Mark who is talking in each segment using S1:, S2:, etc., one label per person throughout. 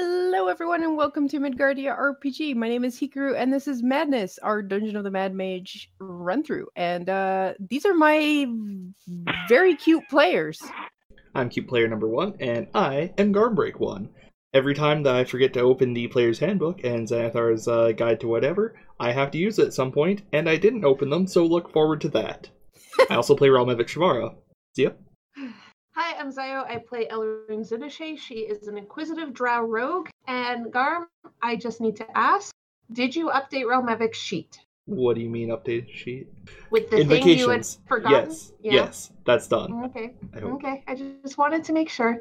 S1: Hello, everyone, and welcome to Midgardia RPG. My name is Hikaru, and this is Madness, our Dungeon of the Mad Mage run through. And uh, these are my very cute players.
S2: I'm Cube Player Number One, and I am Garmbreak One. Every time that I forget to open the player's handbook and Xanathar's uh, guide to whatever, I have to use it at some point, and I didn't open them, so look forward to that. I also play Realmevic Shavara. See ya.
S3: Hi, I'm Zayo. I play Elrune Zidache. She is an inquisitive drow rogue. And Garm, I just need to ask, did you update Realmevic sheet
S2: What do you mean updated sheet?
S3: with the thing you had forgotten?
S2: Yes,
S3: Yeah. Mm, Mm-hmm.
S2: yes, that's done.
S3: Okay.
S2: I hope.
S3: Okay. I just wanted to make sure.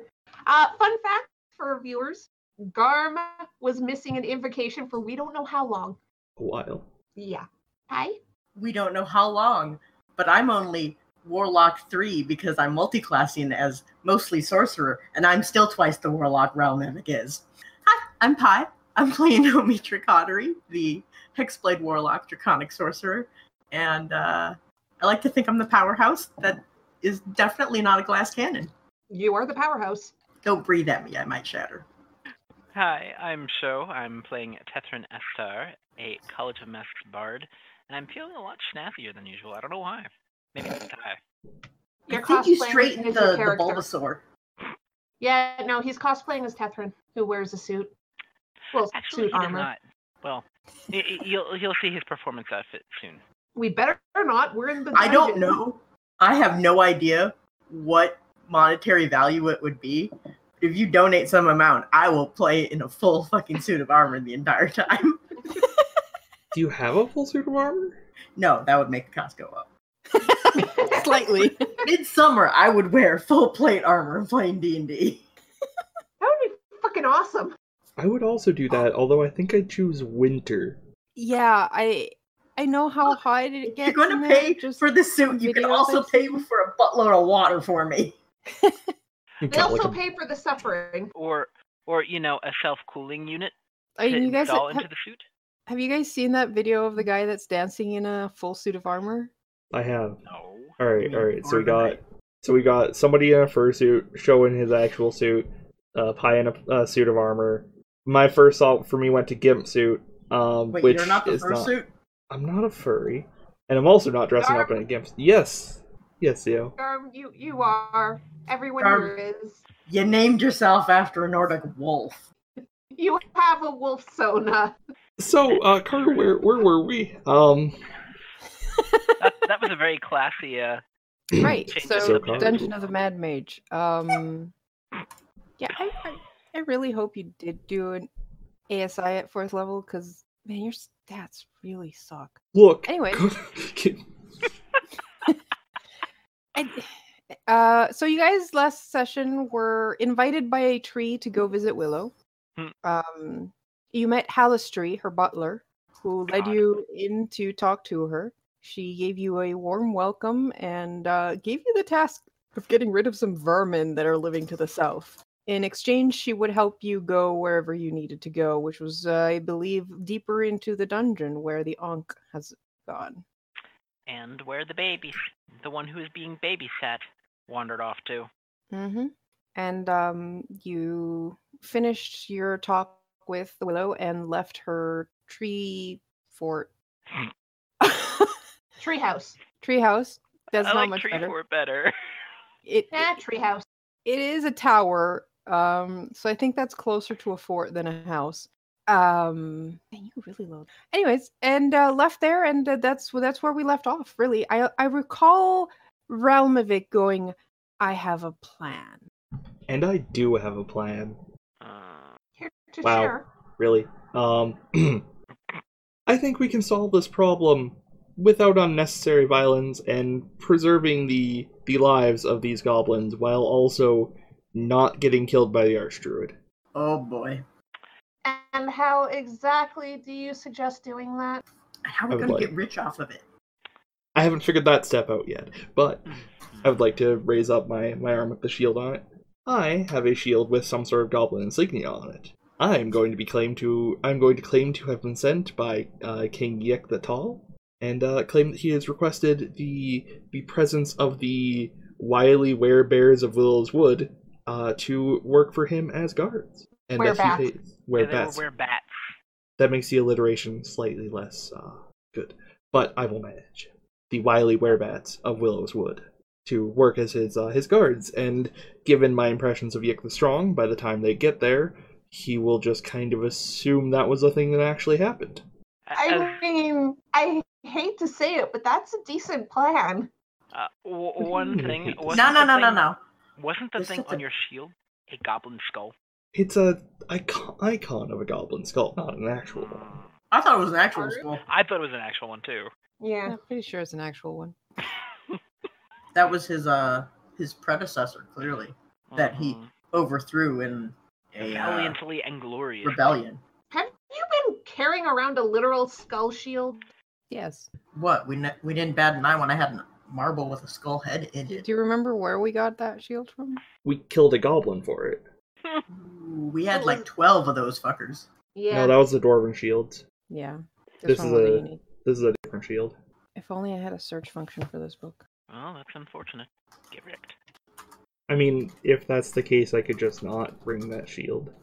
S3: Uh, fun fact for viewers: Garm was missing an invocation for we don't know how long.
S2: A while.
S3: Yeah. Hi.
S4: we don't know how long, but I'm only Warlock 3 because I'm multiclassing as mostly Sorcerer, and I'm still twice the Warlock Realm Mimic is. Hi, I'm Pi. I'm playing Omitra Cottery, the Hexblade Warlock Draconic Sorcerer, and uh, I like to think I'm the powerhouse that is definitely not a glass cannon.
S3: You are the powerhouse.
S4: Don't breathe at me, I might shatter.
S5: Hi, I'm Sho. I'm playing Tetran Estar, a College of Masks bard, and I'm feeling a lot snappier than usual. I don't know why. Maybe it's Ty.
S3: You're
S4: I think you
S3: cosplaying
S4: straightened the,
S3: as your
S4: the
S3: character.
S4: Bulbasaur.
S3: Yeah. No, he's cosplaying as Tethran, who wears a suit. Well,
S5: Actually,
S3: suit
S5: he did
S3: armor.
S5: not. Well, y- y- you'll you'll see his performance outfit soon.
S3: We better not. We're in the.
S4: I don't
S3: dungeon.
S4: know. I have no idea what monetary value it would be. If you donate some amount, I will play in a full fucking suit of armor the entire time.
S2: Do you have a full suit of armor?
S4: No, that would make the cost go up.
S1: Slightly.
S4: Midsummer, I would wear full plate armor playing D and D.
S3: That would be fucking awesome.
S2: I would also do that, although I think I'd choose winter.
S1: yeah, I I know how
S4: Look,
S1: hot it gets.
S4: You're going
S1: in
S4: to
S1: there,
S4: pay
S1: just-
S4: for the suit. You can
S1: video
S4: also
S1: I've
S4: pay
S1: seen.
S4: for a buttload of water for me.
S2: You've
S3: They
S2: got, like,
S3: also
S2: a-
S3: pay for the suffering.
S5: Or or you know a self cooling unit
S1: I
S5: to
S1: mean, you guys
S5: install
S1: have,
S5: into the suit.
S1: have you guys seen that video of the guy that's dancing in a full suit of armor?
S2: I have.
S5: No.
S2: All right,
S4: Mm,
S2: all right. So we got
S4: Argonite.
S2: so we got somebody in a fursuit showing his actual suit, uh, Pi in a uh, suit of armor. My first thought for me went to gimp suit, um,
S4: Wait,
S2: which
S4: you're not the
S2: is
S4: fursuit? suit.
S2: I'm not a furry, and I'm also not dressing up in a gimp. Yes, yes, yo.
S3: Garm, you you are. Everyone
S4: Garm.
S3: here is.
S4: You named yourself after a Nordic wolf.
S3: You have a wolf sona.
S2: So, uh, Carter, where where were we? Um,
S5: That, that was a very classy. Uh,
S1: right.
S5: Changes
S1: So,
S2: the color.
S1: Dungeon of the Mad Mage. Um, yeah, I, I I really hope you did do an ASI at fourth level because man, your stats really suck.
S2: look.
S1: Anyway.
S2: Kid-
S1: I, uh, so you guys last session were invited by a tree to go visit Willow.
S5: Hmm.
S1: Um, you met Hallistry, her butler, who led
S5: God.
S1: you in to talk to her. She gave you a warm welcome and uh, gave you the task of getting rid of some vermin that are living to the south. In exchange, she would help you go wherever you needed to go, which was, uh, I believe, deeper into the dungeon where the Ankh has gone.
S5: and where the baby, the one who is being babysat, wandered off to.
S1: Mm-hmm. And um, you finished your talk with the willow and left her tree fort.
S3: Treehouse.
S1: Treehouse. That's
S5: I
S1: not
S5: like
S1: much
S5: tree
S1: better.
S5: fort better.
S1: It,
S3: Nah, Eh, treehouse.
S1: it is a tower. Um, so I think that's closer to a fort than a house. Um, and you really load. Anyways, and uh, left there, and uh, that's wh- that's where we left off. Really, I I recall Realmovic going, "I have a plan."
S2: and I do have a plan.
S5: Uh,
S3: Here to
S2: Wow.
S3: share.
S2: really. Um, I think we can solve this problem without unnecessary violence and preserving the the lives of these goblins while also not getting killed by the archdruid.
S4: Oh boy.
S3: And how exactly do you suggest doing that?
S4: How are
S2: I
S4: we
S2: would
S4: going
S2: like-
S4: to get rich off of it?
S2: I haven't figured that step out yet, but I would like to raise up my, my arm with the shield on it. I have a shield with some sort of goblin insignia on it. I am going to be claimed to I'm going to claim to have been sent by uh, King Yek the Tall, and uh, claim that he has requested the the presence of the wily werebears of Willow's Wood uh, to work for him as guards, and that he
S3: Werebats.
S2: pays Wear
S5: they will
S2: bats.
S5: wear bats.
S2: That makes the alliteration slightly less uh, good, but I will manage. The wily werebats of Willow's Wood to work as his uh, his guards, and given my impressions of Yik the Strong, by the time they get there, he will just kind of assume that was a thing that actually happened.
S5: A-
S3: I
S5: as-
S3: mean, I hate to say it, but that's a decent plan.
S5: uh, w- one thing.
S2: No,
S4: no,
S5: wasn't
S4: no,
S5: the
S4: no, no,
S5: thing-
S4: no.
S5: Wasn't the
S4: There's
S5: thing
S4: something-
S5: on your shield a goblin skull?
S2: It's a icon, icon of a goblin skull, not an actual one.
S4: I thought it was an actual school.
S5: I thought it was an actual one too.
S6: Yeah,
S3: Yeah.
S6: I'm pretty sure it's an actual one.
S4: That was his uh his predecessor, clearly That he-
S5: Mhm.
S4: overthrew in a uh,
S5: valiantly and glorious.
S4: rebellion.
S3: Have you been carrying around a literal skull shield?
S6: Yes.
S4: What we ne- we didn't bat an eye when I had a marble with a skull head in
S6: Do
S4: it.
S6: do you remember where we got that shield from?
S2: We killed a goblin for it.
S4: Ooh, we had like twelve of those fuckers.
S3: Yeah.
S2: No, that was the dwarven shield.
S6: Yeah.
S2: This
S6: one
S2: is
S6: wasn't
S2: a-
S6: unique.
S2: This is a different shield.
S6: If only I had a search function for this book.
S5: Well, that's unfortunate. Get wrecked.
S2: I mean, if that's the case, I could just not bring that shield.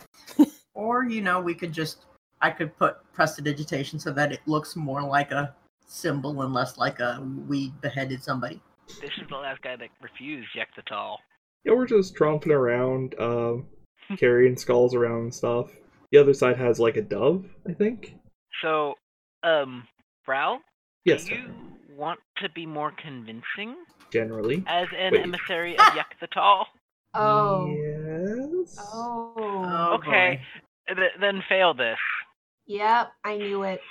S4: Or you know we could just I could put prestidigitation so that it looks more like a symbol and less like a we beheaded somebody.
S5: This is the last guy that refused Yektatal.
S2: Yeah, we're just tromping around, um, carrying skulls around and stuff. The other side has like a dove, I think.
S5: So, um, Brow,
S2: Yes,
S5: do you
S2: sir.
S5: want to be more convincing
S2: generally.
S5: as an
S2: Wait.
S5: emissary of Yektatal?
S3: Oh.
S2: Yes.
S3: Oh.
S5: Okay. Th- then fail this.
S3: Yep, I knew it.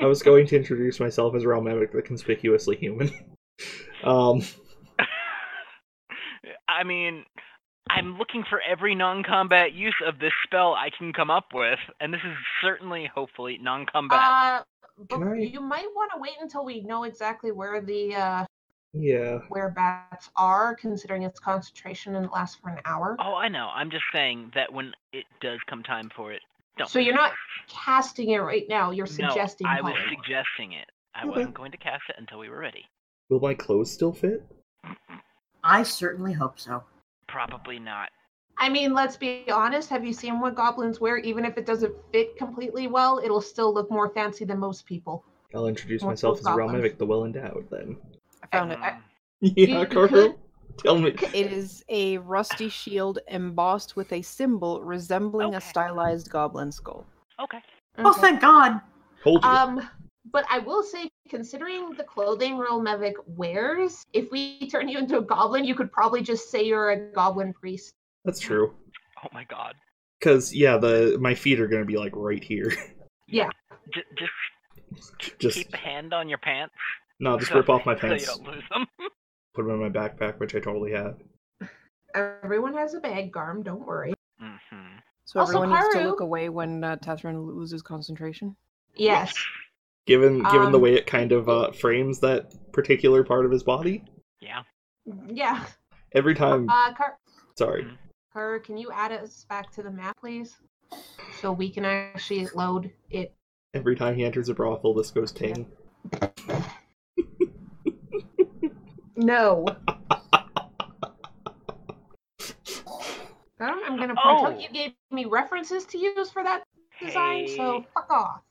S2: I was going to introduce myself as Realm Mimic, the conspicuously human. um,
S5: I mean, I'm looking for every non-combat use of this spell I can come up with, and this is certainly, hopefully, non-combat.
S3: Uh, but
S2: Can I-
S3: you might want to wait until we know exactly where the uh,
S2: yeah.
S3: where bats are, considering its concentration and it lasts for an hour.
S5: oh, I know. I'm just saying that when it does come time for it, don't.
S3: So you're not casting it right now. You're suggesting.
S5: No, I was
S3: calling.
S5: suggesting it. I
S2: Okay.
S5: wasn't going to cast it until we were ready.
S2: Will my clothes still fit?
S4: I certainly hope so.
S5: Probably not.
S3: I mean, let's be honest. Have you seen what goblins wear? Even if it doesn't fit completely well, it'll still look more fancy than most people.
S2: I'll introduce
S3: Well,
S2: myself as
S3: those
S2: Realm
S3: goblins.
S2: Mimic, the well endowed, then.
S6: I found
S3: Uh-huh.
S6: it.
S5: Mm.
S2: yeah,
S3: you
S2: Carl.
S3: could-
S2: Tell me.
S6: It is a rusty shield embossed with a symbol resembling a
S5: Okay.
S6: stylized goblin skull.
S5: Okay.
S4: Oh,
S3: Okay.
S4: thank God.
S2: Told you.
S3: Um, but I will say, considering the clothing Real Mevic wears, if we turn you into a goblin, you could probably just say you're a goblin priest.
S2: That's true.
S5: Oh my god.
S2: Cause yeah, the my feet are gonna be like right here.
S5: J- just,
S2: just
S5: keep a hand on your pants.
S2: no, just
S5: so-
S2: rip off my
S5: so
S2: pants,
S5: you don't lose them.
S2: put them in my backpack, which I totally have.
S3: Everyone has a bag, Garm. Don't worry.
S5: hmm
S6: So
S3: Also,
S6: everyone needs to
S3: Haru-
S6: look away when uh, Tethryn loses concentration.
S3: Yes.
S2: Given given the
S3: Um,
S2: way it kind of uh, frames that particular part of his body,
S5: Yeah.
S3: Yeah.
S2: every time.
S3: Uh, mm. Car-
S2: sorry,
S3: Car, can you add us back to the map, please, so we can actually load it?
S2: every time he enters a brothel, this goes ting.
S3: No. Garm, I'm gonna point
S5: Oh.
S3: out you gave me references to use for that design, so
S5: Hey.
S3: fuck off.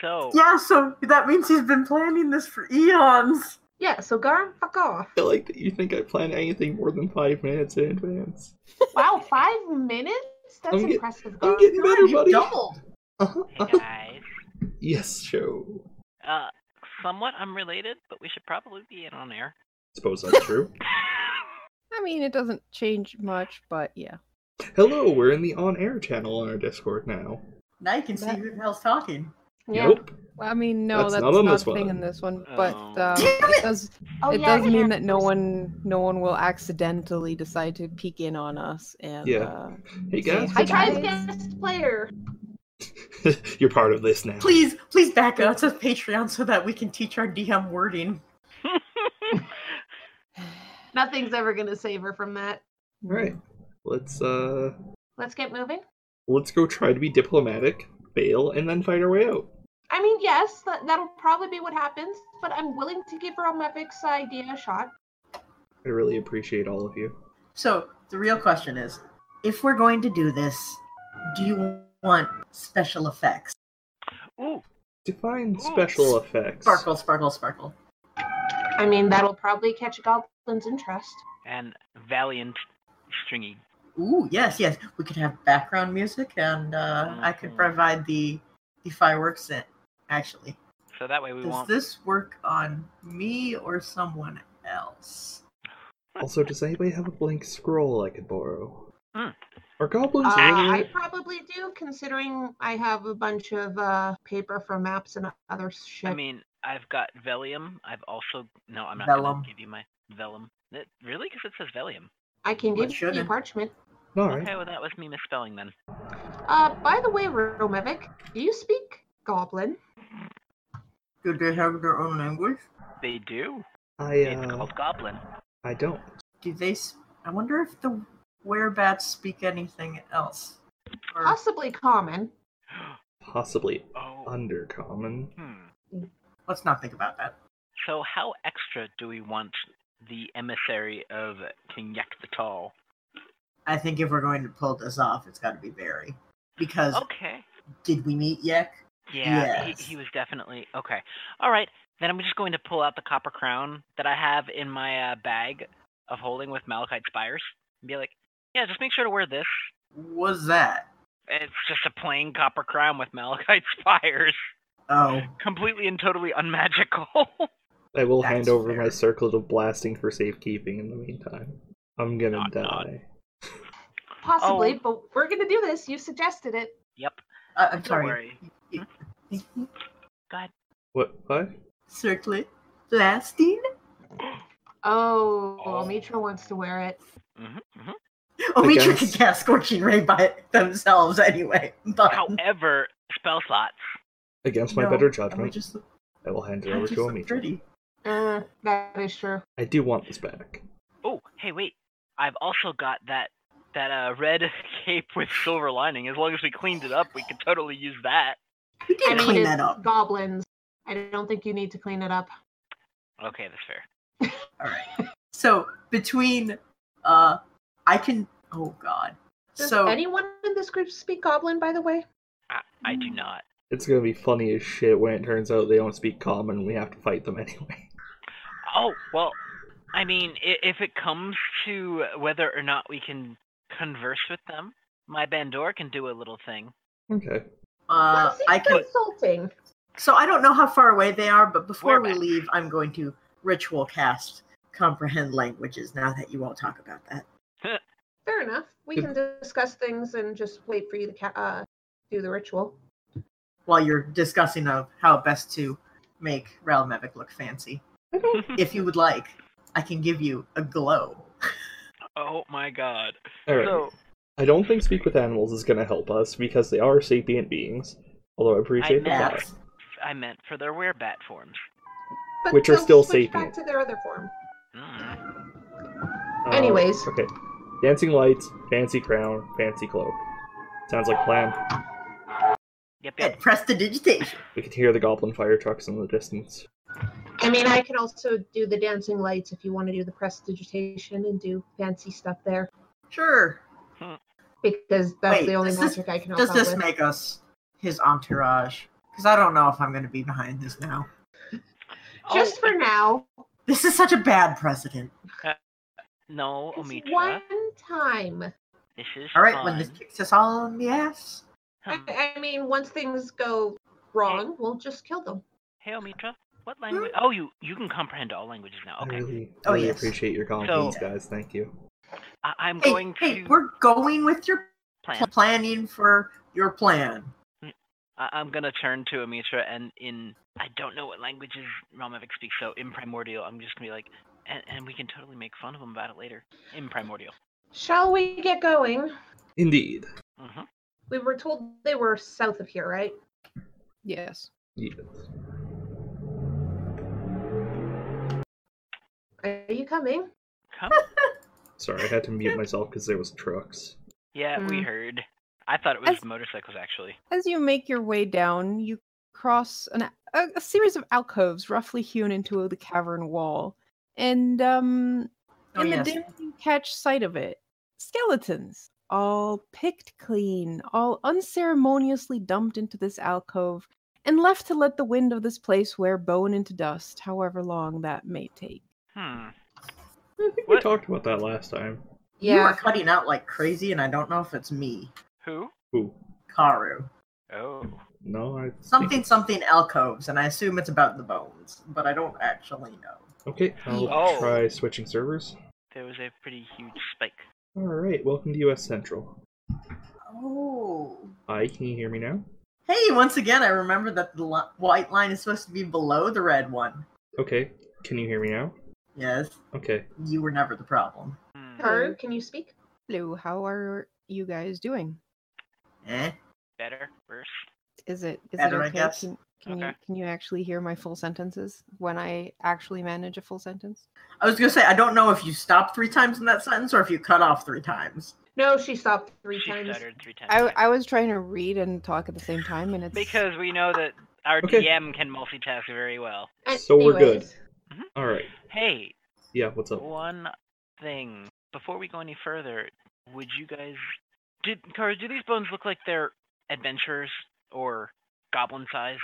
S5: So
S4: Yeah, so that means he's been planning this for eons.
S3: Yeah, so Garm, fuck off.
S2: I like that you think I plan anything more than five minutes in advance.
S3: Wow, five minutes? That's
S2: I'm get-
S3: impressive.
S2: I'm
S3: Garm.
S2: getting better, buddy.
S4: Doubled.
S2: Uh-huh.
S5: hey guys,
S2: Yes, show.
S5: uh, somewhat unrelated, but we should probably be in on air.
S2: Suppose that's true.
S6: I mean, it doesn't change much, but yeah.
S2: Hello, we're in the on-air channel on our Discord now.
S4: Now you can see who the hell's talking.
S3: Yeah.
S2: Nope.
S6: Well, I mean, no,
S2: That's
S6: that's,
S2: not
S6: not,
S2: on this
S6: a thing
S2: one.
S6: in this one, but
S5: Oh.
S6: um,
S4: Damn
S6: it does
S3: Oh,
S6: it
S3: yeah,
S6: does
S3: yeah.
S6: mean that no one no one will accidentally decide to peek in on us and
S2: Yeah.
S6: uh,
S2: Hey
S6: say,
S2: guys,
S6: "Hi,
S3: I tried
S6: guys."
S3: guest player.
S2: you're part of this now.
S4: Please, please back out to Patreon so that we can teach our DM wording.
S3: Nothing's ever gonna save her from that.
S2: All right, let's uh,
S3: Let's get moving.
S2: let's go try to be diplomatic, fail, and then fight our way out.
S3: I mean, yes, that, that'll probably be what happens, but I'm willing to give her Mevic's idea a shot.
S2: I really appreciate all of you.
S4: So the real question is, if we're going to do this, do you want special effects.
S5: Ooh,
S2: Define
S5: Ooh.
S2: special effects.
S4: Sparkle, sparkle, sparkle.
S3: I mean, that'll probably catch goblins' interest.
S5: and valiant stringy.
S4: Ooh, yes, yes. We could have background music, and uh, I could
S5: Mhm.
S4: provide the the fireworks. In, actually,
S5: So that way we
S4: does
S5: won't.
S4: this work on me or someone else?
S2: Also, does anybody have a blank scroll I could borrow?
S5: Hmm.
S2: Are goblins
S3: Uh,
S2: really-
S3: I probably do, considering I have a bunch of uh, paper for maps and other shit.
S5: I mean, I've got Velium. I've also no, I'm not
S4: Vellum.
S5: gonna give you my Vellum. That- really? Because it says Velium.
S3: I can
S4: Well,
S3: give you
S4: shouldn't.
S3: parchment.
S2: All right.
S5: Okay, well that was me misspelling then.
S3: Uh, by the way, Romevic, do you speak Goblin?
S4: Do they have their own language?
S5: They do.
S2: I
S5: It's
S2: uh,
S5: called Goblin.
S2: I don't.
S4: Do they? s- I wonder if the werebats speak anything else. Or-
S3: Possibly Common.
S2: Possibly
S5: oh.
S2: undercommon.
S5: hmm.
S4: let's not think about that.
S5: So how extra do we want the emissary of King Yek the Tall?
S4: I think if we're going to pull this off, it's got to be Barry. Because
S3: Oh.
S5: Okay.
S4: did we meet Yek?
S5: Yeah,
S4: Yes.
S5: he, he was definitely okay. All right, then I'm just going to pull out the copper crown that I have in my uh, bag of holding with malachite spires and be like, "Yeah, just make sure to wear this.
S4: Was that?
S5: It's just a plain copper crown with malachite spires,
S4: Oh,
S5: completely and totally unmagical."
S2: I will
S4: That's
S2: hand over
S4: fair.
S2: my circlet of blasting for safekeeping in the meantime. I'm gonna
S5: Not-
S2: die.
S5: not. Oh.
S3: Possibly, but we're gonna do this. You suggested it.
S5: yep.
S4: I- uh, I'm
S5: Don't
S4: sorry.
S5: worry.
S2: What? What?
S4: Circlet, blasting.
S3: Oh,
S5: Oh.
S3: well, Mitra wants to wear it.
S5: hmm hmm
S4: Oh, we
S2: Against-
S4: could cast Scorching Ray by themselves anyway. But
S5: However, spell slots.
S2: Against my
S4: No,
S2: better
S4: I
S2: judgment,
S4: just look,
S2: I will hand it
S4: I
S2: over
S4: just
S2: to
S4: look
S2: Amitra.
S4: pretty.
S3: Uh, that is true.
S2: I do want this back.
S5: Oh, hey, wait. I've also got that that uh, red cape with silver lining. As long as we cleaned it up, we could totally use that.
S4: We did
S3: I mean,
S4: clean
S3: it's
S4: that up.
S3: goblins. I don't think you need to clean it up.
S5: Okay, that's fair.
S4: All right. So between, uh, I can. Oh God.
S3: Does
S4: So
S3: anyone in this group speak Goblin, by the way?
S5: I, I
S4: Mm.
S5: do not.
S2: It's gonna be funny as shit when it turns out they don't speak common and we have to fight them anyway.
S5: Oh, well, I mean, i- if it comes to whether or not we can converse with them, my Bandor can do a little thing.
S2: Okay.
S4: uh,
S3: How's he
S4: I can.
S3: consulting.
S4: So I don't know how far away they are, but before
S5: We're
S4: we
S5: back.
S4: leave, I'm going to ritual cast comprehend languages. Now that you won't talk about that.
S3: Fair enough. We can discuss things and just wait for you to ca- uh, do the ritual.
S4: While you're discussing of how best to make Ralmevic look fancy, if you would like, I can give you a glow.
S5: oh my god.
S2: Alright.
S5: So,
S2: I don't think speak with animals is gonna help us because they are sapient beings. Although I appreciate the
S5: meant-
S2: thought.
S4: That's
S5: I meant for their werebat forms.
S3: But
S2: Which are
S3: they'll
S2: still
S3: switch back
S2: sapient.
S3: to their other form.
S5: Mm.
S2: Uh,
S3: Anyways.
S2: Okay. Dancing lights, fancy crown, fancy cloak. Sounds like a plan.
S5: Yep,
S4: it.
S5: yep.
S4: Press the digitation.
S2: We could hear the goblin fire trucks in the distance.
S3: I mean, I can also do the dancing lights if you want to do the prestidigitation and do fancy stuff there
S4: Sure.
S3: because that's
S4: Wait,
S3: the only
S4: does this-
S3: magic I can help
S4: Does
S3: out
S4: this
S3: with.
S4: make us his entourage? Because I don't know if I'm going to be behind this now.
S3: Just
S5: Oh,
S3: for now,
S4: This is such a bad precedent.
S5: No,
S3: it's
S5: Omitra.
S3: one time.
S5: This is
S4: All right, when this
S5: fun.
S4: kicks us all in the ass.
S5: Hmm.
S3: I, I mean, once things go wrong, we'll just kill them.
S5: Hey, Omitra. What language? Oh, you you can comprehend all languages now.
S2: I
S5: Okay.
S2: really,
S4: Oh,
S2: really
S4: yes.
S2: appreciate your confidence,
S5: So-
S2: guys. Thank you.
S4: Mm-hmm.
S5: I, I'm
S4: Hey,
S5: going
S4: hey,
S5: to
S4: we're going with your
S5: plan.
S4: pl- planning for your plan.
S5: I- I'm gonna turn to Amitra and in I don't know what languages Ramovic speaks, so in primordial, I'm just gonna be like, and, and we can totally make fun of him about it later. In primordial.
S3: Shall we get going?
S2: Indeed.
S5: hmm
S3: We were told they were south of here, right?
S6: Yes.
S2: Yes.
S3: Are you coming?
S5: Come?
S2: Sorry, I had to mute myself because there was trucks.
S5: Yeah, we
S3: Mm.
S5: heard. I thought it
S6: I
S5: was
S6: s-
S5: motorcycles actually.
S6: As you make your way down, you cross an, a, a series of alcoves roughly hewn into the cavern wall, and um,
S4: Oh,
S6: in
S4: yes.
S1: Oh,
S6: the dim, you catch sight of it. Skeletons
S1: all picked clean, all unceremoniously dumped into this alcove, and left to let the wind of this place wear bone into dust, however long that may take.
S5: Hmm.
S2: I think we
S5: What?
S2: talked about that last time.
S4: You are
S3: Yeah.
S4: cutting out like crazy, and I don't know if it's me,
S5: Who?
S2: Ooh,
S4: Karu.
S5: Oh.
S2: no, I
S4: Something, something alcoves, and I assume it's about the bones, but I don't actually know.
S2: Okay, I'll
S5: Oh.
S2: try switching servers.
S5: There was a pretty huge spike.
S2: All right, welcome to U.S. Central.
S4: Oh.
S2: Hi, can you hear me now?
S4: Hey, once again, I remember that the li- white line is supposed to be below the red one.
S2: Okay, can you hear me now?
S4: Yes,
S2: Okay,
S4: you were never the problem.
S5: Hmm.
S3: Karu, can you speak?
S1: Hello, how are you guys doing?
S4: Eh?
S5: Better? Worse?
S1: Is it is
S4: Better,
S1: it
S4: I
S1: okay?
S4: guess.
S1: Can, can you
S5: Okay.
S1: can you actually hear my full sentences when I actually manage a full sentence?
S4: I was gonna say I don't know if you stopped three times in that sentence or if you cut off three times.
S3: No, she stopped three
S5: she
S3: times.
S5: stuttered three times.
S1: I
S5: yeah.
S1: I was trying to read and talk at the same time, and it's
S5: Because we know that our
S2: Okay.
S5: DM can multitask very well.
S2: So we're good.
S3: Anyways,
S2: all right.
S5: Hey,
S2: Yeah, what's up?
S5: one thing. Before we go any further, would you guys did Kara, do these bones look like they're adventurers or goblin sized?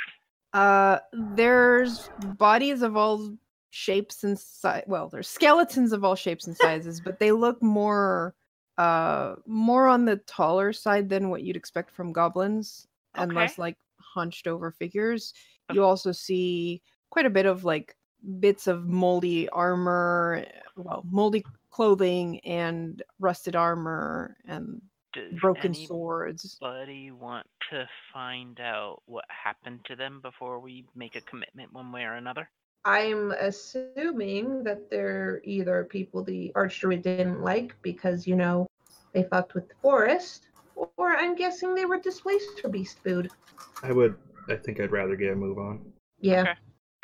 S1: Uh, there's bodies of all shapes and size. Well, there's skeletons of all shapes and sizes, but they look more, uh, more on the taller side than what you'd expect from goblins, and less
S5: Okay.
S1: like hunched over figures. You also see quite a bit of like bits of moldy armor, well, moldy clothing and rusted armor and
S5: Does
S1: broken
S5: anybody
S1: swords.
S5: want to find out what happened to them before we make a commitment one way or another?
S3: I'm assuming that they're either people the archery didn't like because, you know, they fucked with the forest, or I'm guessing they were displaced for beast food.
S2: I would. I think I'd rather get a move on
S3: Yeah.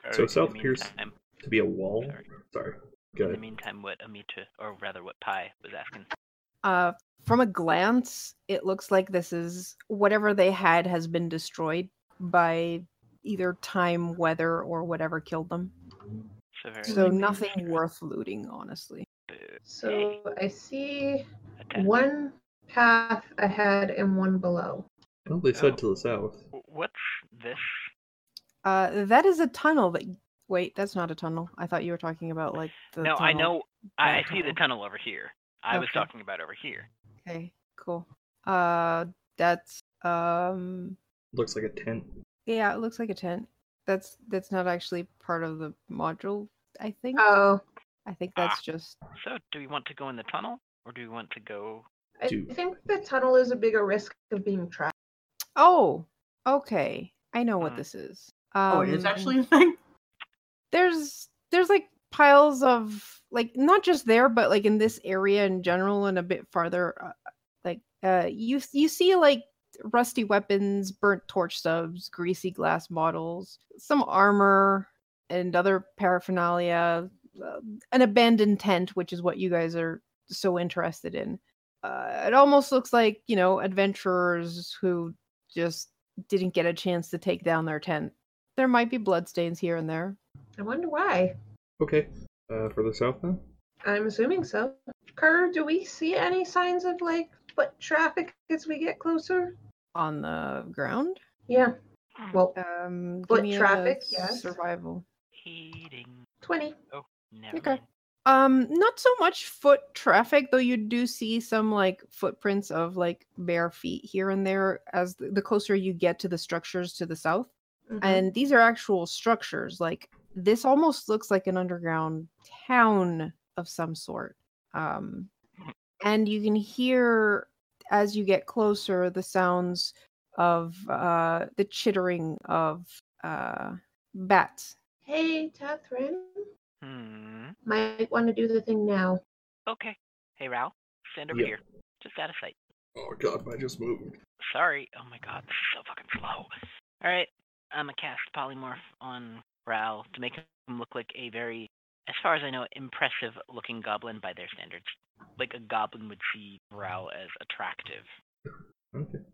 S5: Okay.
S2: So
S5: in the
S2: South Pierce-
S5: meantime-
S2: to be a wall.
S5: Sorry.
S2: Sorry.
S5: In the
S2: Good.
S5: meantime, what Amita, or rather what Pi was asking.
S1: Uh, from a glance, it looks like this is whatever they had has been destroyed by either time, weather, or whatever killed them.
S5: So, very
S1: So
S5: likely
S1: nothing
S5: destroyed.
S1: worth looting, honestly.
S5: Boo.
S3: So I see
S5: Okay.
S3: one path ahead and one below.
S2: Well, they
S5: Oh.
S2: said to the south.
S5: W- What's this?
S1: Uh, that is a tunnel that. Wait, that's not a tunnel. I thought you were talking about like the.
S5: no, I
S1: tunnel.
S5: know. I, I
S1: that
S5: see the
S1: tunnel.
S5: tunnel over here. I was
S1: Okay.
S5: talking about over here.
S1: Okay, cool. Uh, that's um.
S2: Looks like a tent.
S1: Yeah, it looks like a tent. That's that's not actually part of the module. I think.
S3: Oh,
S1: I think
S5: Ah.
S1: that's just.
S5: So, do we want to go in the tunnel, or do we want to go?
S3: I
S2: Dude.
S3: think the tunnel is a bigger risk of being trapped.
S1: Oh, okay. I know what
S5: Mm.
S1: this is.
S4: Uh, oh, it is
S1: Um,
S4: actually a thing.
S1: there's there's like piles of like not just there, but like in this area in general, and a bit farther, uh, like uh, you you see like rusty weapons, burnt torch stubs, greasy glass bottles, some armor, and other paraphernalia, uh, an abandoned tent, which is what you guys are so interested in. Uh, it almost looks like you know adventurers who just didn't get a chance to take down their tent. There might be bloodstains here and there.
S3: I wonder why.
S2: Okay. Uh, further south then.
S3: I'm assuming so. Kerr, do we see any signs of like foot traffic as we get closer?
S1: on the ground.
S3: Yeah. Well,
S1: Um, give
S3: Foot
S1: me a
S3: traffic, yes.
S1: survival.
S5: Eating.
S3: 20.
S5: Never.
S1: Okay.
S5: mind.
S1: Um, not so much foot traffic, though. You do see some like footprints of like bare feet here and there as the, the closer you get to the structures to the south.
S3: Mhm.
S1: And these are actual structures. Like this almost looks like an underground town of some sort. Um, and you can hear as you get closer the sounds of uh, the chittering of uh, bats.
S3: Hey, Catherine,
S5: Hmm.
S3: might want to do the thing now.
S5: Okay. Hey, Ral, stand over
S2: Yeah.
S5: here. Just out of sight.
S2: Oh god, I just moved.
S5: Sorry. Oh my god, this is so fucking slow. All right. I'm a cast polymorph on Ral to make him look like a very, as far as I know, impressive looking goblin by their standards. Like a goblin would see Ral as attractive.
S2: Okay.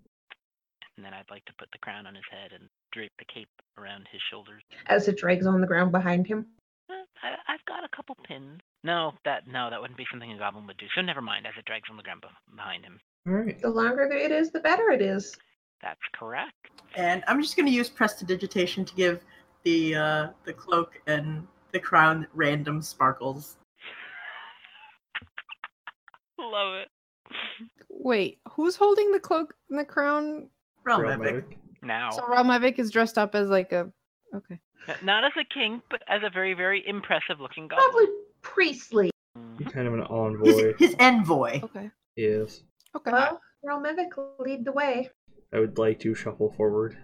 S5: And then I'd like to put the crown on his head and drape the cape around his shoulders.
S3: As it drags on the ground behind him.
S5: Uh, I, I've got a couple pins. No, that no, that wouldn't be something a goblin would do. So never mind. As it drags on the ground bef- behind him,
S2: All right.
S3: The longer it is, the better it is.
S5: That's correct.
S4: And I'm just going to use prestidigitation to give the uh, the cloak and the crown random sparkles.
S5: Love it.
S1: Wait, who's holding the cloak and the crown?
S4: Realm
S2: Real
S4: epic.
S2: Mavic.
S5: Now,
S1: So Ralmavic is dressed up as like a. Okay.
S5: N- not as a king, but as a very, very impressive looking
S3: Probably
S5: goblin.
S3: priestly.
S5: Mhm.
S2: He's kind of an envoy.
S4: His, his envoy.
S1: Okay.
S2: yes.
S1: Okay.
S3: Well, Realmevic lead the way.
S2: I would like to shuffle forward.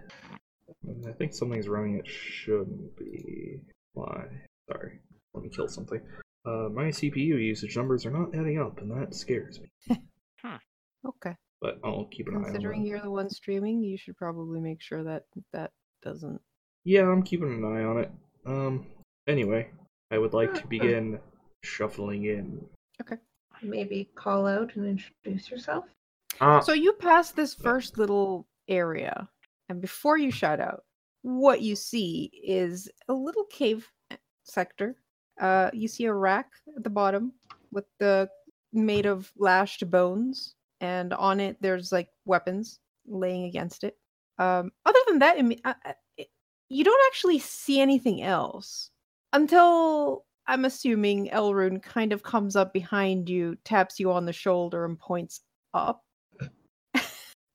S2: Um, I think something's running it shouldn't be. Why? Sorry. Let me kill something. Uh, my CPU usage numbers are not adding up, and that scares me.
S1: okay.
S2: But I'll keep an
S1: Considering
S2: eye on it.
S1: you're the one streaming, you should probably make sure that that doesn't.
S2: Yeah, I'm keeping an eye on it. Um. Anyway, I would like to begin shuffling in.
S3: Maybe call out and introduce yourself.
S2: Ah,
S1: So you pass this first little area, and before you shout out, what you see is a little cave eh, sector. Uh, you see a rack at the bottom with the made of lashed bones, and on it there's like weapons laying against it. Um, other than that, I mean, I, I- it- you don't actually see anything else until I'm assuming Elrune kind of comes up behind you, taps you on the shoulder, and points up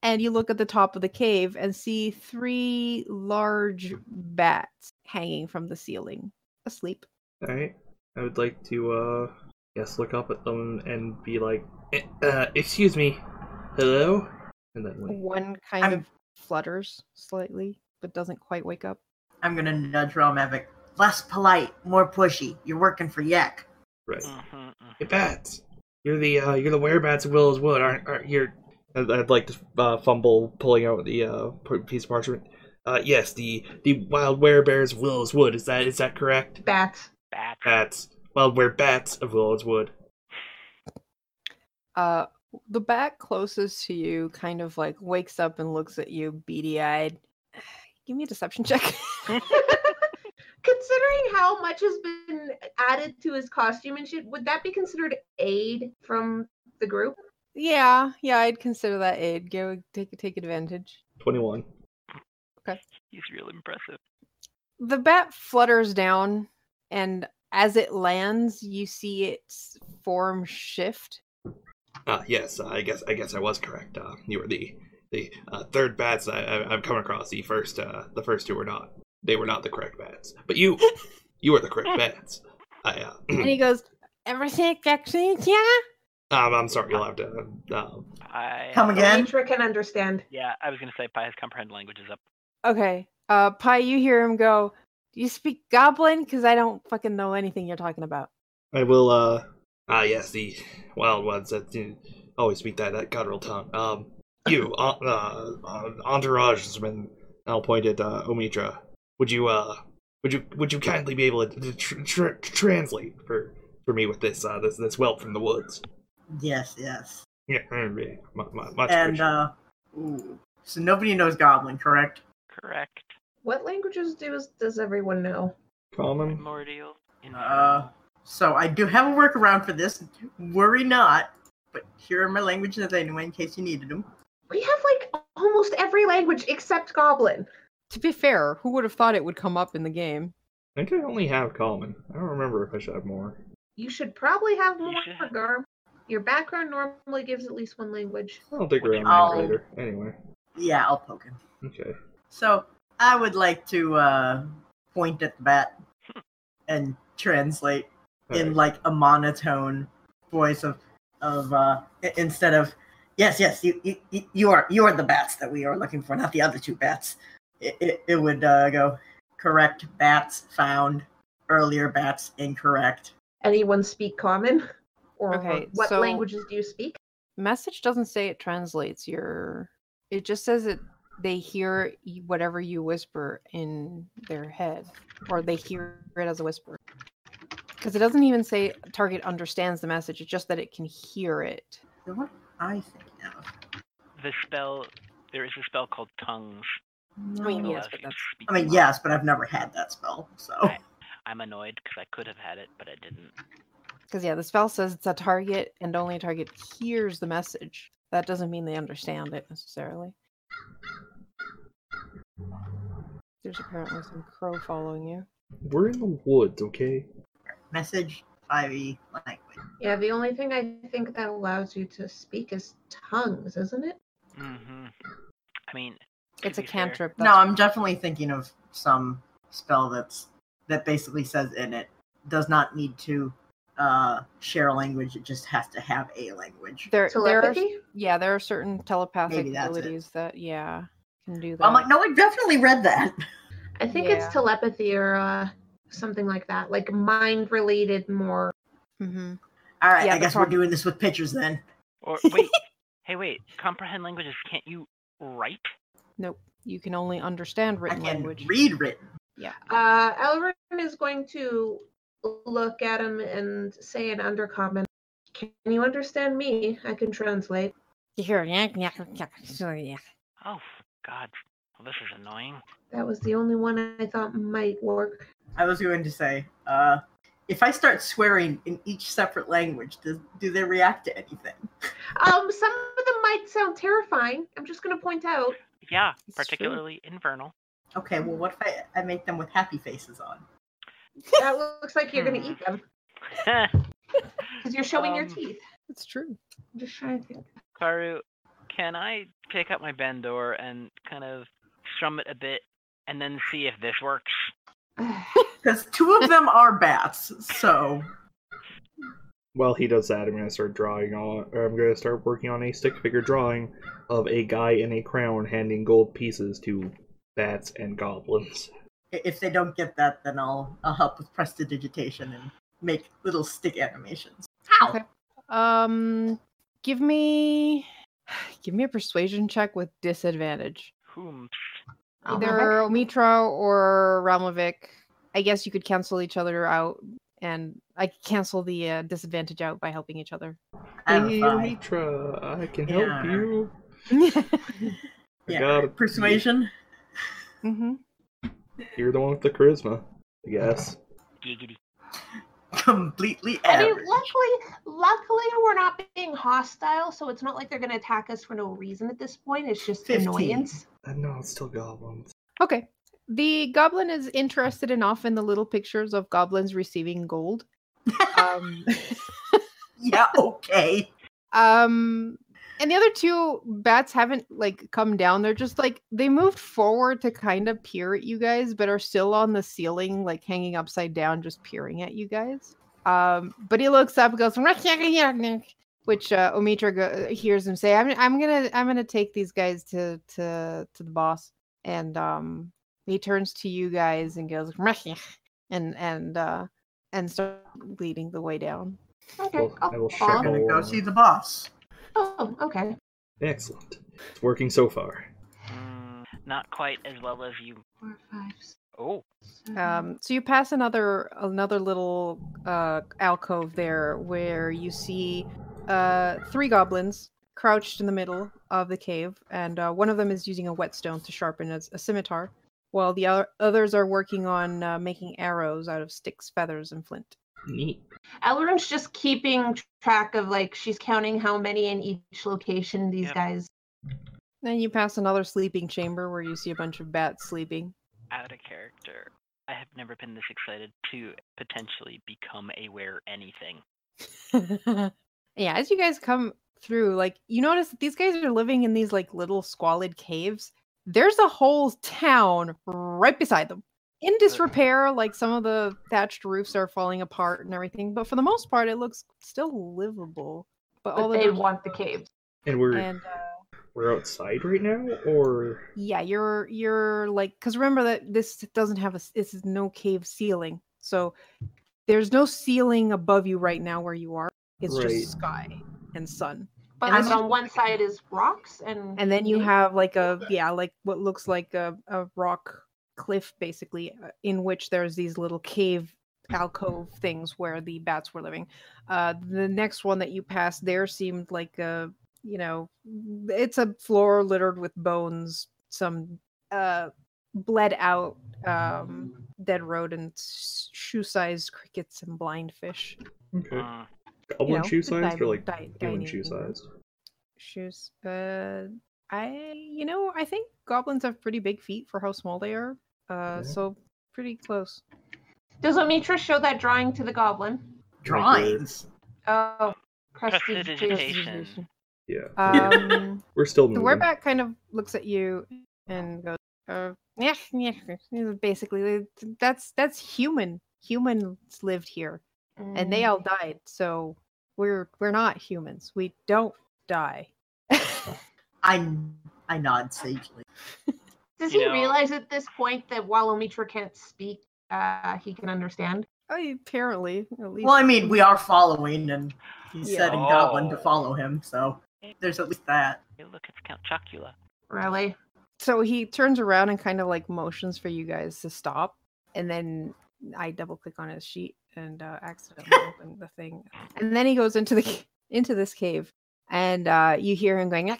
S1: and you look at the top of the cave and see three large bats hanging from the ceiling, asleep.
S2: all right. I would like to uh, yes, look up at them and be like, "Eh, uh, excuse me, hello, and then wait.
S1: One kind
S4: I'm-
S1: of flutters slightly, but doesn't quite wake up.
S4: I'm going to nudge Realm epic. Less polite, more pushy. You're working for Yak.
S2: Right.
S5: Mhm, mhm.
S2: Hey, bats. You're the uh, you're the werebats of Willow's Wood, aren't aren't you? I'd, I'd like to uh, fumble pulling out the uh, p- piece of parchment. Uh, yes, the the wild werebears of Willow's Wood. Is that is that correct?
S3: Bats.
S5: Bats.
S2: Bats. Wild werebats of Willow's Wood.
S1: Uh, the bat closest to you kind of like wakes up and looks at you beady eyed. Give me a deception check.
S3: Considering how much has been added to his costume and shit, would that be considered aid from the group?
S1: yeah, yeah, I'd consider that aid. Go take take advantage.
S2: Twenty one.
S5: He's real impressive.
S1: the bat flutters down and as it lands you see its form shift
S2: Ah, yes. I guess I guess I was correct. Uh, you were the the uh, third bats I, I, I've come across. The first uh, the first two were not. They were not the correct bats. But you you were the correct bats. I uh,
S1: and he goes everything actually yeah
S2: um, I'm sorry. You'll have to. Uh,
S5: I,
S4: Come
S5: uh,
S4: again?
S3: Mitra can understand.
S5: yeah, I was going to say Pi has comprehend languages up.
S1: okay uh pi you hear him go do you speak goblin because i don't fucking know anything you're talking about
S2: I will, uh. Ah, yes, the wild ones that do always speak that, that guttural tongue. Um, you, uh, uh, uh, entourageman, I'll point at, uh, Omitra. Would you, uh, would you, would you kindly be able to, to tr- tr- translate for, for me with this, uh, this, this whelp from the woods?
S4: Yes, yes.
S2: Yeah, mm, yeah, mu- mu- much
S4: And,
S2: appreciated.
S4: uh, ooh. so nobody knows Goblin, correct?
S5: Correct.
S3: What languages do does everyone know?
S2: Common?
S5: Primordial. infernal.
S4: Um, Uh, so I do have a workaround for this. Worry not. But here are my languages anyway, in case you needed them.
S3: We have like almost every language except Goblin.
S1: to be fair who would have thought it would come up in the game
S2: I think I only have common. I don't remember if I should have more.
S3: You should probably have more,
S5: should.
S3: Garm. Your background normally gives at least one language.
S2: I'll dig around
S4: I'll-
S2: that later. Anyway,
S4: Yeah, I'll poke him.
S2: okay.
S4: So I would like to uh, point at the bat and translate in
S2: Alright.
S4: like a monotone voice of of uh, i- instead of yes, yes, you, you you- you are you are the bats that we are looking for, not the other two bats. It it, it would uh, go correct bats found earlier bats incorrect.
S3: Anyone speak common? Or
S1: Okay,
S3: what
S1: so-
S3: languages do you speak?
S1: message doesn't say it translates your it just says it they hear y- whatever you whisper in their head or they hear it as a whisper because it doesn't even say target understands the message it's just that it can hear it
S4: The one I think of.
S5: the spell, there is a spell called tongues.
S1: i mean
S5: that
S4: No.
S1: yes
S5: allows
S1: but
S5: you to
S1: that's
S5: speak
S4: I mean,
S5: tongues.
S4: yes, but I've never had that spell, so
S5: Right. I'm annoyed because I could have had it, but I didn't.
S1: because yeah the spell says it's a target and only a target hears the message That doesn't mean they understand it necessarily. There's apparently some crow following you.
S2: We're in the woods, okay?
S4: Message 5e language.
S3: Yeah, the only thing I think that allows you to speak is tongues, isn't it?
S5: Mm-hmm. I mean, to
S1: It's a
S5: be fair-
S1: cantrip.
S4: No,
S1: that's-
S4: I'm definitely thinking of some spell that's that basically says in it does not need to uh, share a language. It just has to have a language.
S1: there, there are,
S3: Telepathy?
S1: yeah, there are certain telepathic
S4: Maybe that's it.
S1: abilities that yeah can do that.
S4: I'm like, no, I definitely read that.
S3: I think
S1: Yeah.
S3: it's telepathy or uh, something like that, like mind related more.
S1: Mhm.
S4: All right,
S1: Yeah,
S4: I
S1: the
S4: guess
S1: prob-
S4: we're doing this with pictures then.
S5: Or wait, hey, wait. Comprehend languages? Can't you write?
S1: Nope, you can only understand
S4: I
S1: written
S4: can
S1: language.
S4: read written.
S3: Uh, Elrin is going to look at him and say an undercomment. Can you understand me? I can translate.
S5: Oh f- God, well, this is annoying.
S3: That was the only one I thought might work.
S4: I was going to say, uh, if I start swearing in each separate language, do, do they react to anything?
S3: Um, some of them might sound terrifying. I'm just gonna point out.
S5: Yeah,
S1: It's true.
S5: particularly infernal.
S4: Okay, well, what if I, I make them with happy faces on?
S3: That looks like you're gonna
S5: Hmm.
S3: eat them because you're showing your
S5: Um,
S3: teeth.
S1: It's true.
S3: I'm just trying to think.
S5: Karu, can I pick up my Bendor and kind of strum it a bit, and then see if this works?
S4: Because two of them are bats, so
S2: While he does that, I'm gonna start drawing on. Or I'm gonna start working on a stick figure drawing of a guy in a crown handing gold pieces to bats and goblins.
S4: i- if they don't get that, then I'll I'll help with prestidigitation and make little stick animations. How?
S1: Okay. Um, give me, give me a persuasion check with disadvantage.
S5: Whom?
S1: either Omitra or Ramovic. I guess you could cancel each other out, and I could cancel the uh, disadvantage out by helping each other.
S4: I'm
S2: hey,
S4: fine.
S2: Omitra, I can help
S4: Yeah.
S2: you. I
S4: Yeah.
S2: gotta-
S4: Persuasion.
S1: hmm
S2: You're the one with the charisma, I guess.
S5: Giggity.
S4: Completely
S3: I mean,
S4: average.
S3: luckily, luckily we're not being hostile, so it's not like they're gonna attack us for no reason at this point. It's just
S4: 15.
S3: annoyance.
S2: Uh, no, it's still goblins.
S1: Okay. The goblin is interested enough in the little pictures of goblins receiving gold. Um,
S4: yeah, okay.
S1: um, and the other two bats haven't like come down. They're just like they moved forward to kind of peer at you guys, but are still on the ceiling, like hanging upside down, just peering at you guys. Um, but he looks up, and goes, which uh, Omitra go- hears him say, "I'm I'm gonna I'm gonna take these guys to to to the boss." And um, he turns to you guys and goes, and and uh, and start leading the way down.
S3: Okay.
S2: Well, I will
S3: I'll
S2: share
S4: I'm
S3: follow.
S2: my-
S4: gonna
S2: Oh.
S4: go see the boss.
S3: Oh, okay.
S2: Excellent. It's working so far.
S5: Mm, not quite as well as you.
S3: Four, five, six,
S5: Oh,
S3: seven.
S1: Um, so you pass another another little uh, alcove there where you see uh, three goblins crouched in the middle of the cave, and uh, one of them is using a whetstone to sharpen a, a scimitar, while the other, others are working on uh, making arrows out of sticks, feathers, and flint.
S2: Neat.
S3: Elrin's just keeping track of like she's counting how many in each location these
S5: Yep.
S3: guys.
S1: Then you pass another sleeping chamber where you see a bunch of bats sleeping.
S5: out of character. I have never been this excited to potentially become a wear anything.
S1: yeah, as you guys come through, like you notice that these guys are living in these like little squalid caves. There's a whole town right beside them. In disrepair, like some of the thatched roofs are falling apart and everything, but for the most part it looks still livable. But, all
S3: But
S1: the
S3: they
S1: doors-
S3: want the caves.
S2: And we're
S1: and uh,
S2: we're outside right now, or
S1: yeah, you're you're like cuz remember that this doesn't have a s- this is no cave ceiling. So there's no ceiling above you right now where you are. It's
S2: Right.
S1: just sky and sun.
S3: But
S1: And
S3: like
S1: this
S3: on one side is rocks and
S1: and then you
S3: caves.
S1: have like a yeah like what looks like a, a rock cliff basically uh, in which there's these little cave alcove things where the bats were living uh the next one that you passed there seemed like a you know it's a floor littered with bones some uh bled out um dead rodents shoe sized crickets and blind fish
S2: okay,
S5: Mm,
S2: goblin
S1: know,
S2: shoe
S1: the
S2: sized or
S1: dining-
S2: like
S1: di-
S2: human
S1: dining
S2: shoe sized?
S1: shoes. Uh, I, you know, I think goblins have pretty big feet for how small they are. Uh,
S2: Yeah.
S1: so pretty close.
S3: Does Omitra show that drawing to the goblin?
S4: Drawings.
S3: Oh, prestidigitation.
S5: Prestidigitation.
S2: Yeah.
S1: Um,
S2: we're still
S1: the
S2: moving.
S1: wereback kind of looks at you and goes, uh, "Yes, yes, yes." You know, Basically, uh, that's that's human. Humans lived here,
S3: Mm.
S1: and they all died. So we're we're not humans. We don't die.
S2: Oh.
S4: I I nod sagely.
S3: Does
S5: you
S3: he
S5: know-
S3: realize at this point that while Omitra can't speak, uh, he can understand?
S1: I, apparently, at least.
S4: Well, I mean, we are following, and he's
S1: Yeah.
S4: setting Goblin to
S5: Oh.
S4: follow him, so there's at least that.
S5: Hey, look, it's Count Chocula.
S3: Really?
S1: so he turns around and kind of like motions for you guys to stop and then i double click on his sheet and uh, accidentally open the thing and then he goes into the ca- into this cave and uh, you hear him going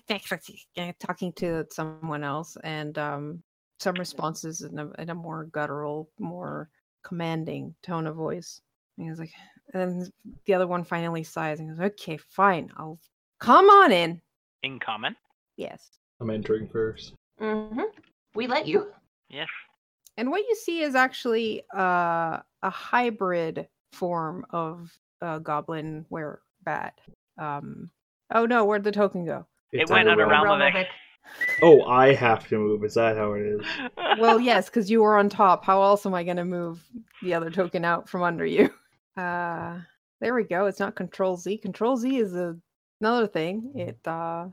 S1: talking to someone else and um, some responses in a, in a more guttural more commanding tone of voice and he's like and then the other one finally sighs and goes okay fine i'll come on in
S5: In common.
S1: yes
S2: I'm entering first.
S3: Mm-hmm. We let you.
S5: Yes.
S1: And what you see is actually uh, a hybrid form of uh, goblin where bat. Um, oh no, where'd the token go?
S5: It
S2: It's
S5: went
S2: under
S5: under
S2: realm.
S5: realm of
S3: Realmovic.
S2: Oh, I have to move. Is that how it is?
S1: Well, yes, because you were on top. How else am I going to move the other token out from under you? Uh, there we go. It's not Control Z. Control Z is a, another thing. It uh,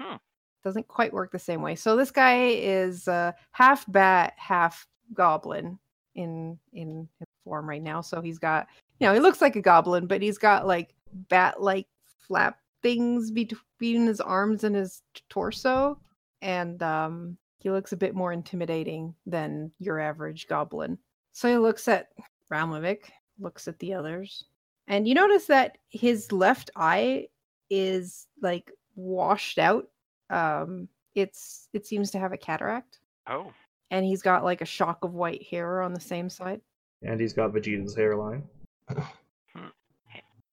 S5: Hmm.
S1: doesn't quite work the same way. So this guy is uh, half bat, half goblin in in his form right now. So he's got you know he looks like a goblin, but he's got like bat like flap things between his arms and his t- torso, and um, he looks a bit more intimidating than your average goblin. So he looks at Ramlovic, looks at the others, and you notice that his left eye is like washed out. Um, it's it seems to have a cataract,
S5: Oh.
S1: and he's got like a shock of white hair on the same side.
S2: And he's got Vegeta's hairline.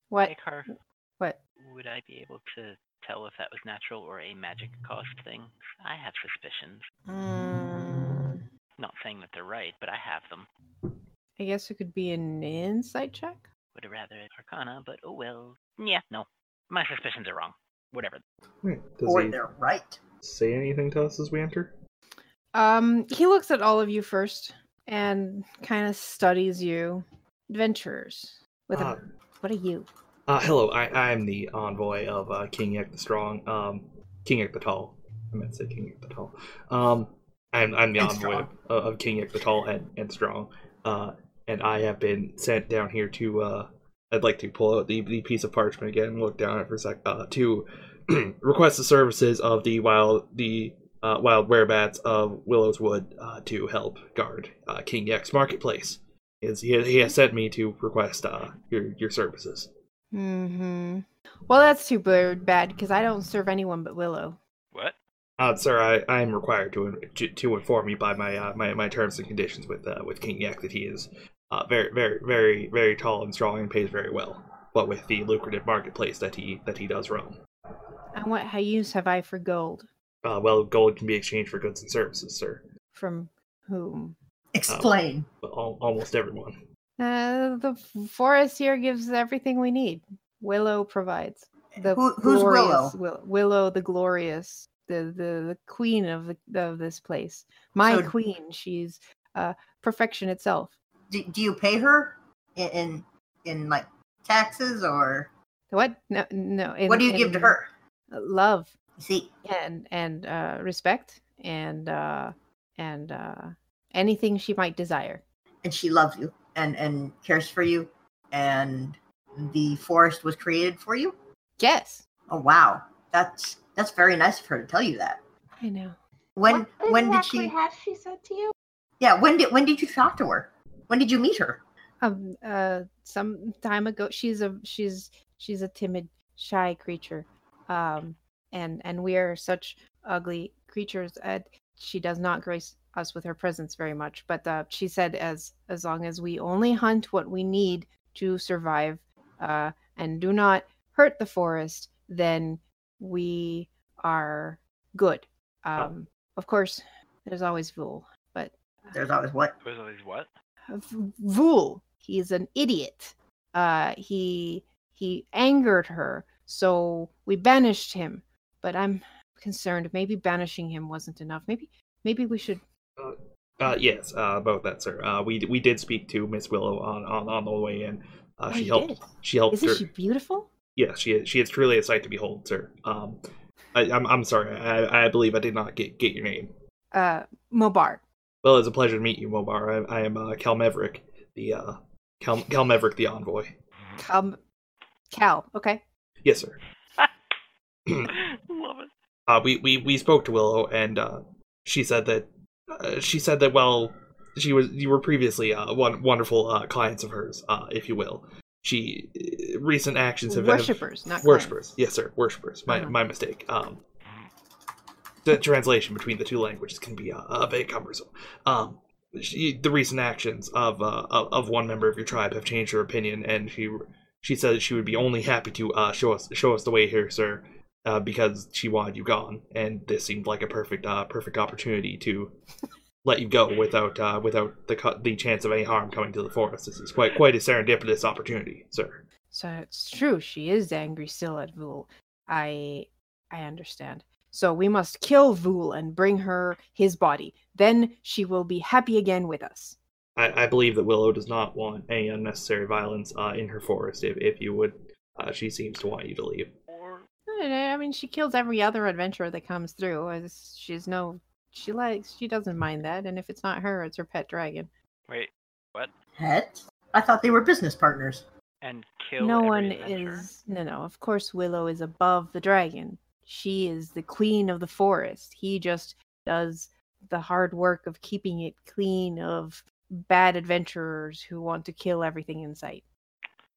S1: What?
S5: Hey, Car,
S1: What?
S5: would I be able to tell if that was natural or a magic caused thing? I have suspicions. Not saying that they're right, but I have them.
S1: I guess it could be an insight check.
S5: Would have rather it Arcana, but oh well. Yeah, no. My suspicions are wrong. Whatever.
S2: Wait, does
S4: Or
S2: he
S4: they're right.
S2: say anything to us as we enter?
S1: Um, he looks at all of you first and kind of studies you. Adventurers. With
S2: Ah.
S1: a, what are you?
S2: Uh, hello, I, I'm the envoy of uh, King Yek the Strong, um, King Yek the Tall. I meant to say King Yek the Tall. Um, I'm, I'm the
S4: And
S2: envoy of,
S4: strong.
S2: of King Yek the Tall and, and Strong, uh, and I have been sent down here to. Uh, I'd like to pull out the, the piece of parchment again and look down at it for a sec. Uh, to request the services of the wild the uh, wild werebats of Willowswood uh, to help guard uh, King Yek's marketplace. Is he, he has sent me to request uh, your your services.
S1: Mm-hmm. Well, that's too bird bad because I don't serve anyone but Willow.
S5: What?
S2: Uh, sir, I, I am required to, to to inform you by my uh, my, my terms and conditions with uh, with King Yak that he is uh, very very very very tall and strong and pays very well. But with the lucrative marketplace that he that he does roam,
S1: And what ha- use have I for gold?
S2: uh, well, gold can be exchanged for goods and services, sir.
S1: From whom?
S2: Oh.
S4: Explain.
S2: But al- almost everyone.
S1: Uh, the f- forest here gives everything we need. Willow provides. The
S4: Who, who's Willow?
S1: glorious Will- Willow the glorious, the the, the queen of the, of this place. My
S4: So-
S1: queen. She's uh, perfection itself.
S4: Do, do you pay her in, in in like taxes or
S1: What? No, no.
S4: what
S1: in-
S4: do you give to
S1: in
S4: her?
S1: Love
S4: See,
S1: and and uh, respect and uh, and uh, anything she might desire.
S4: and she loves you and and cares for you, and the forest was created for you.
S1: Yes,
S4: Oh wow, that's that's very nice of her to tell you that.
S1: I know.
S4: When
S3: What
S4: when did
S3: exactly
S4: she?
S3: has she said to you?
S4: Yeah, when did when did you talk to her? When did you meet her?
S1: Um, uh, some time ago, she's a she's she's a timid, shy creature, um, and and we are such ugly creatures. And she does not grace us with her presence very much. But uh, she said, as as long as we only hunt what we need to survive, uh, and do not hurt the forest, then we are good. Um, Of course, there's always Vul.
S4: There's always what?
S5: There's always what?
S1: V- Vul, he's an idiot. Uh, he he angered her, so we banished him. But I'm concerned. Maybe banishing him wasn't enough. Maybe maybe we should.
S2: Uh, yes, uh, about that, sir. Uh, we we did speak to Miss Willow on, on, on the way in.
S1: Oh,
S2: Uh, she
S1: you
S2: helped.
S1: did?
S2: She helped her.
S1: Isn't she beautiful?
S2: yeah, she is, she is truly a sight to behold, sir. Um, I, I'm I'm sorry. I, I believe I did not get get your name.
S1: Uh, Mobar.
S2: Well, it's a pleasure to meet you, Mobar. I, I am uh, Cal Meverick, the uh, Cal, Cal Meverick, the envoy.
S1: Um, Cal. Okay.
S2: Yes, sir.
S5: Love it.
S2: Uh, we, we we spoke to Willow, and uh, she said that uh, she said that well, she was you were previously uh, one wonderful uh, clients of hers, uh, if you will. She uh, recent actions have
S1: Worshippers, not
S2: have,
S1: clients.
S2: worshippers. Yes, sir, worshippers. My
S1: Uh-huh.
S2: my mistake. Um, the translation between the two languages can be uh, a bit cumbersome. Um, she, the recent actions of, uh, of of one member of your tribe have changed her opinion, and she she said she would be only happy to uh, show us show us the way here, sir, uh, because she wanted you gone, and this seemed like a perfect uh, perfect opportunity to let you go without uh, without the co- the chance of any harm coming to the forest. This is quite quite a serendipitous opportunity, sir.
S1: So it's true. She is angry still at Vul. I I understand. So we must kill Vul and bring her his body. Then she will be happy again with us.
S2: I, I believe that Willow does not want any unnecessary violence uh, in her forest. If if you would, uh, she seems to want you to leave.
S5: Or
S1: I don't know, I mean, she kills every other adventurer that comes through. As she's no, she likes, she doesn't mind that. And if it's not her, it's her pet dragon.
S5: wait,
S4: Het? I thought they were business partners.
S5: and kill
S1: no
S5: every
S1: one
S5: adventurer?
S1: is. No, no. Of course, Willow is above the dragon. She is the queen of the forest. He just does the hard work of keeping it clean of bad adventurers who want to kill everything in sight.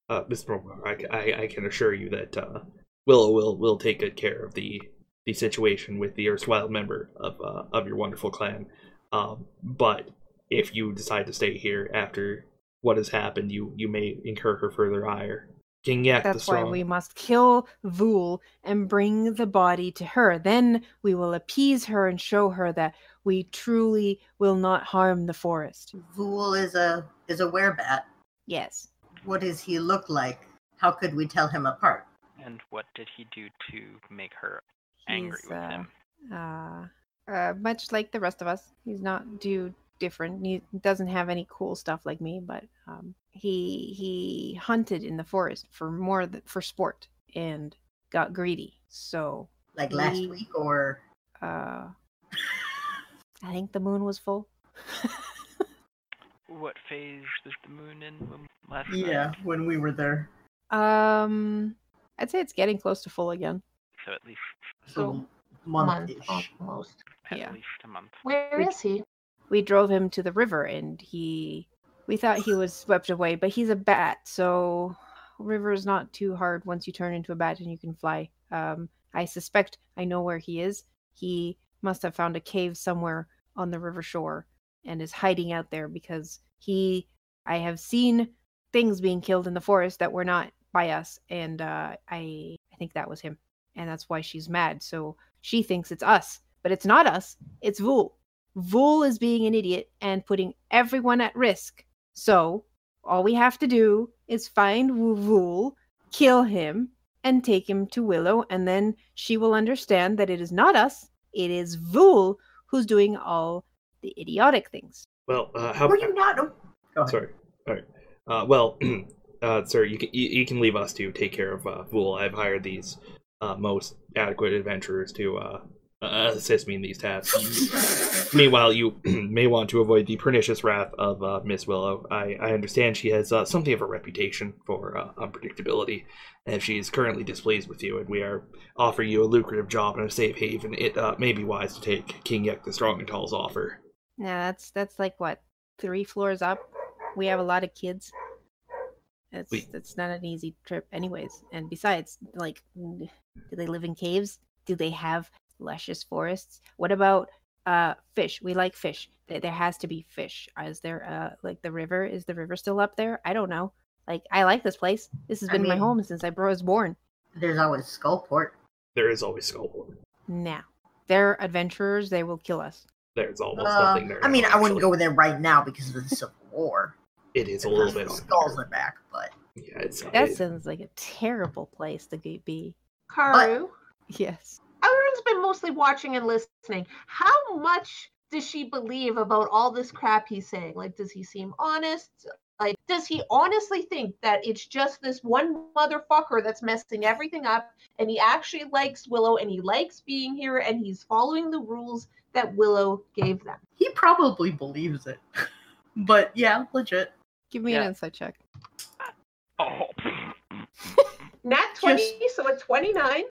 S2: Uh, Miss Mormar, I, c- I- I can assure you that uh, Willow will will take good care of the the situation with the erstwhile member of uh, of your wonderful clan. Um, but if you decide to stay here after what has happened, you you may incur her further ire. King Yak the
S1: That's why
S2: Strong.
S1: we must kill Vul and bring the body to her. Then we will appease her and show her that we truly will not harm the forest.
S4: Vool is a is a werebat.
S1: Yes.
S4: What does he look like? How could we tell him apart?
S5: And what did he do to make her angry
S1: He's,
S5: with
S1: uh,
S5: him?
S1: uh, uh, much like the rest of us. He's not do different. He doesn't have any cool stuff like me, but um, he he hunted in the forest for more th- for sport and got greedy. So
S4: Like last
S1: He-
S4: week or
S1: uh, I think the moon was full. uh,
S5: What phase was the moon in when- last
S4: yeah,
S5: night?
S4: when we were there.
S1: Um, I'd say it's getting close to full again.
S5: So at least
S4: So
S3: month
S4: month-ish.
S3: almost.
S5: at
S1: Yeah.
S5: least a month.
S3: Where
S1: Which-
S3: is he?
S1: we drove him to the river and he we thought he was swept away but he's a bat so river is not too hard once you turn into a bat and you can fly um i suspect i know where he is he must have found a cave somewhere on the river shore and is hiding out there because he i have seen things being killed in the forest that were not by us and uh i i think that was him and that's why she's mad so she thinks it's us but it's not us it's vul Vul is being an idiot and putting everyone at risk. So all we have to do is find Wu- Vul, kill him, and take him to Willow, and then she will understand that it is not us, it is Vul who's doing all the idiotic things.
S2: Well, uh, how
S4: were you not? a- Go ahead.
S2: Sorry. All right. Uh, well, uh, sir, you can you, you can leave us to take care of uh, Fool. I've hired these uh, most adequate adventurers to uh, uh, assist me in these tasks. Meanwhile, you may want to avoid the pernicious wrath of uh, Miss Willow. I, I understand she has uh, something of a reputation for uh, unpredictability, and if she is currently displeased with you, and we are offering you a lucrative job and a safe haven, it uh, may be wise to take King Yek the Strong and Tall's offer.
S1: Now that's that's like what three floors up. We have a lot of kids. It's
S2: We-
S1: it's not an easy trip, anyways. And besides, like, mm, do they live in caves? Do they have luscious forests? What about uh fish? We like fish. There there has to be fish. Is there uh like the river? Is the river still up there? I don't know. Like I like this place. This has
S4: I
S1: been my
S4: mean-
S1: home since I bro- was born.
S4: There's always Skullport.
S2: There is always Skullport.
S1: now. They're adventurers. They will kill us.
S2: There's almost
S4: Uh,
S2: nothing there.
S4: I mean,
S2: now,
S4: I wouldn't go
S2: actually.
S4: there right now because of the Civil War.
S2: It is a little bit.
S4: The
S2: on
S4: skulls
S2: there.
S4: are back, but
S2: Yeah, it's.
S1: That
S2: It,
S1: sounds like a terrible place to go be.
S4: Uh,
S3: Karu,
S1: Yes.
S3: everyone's been mostly watching and listening. How much does she believe about all this crap he's saying? Like, does he seem honest? Like, does he honestly think that it's just this one motherfucker that's messing everything up and he actually likes Willow and he likes being here and he's following the rules that Willow gave them?
S4: he probably believes it. but yeah, legit.
S1: Give me
S5: Yeah.
S1: an insight check.
S5: Oh,
S3: Nat 20, so a 29.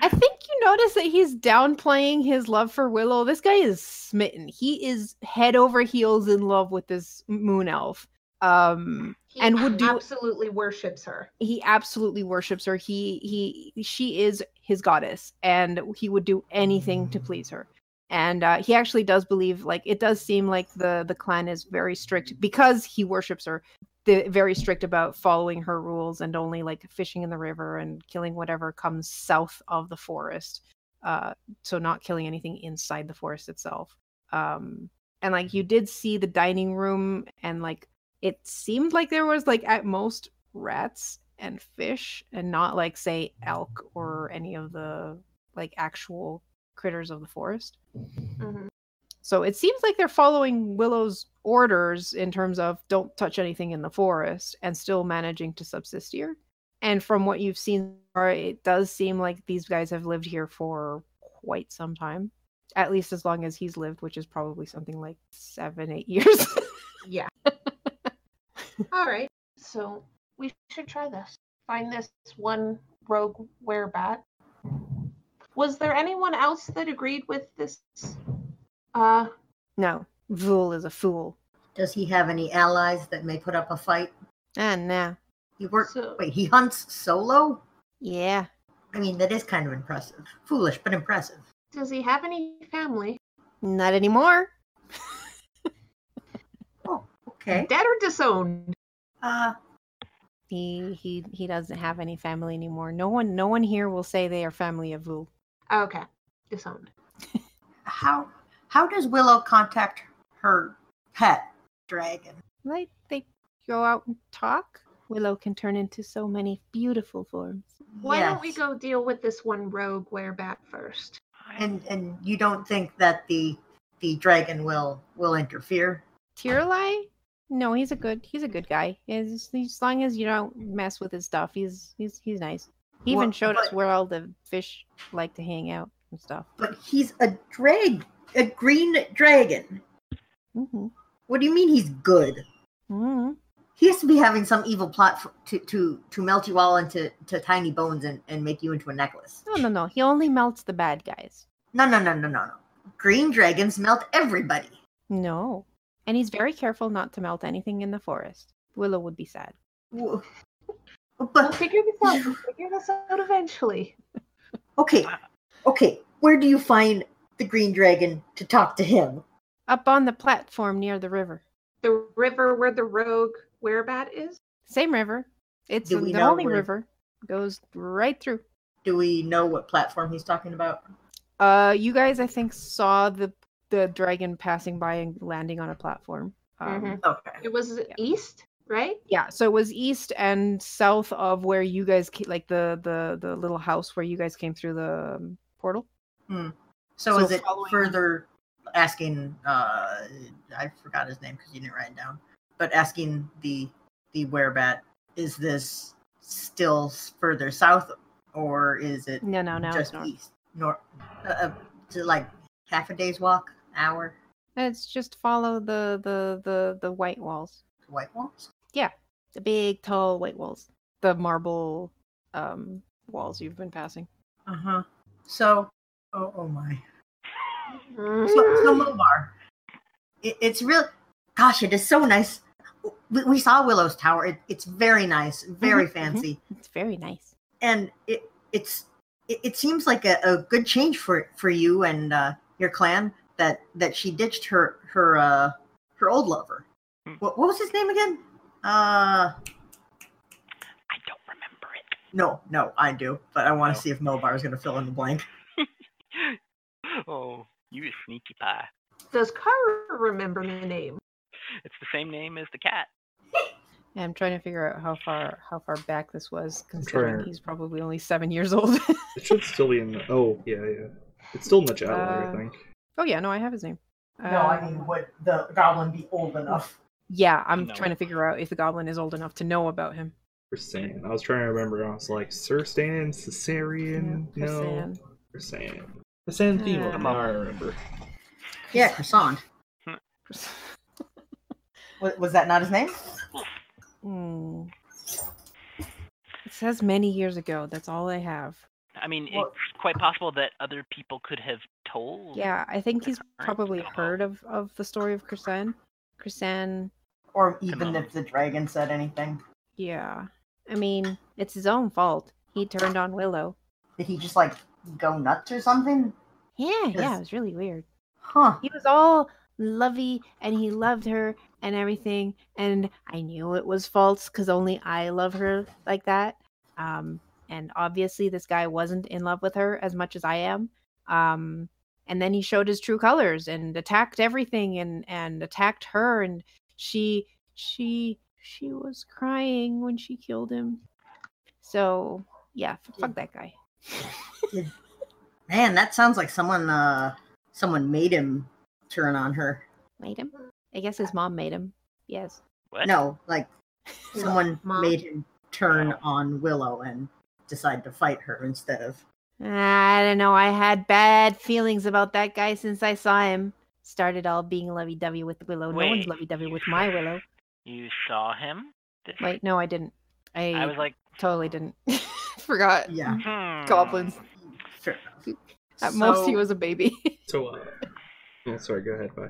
S1: I think you notice that he's downplaying his love for Willow. This guy is smitten. He is head over heels in love with this moon elf. Um,
S3: He
S1: And would do-
S3: absolutely worships her.
S1: he absolutely worships her. He he she is his goddess, and he would do anything to please her. And uh, he actually does believe, like it does seem like the the clan is very strict because he worships her. The very strict about following her rules and only like fishing in the river and killing whatever comes south of the forest. Uh, so not killing anything inside the forest itself. Um, and like you did see the dining room, and like it seemed like there was like at most rats and fish and not like say elk or any of the like actual critters of the forest
S3: Mhm.
S1: so it seems like they're following willow's orders in terms of don't touch anything in the forest and still managing to subsist here and from what you've seen so far, it does seem like these guys have lived here for quite some time at least as long as he's lived which is probably something like seven eight years
S3: Yeah. All right. So we should try this. Find this one rogue werebat. Was there anyone else that agreed with this? Uh,
S1: no vool is a fool
S4: Does he have any allies that may put up a fight?
S1: and Ah, nah
S4: He works.
S3: So-
S4: Wait, he hunts solo.
S1: yeah
S4: I mean, that is kind of impressive. Foolish, but impressive.
S3: does he have any family,
S1: not anymore
S4: Okay.
S3: dead or disowned?
S4: Uh,
S1: He he he doesn't have any family anymore. No one no one here will say they are family of Vul.
S3: Oh, Okay, disowned.
S4: how how does Willow contact her pet dragon?
S1: Like they go out and talk. Willow can turn into so many beautiful forms.
S3: Why don't we
S4: Yes.
S3: go deal with this one rogue werebat first?
S4: And and you don't think that the the dragon will will interfere?
S1: Tirlai? No, he's a good he's a good guy. As, as long as you don't mess with his stuff, he's he's he's nice. He even
S4: Well,
S1: showed us
S4: but-
S1: where all the fish like to hang out and stuff.
S4: But he's a drag a green dragon.
S1: hmm
S4: What do you mean he's good? Mm-hmm.
S1: hmm
S4: He has to be having some evil plot for, to to to melt you all into to tiny bones and and make you into a necklace.
S1: No, no, no. He only melts the bad guys.
S4: No no no no no no. Green dragons melt everybody.
S1: No. And he's very careful not to melt anything in the forest. Willow would be sad.
S4: Wh-
S3: We'll
S4: But
S3: figure this out. We'll figure this out eventually.
S4: Okay. Okay. Where do you find the green dragon to talk to him?
S1: up on the platform near the river.
S3: The river where the rogue werebat is.
S1: Same river. It's
S4: Do
S1: the
S4: we know
S1: only
S4: where-
S1: river. Goes right through.
S4: Do we know what platform he's talking about?
S1: Uh, you guys, I think, saw the the dragon passing by and landing on a platform. Um,
S4: Mm-hmm.
S3: Mhm.
S4: Okay.
S3: It was east, right?
S1: Yeah, so it was east and south of where you guys ca- like the the the little house where you guys came through the um, portal.
S4: So,
S1: So
S4: is it
S1: following-
S4: further asking? Uh, I forgot his name because you didn't write it down. But asking the the wherebat is this still s- further south, or is it
S1: No, no, no. it's
S4: just
S1: north.
S4: east? North, uh, uh, is it like half a day's walk, hour
S1: It's just follow the the the the white walls,
S4: to White Walls.
S1: the big tall white walls, the marble um walls you've been passing.
S4: Uh huh. So, oh, oh my. So, so
S3: Mhm.
S4: Mobar, it, it's real. Gosh, it is so nice. We, we saw Willow's Tower. It, it's very nice, very
S1: Mhm, mhm.
S4: fancy,
S1: It's very nice.
S4: and it it's it, it seems like a, a good change for for you and uh, your clan that that she ditched her her uh, her old lover.
S5: Hmm.
S4: What, what was his name again? Uh,
S5: I don't remember it.
S4: no, no, I do, but I want
S5: No.
S4: to see if Mobar is going to fill in the blank.
S5: oh, you sneaky pie.
S3: Does Kara remember my name?
S5: It's the same name as the cat.
S1: Yeah, I'm trying to figure out how far how far back this was,
S2: Sure.
S1: considering he's probably only seven years old.
S2: It should still be in. Oh yeah, yeah. It's still in the chat log,
S1: Uh,
S2: I think.
S1: oh yeah, no, I have his name.
S4: No, I
S1: Um,
S4: mean, would the goblin be old enough?
S1: yeah, I'm
S5: No.
S1: trying to figure out if the goblin is old enough to know about him.
S2: For Stan. I was trying to remember. I was like, Sir Stan, Caesarian.
S1: Yeah,
S2: no,
S1: Hassan.
S2: Sir Stan. Sir Stan
S1: Uh,
S2: Thiel. Now I remember.
S4: Yeah, croissant.
S5: Hmm.
S4: Was, was that not his name?
S1: Hmm. It says many years ago. That's all I have.
S5: I mean,
S4: Well-
S5: it's quite possible that other people could have told.
S1: Yeah, I think he's
S5: Alright.
S1: probably heard of, of the story of Chrisan. Chrisan,
S4: Or
S5: Come
S4: even
S5: on.
S4: if the dragon said anything.
S1: yeah. I mean, it's his own fault. He turned on Willow.
S4: Did he just like go nuts or something?
S1: Yeah, yeah,
S4: Yes.
S1: it was really weird.
S4: Huh.
S1: He was all lovey and he loved her and everything. And I knew it was false because only I love her like that. Um, and obviously, this guy wasn't in love with her as much as I am. Um, and then he showed his true colors and attacked everything and and attacked her. And she she she was crying when she killed him. So yeah, f- fuck that guy.
S4: Man, that sounds like someone uh someone made him turn on her.
S1: Made him. I guess his mom made him. Yes.
S5: What?
S4: No, like someone
S3: Mom.
S4: made him turn on Willow and decide to fight her instead of
S1: I don't know. I had bad feelings about that guy since I saw him. Started all being lovey dovey with Willow. No one's
S5: Wait.
S1: lovey dovey with my Willow.
S5: You saw him? This-
S1: Wait, no, I didn't. I,
S5: I was like,
S1: totally didn't. Forgot.
S4: Yeah.
S5: hmm.
S1: Goblins.
S4: Fair enough.
S1: At most, he
S4: So-
S1: was a baby.
S2: So, uh. Oh, sorry, go ahead. Bye.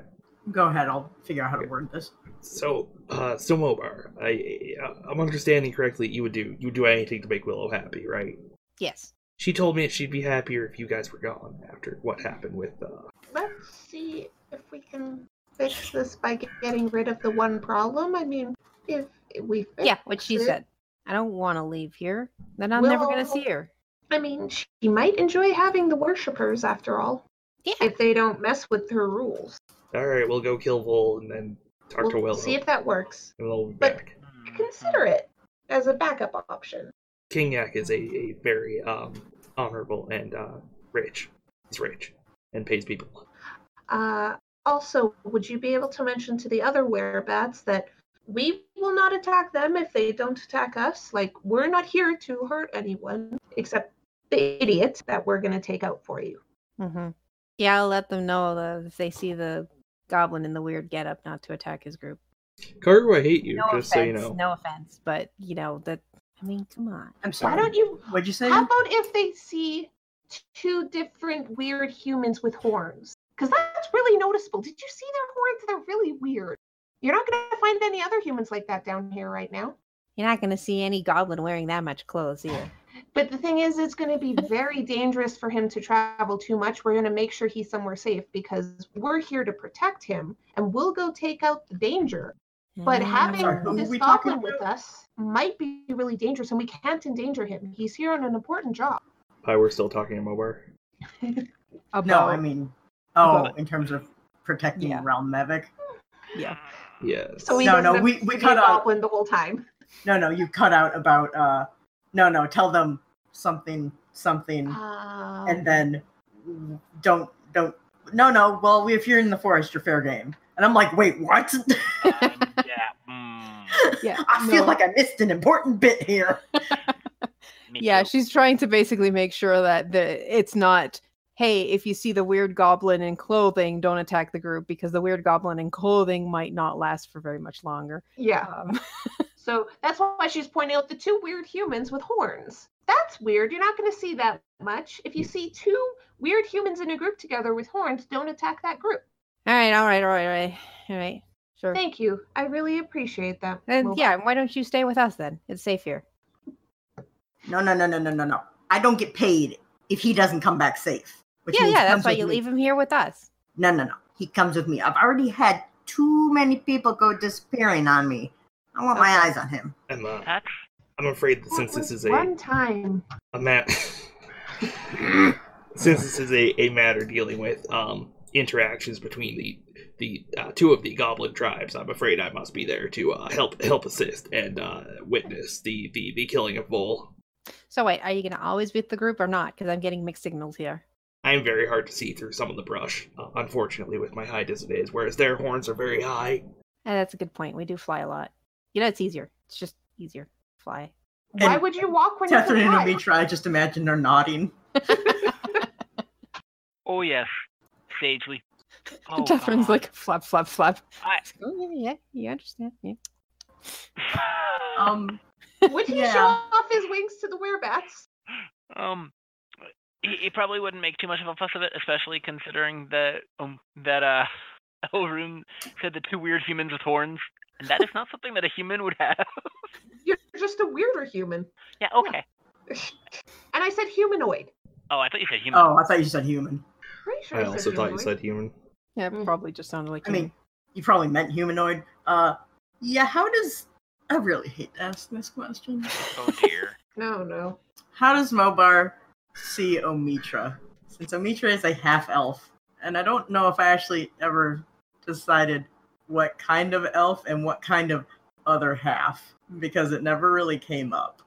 S4: Go ahead, I'll figure out how to word this.
S2: So, uh, so Mobar, I, I- I'm understanding correctly. You would do, you would do anything to make Willow happy, right?
S1: yes.
S2: She told me she'd be happier if you guys were gone after what happened with, uh,
S3: Let's see if we can fix this by get- getting rid of the one problem. I mean, if we fix
S1: Yeah, what she
S3: it-
S1: said. I don't want to leave here. Then I'm never going to see her.
S3: I mean, she might enjoy having the worshippers after all,
S1: Yeah.
S3: if they don't mess with her rules.
S2: all right, we'll go kill Vol and then talk to
S3: We'll
S2: Willow,
S3: see if that works.
S2: and we'll be
S3: but-
S2: back.
S5: hmm,
S3: Consider it as a backup option.
S2: King Yak is a, a very um honorable and uh rich. He's rich and pays people.
S3: Uh, also, would you be able to mention to the other werebats that we will not attack them if they don't attack us? Like, we're not here to hurt anyone except the idiot that we're going to take out for you.
S1: Mm-hmm. Yeah, I'll let them know that if they see the goblin in the weird getup, not to attack his group.
S2: Karu, I hate you,
S1: No offense.
S2: just so you know.
S1: No offense, but you know that. I mean, come on.
S4: I'm
S3: Why
S4: sorry.
S3: don't you?
S4: What'd you say?
S3: How about if they see two different weird humans with horns? Because that's really noticeable. Did you see their horns? They're really weird. You're not going to find any other humans like that down here right now.
S1: You're not going to see any goblin wearing that much clothes either.
S3: But the thing is, it's going to be very dangerous for him to travel too much. We're going to make sure he's somewhere safe because we're here to protect him and we'll go take out the danger. But
S1: Mm.
S3: having
S4: sorry, who are
S3: this
S4: we talking
S3: goblin with
S4: about?
S3: us might be really dangerous and we can't endanger him. He's here on an important job.
S2: Hi, we're still talking in Mobar.
S1: about,
S4: No, I mean oh,
S1: about-
S4: in terms of protecting
S1: Yeah.
S4: Realm Mevic.
S1: yeah.
S2: Yes.
S3: So he
S4: No,
S3: doesn't
S4: no,
S3: have
S4: we-
S3: to
S4: we
S3: be
S4: cut
S3: a
S4: out-
S3: goblin the whole time.
S4: No, no, you cut out about uh no no, tell them something something
S3: Um,
S4: and then don't don't no no, well if you're in the forest you're fair game. And I'm like, wait, what?
S5: hmm, yeah. mm,
S1: Yeah,
S4: I feel
S1: no.
S4: like I missed an important bit here.
S5: me
S1: yeah,
S5: too.
S1: she's trying to basically make sure that the it's not. Hey, if you see the weird goblin in clothing, don't attack the group because the weird goblin in clothing might not last for very much longer.
S3: yeah.
S1: Um,
S3: So that's why she's pointing out the two weird humans with horns. That's weird. You're not going to see that much. If you see two weird humans in a group together with horns, don't attack that group.
S1: all right, all right, all right, all right, all right. Sure.
S3: Thank you. I really appreciate that.
S1: And
S3: Well,
S1: yeah, why don't you stay with us then? It's safe here.
S4: No, no, no, no, no, no, no. I don't get paid if he doesn't come back safe. which
S1: yeah,
S4: means
S1: yeah,
S4: he
S1: that's
S4: comes
S1: why
S4: with
S1: you
S4: me.
S1: leave him here with us.
S4: No, no, no. He comes with me. I've already had too many people go disappearing on me. I want my
S1: Okay.
S4: eyes on him.
S2: I'm uh,
S5: That's
S2: I'm afraid that
S3: that
S2: since this is
S3: was
S2: a
S3: one time.
S2: a map since this is a, a matter dealing with um, interactions between the the uh, two of the goblin tribes, I'm afraid I must be there to uh, help help assist and uh, witness the, the the killing of Vol.
S1: So wait, are you going to always with the group or not? Because I'm getting mixed signals here.
S2: I am very hard to see through some of the brush, uh, unfortunately, with my high disadvantage, whereas their horns are very high.
S1: Eh, that's a good point. We do fly a lot. You know, it's easier. It's just easier. Fly.
S3: Why
S4: And
S3: would you walk when you
S4: Catherine
S3: can run?
S4: and Omitra, I just imagine they're nodding.
S5: Oh yes, sagely. Oh,
S1: Catherine's
S5: God.
S1: like flap, flap, flap.
S5: I-
S1: Oh, yeah, yeah, you understand. Yeah.
S4: Um,
S3: Would he show
S4: Yeah.
S3: off his wings to the werebats?
S5: um, he, he probably wouldn't make too much of a fuss of it, especially considering that um that uh Elrune said the two weird humans with horns, and that is not something that a human would have.
S3: You're just a weirder human.
S5: yeah. Okay.
S3: and I said humanoid.
S5: Oh, I thought you said human.
S4: oh, I thought you said human.
S3: Pretty sure
S2: I
S3: said
S2: also thought you
S3: humanoid.
S2: said human.
S6: Yeah,
S3: Mm.
S6: it probably just sounded like
S4: I mean,
S6: human.
S4: you probably meant humanoid. Uh, yeah, how does. I really hate to ask this question.
S5: Oh dear.
S3: No, no.
S4: How does Mobar see Omitra? Since Omitra is a half elf, and I don't know if I actually ever decided what kind of elf and what kind of other half, because it never really came up.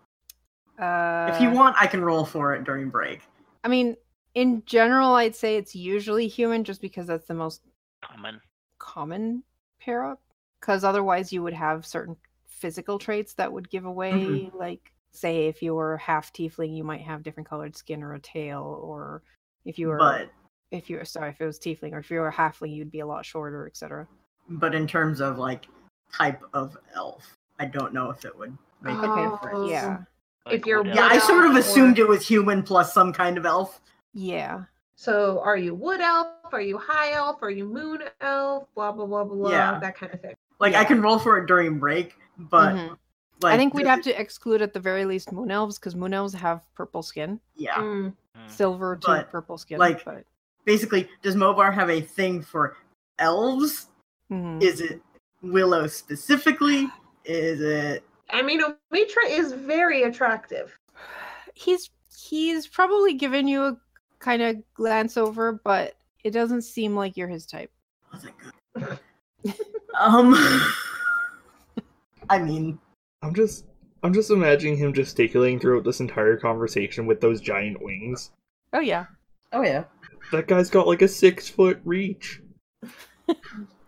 S6: uh,
S4: if you want, I can roll for it during break.
S6: I mean, in general, I'd say it's usually human just because that's the most
S5: Common.
S6: common pair up. Because otherwise, you would have certain physical traits that would give away,
S4: Mhm.
S6: like, say, if you were half tiefling, you might have different colored skin or a tail, or if you were,
S4: But
S6: if you were, sorry, if it was tiefling, or if you were a halfling, you'd be a lot shorter, etc.
S4: but in terms of like type of elf, I don't know if it would make
S6: Okay,
S3: Oh.
S4: a difference.
S6: Yeah.
S3: If you're
S5: wood
S4: Yeah, I
S5: elf.
S4: sort of
S3: Or-
S4: assumed it was human plus some kind of elf.
S6: Yeah.
S3: So are you wood elf? Are you high elf? Are you moon elf? Blah blah blah blah.
S4: Yeah.
S3: That kind of thing.
S4: Like I
S6: Yeah.
S4: can roll for it during break, but
S6: Mhm.
S4: like
S6: I think we'd have to exclude at the very least moon elves because moon elves have purple skin,
S4: yeah.
S3: Mm.
S5: Mm.
S6: silver to
S4: But,
S6: purple skin.
S4: like-
S6: but,
S4: Basically, does Mobar have a thing for elves?
S6: Mhm.
S4: Is it Willow specifically? Is it
S3: I mean, Omitra is very attractive.
S6: he's he's probably given you a kind of glance over, but it doesn't seem like you're his type.
S4: oh, thank God. um I mean
S2: I'm just I'm just imagining him gesticulating throughout this entire conversation with those giant wings.
S6: Oh yeah,
S4: Oh yeah.
S2: That guy's got like a six foot reach.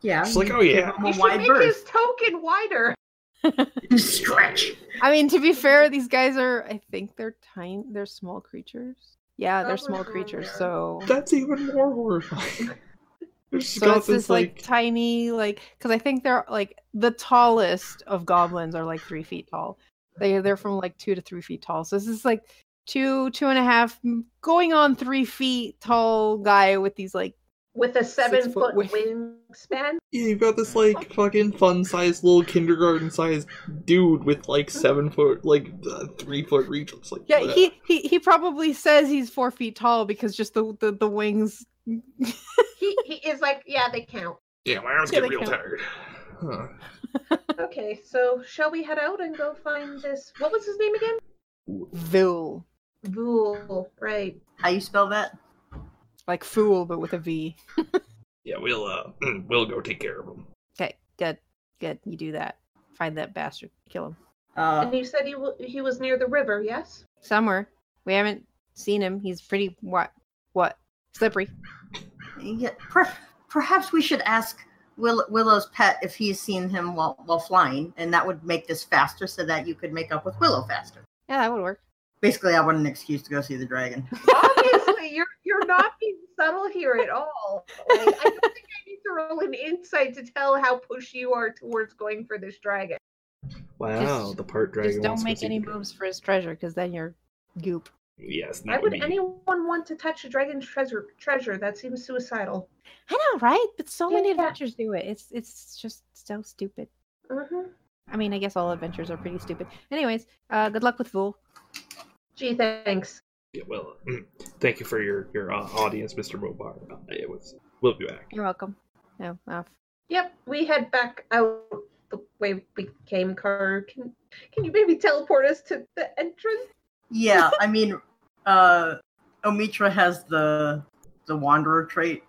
S4: Yeah.
S2: It's like,
S4: you
S2: oh, yeah.
S4: give him
S3: You
S4: A
S3: should
S4: wide
S3: make his
S4: berth.
S3: token wider.
S4: Stretch.
S6: I mean to be fair, these guys are. I think they're tiny. They're small creatures. Yeah, they're
S3: Probably
S6: small
S3: small,
S6: creatures.
S3: yeah.
S6: So
S2: That's even more horrifying. It's
S6: so
S2: got
S6: it's this like tiny like because I think they're like the tallest of goblins are like three feet tall. They they're from like two to three feet tall. So this is like two two and a half mm, going on three feet tall guy with these like
S3: With a seven foot
S6: foot
S3: wingspan.
S2: Yeah, you've got this like fucking fun sized little kindergarten sized dude with like seven foot, like uh, three foot reach. It's like
S6: yeah
S2: bleh.
S6: he he he probably says he's four feet tall because just the the, the wings
S3: He he is like, yeah, they count.
S2: yeah, my arms
S6: Yeah,
S2: get
S6: they
S2: real
S6: count.
S2: tired. Huh.
S3: Okay, so shall we head out and go find this? What was his name again?
S6: vil
S3: Vool. Right.
S4: How you spell that?
S6: like fool but with a V.
S2: Yeah, we'll uh, we'll go take care of him.
S1: Okay, good, good. You do that. Find that bastard. Kill him.
S4: Uh,
S3: And you said he w- he was near the river, yes?
S1: Somewhere. We haven't seen him. He's pretty what? What? Slippery.
S4: yeah, per- perhaps we should ask Will- Willow's pet if he's seen him while while flying, and that would make this faster, so that you could make up with Willow faster.
S1: Yeah, that would work.
S4: Basically, I want an excuse to go see the dragon.
S3: Obviously, you're you're not being subtle here at all. Like, I don't think I need to roll an insight to tell how pushy you are towards going for this dragon.
S2: Wow,
S1: Just-
S2: the part dragon.
S1: Just don't
S2: wants to
S1: make
S2: see
S1: any
S2: the-
S1: moves for his treasure, because then you're goop.
S2: Yes,
S3: Why
S2: that would
S3: would
S2: be
S3: anyone want to touch a dragon's treasure? Treasure that seems suicidal.
S1: I know, right? But so many
S3: Yeah.
S1: adventures do it. It's it's just so stupid.
S3: hmm
S1: I mean, I guess all adventures are pretty stupid. Anyways, uh, good luck with Vool.
S3: Gee, thanks.
S2: Yeah, well, mm, thank you for your your uh, audience, Mr. Mobar. Uh, It was. We'll be back.
S1: You're welcome. No, off.
S3: Yep, we head back out the way we came. Car, can can you maybe teleport us to the entrance?
S4: Yeah, I mean, uh, Omitra has the the wanderer trait.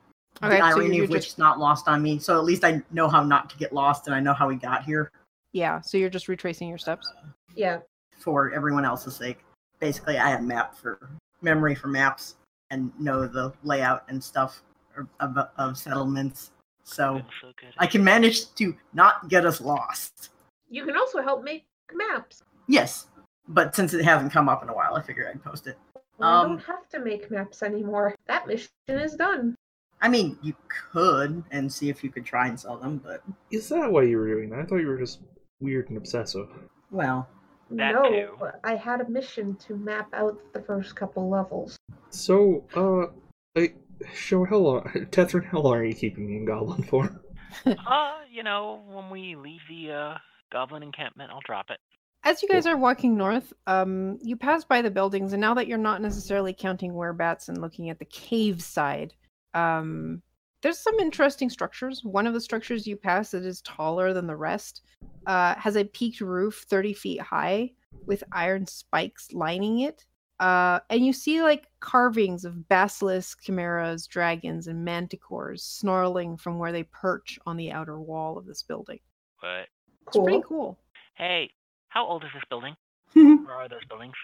S1: Okay,
S4: the
S1: so
S4: irony
S1: you're
S4: of which
S1: just-
S4: is not lost on me. So at least I know how not to get lost, and I know how we got here
S1: Yeah, so you're just retracing your steps.
S3: Yeah.
S4: for everyone else's sake. Basically, I have map for memory for maps and know the layout and stuff of, of, of settlements. So
S5: Feels so good.
S4: I can manage to not get us lost.
S3: You can also help make maps.
S4: Yes, but since it hasn't come up in a while, I figured I'd post it.
S3: We
S4: Um,
S3: don't have to make maps anymore. That mission is done.
S4: I mean, you could and see if you could try and sell them, but
S2: Is that why you were doing that? I thought you were just weird and obsessive.
S4: well,
S5: That
S3: no,
S5: too.
S3: I had a mission to map out the first couple levels.
S2: So, uh, I, show how long, Tethrin, how long are you keeping me in Goblin for?
S5: Uh, you know, when we leave the uh, goblin encampment, I'll drop it.
S1: As you guys are walking north, um, you pass by the buildings, and now that you're not necessarily counting werebats and looking at the cave side, um, there's some interesting structures. One of the structures you pass that is taller than the rest uh, has a peaked roof 30 feet high with iron spikes lining it. Uh, and you see like carvings of basilisk, chimeras, dragons, and manticores snarling from where they perch on the outer wall of this building.
S5: But
S1: It's pretty
S3: Cool.
S1: cool.
S5: hey, how old is this building? Where are those buildings?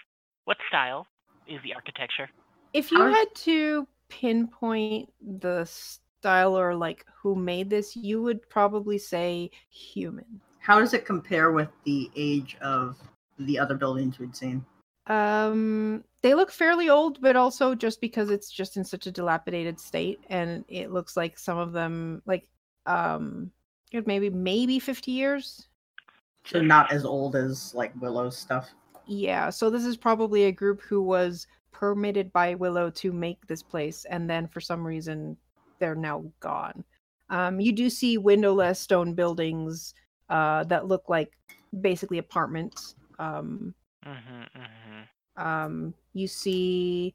S5: What style is the architecture?
S1: If you
S4: Our-
S1: had to pinpoint the style or like who made this, you would probably say human.
S4: how does it compare with the age of the other buildings we'd seen?
S1: Um, they look fairly old, but also just because it's just in such a dilapidated state, and it looks like some of them, like, um, good, maybe maybe fifty years.
S4: So not as old as like Willow's stuff.
S1: Yeah, so this is probably a group who was permitted by Willow to make this place, and then for some reason they're now gone. Um, you do see windowless stone buildings uh, that look like basically apartments. Um,
S5: Mm-hmm, mm-hmm.
S1: um, you see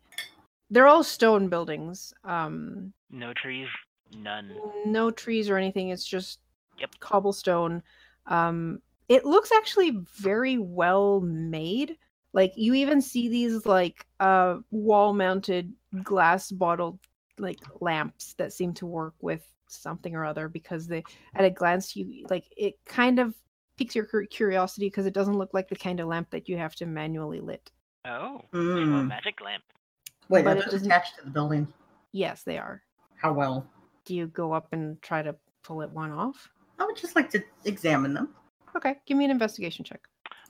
S1: they're all stone buildings. Um,
S5: No trees? None.
S1: no trees or anything. It's just
S5: Yep.
S1: cobblestone. Um, it looks actually very well made. Like you even see these like uh wall-mounted glass bottled like lamps that seem to work with something or other because they at a glance you like it kind of piques your cur- curiosity because it doesn't look like the kind of lamp that you have to manually lit.
S5: Oh, so a
S4: Mm.
S5: magic lamp.
S4: Wait,
S1: But
S4: are
S1: it
S4: those
S1: doesn't-
S4: attached to the building?
S1: Yes, they are.
S4: How well?
S1: Do you go up and try to pull it one off?
S4: I would just like to examine them.
S1: Okay, give me an investigation check.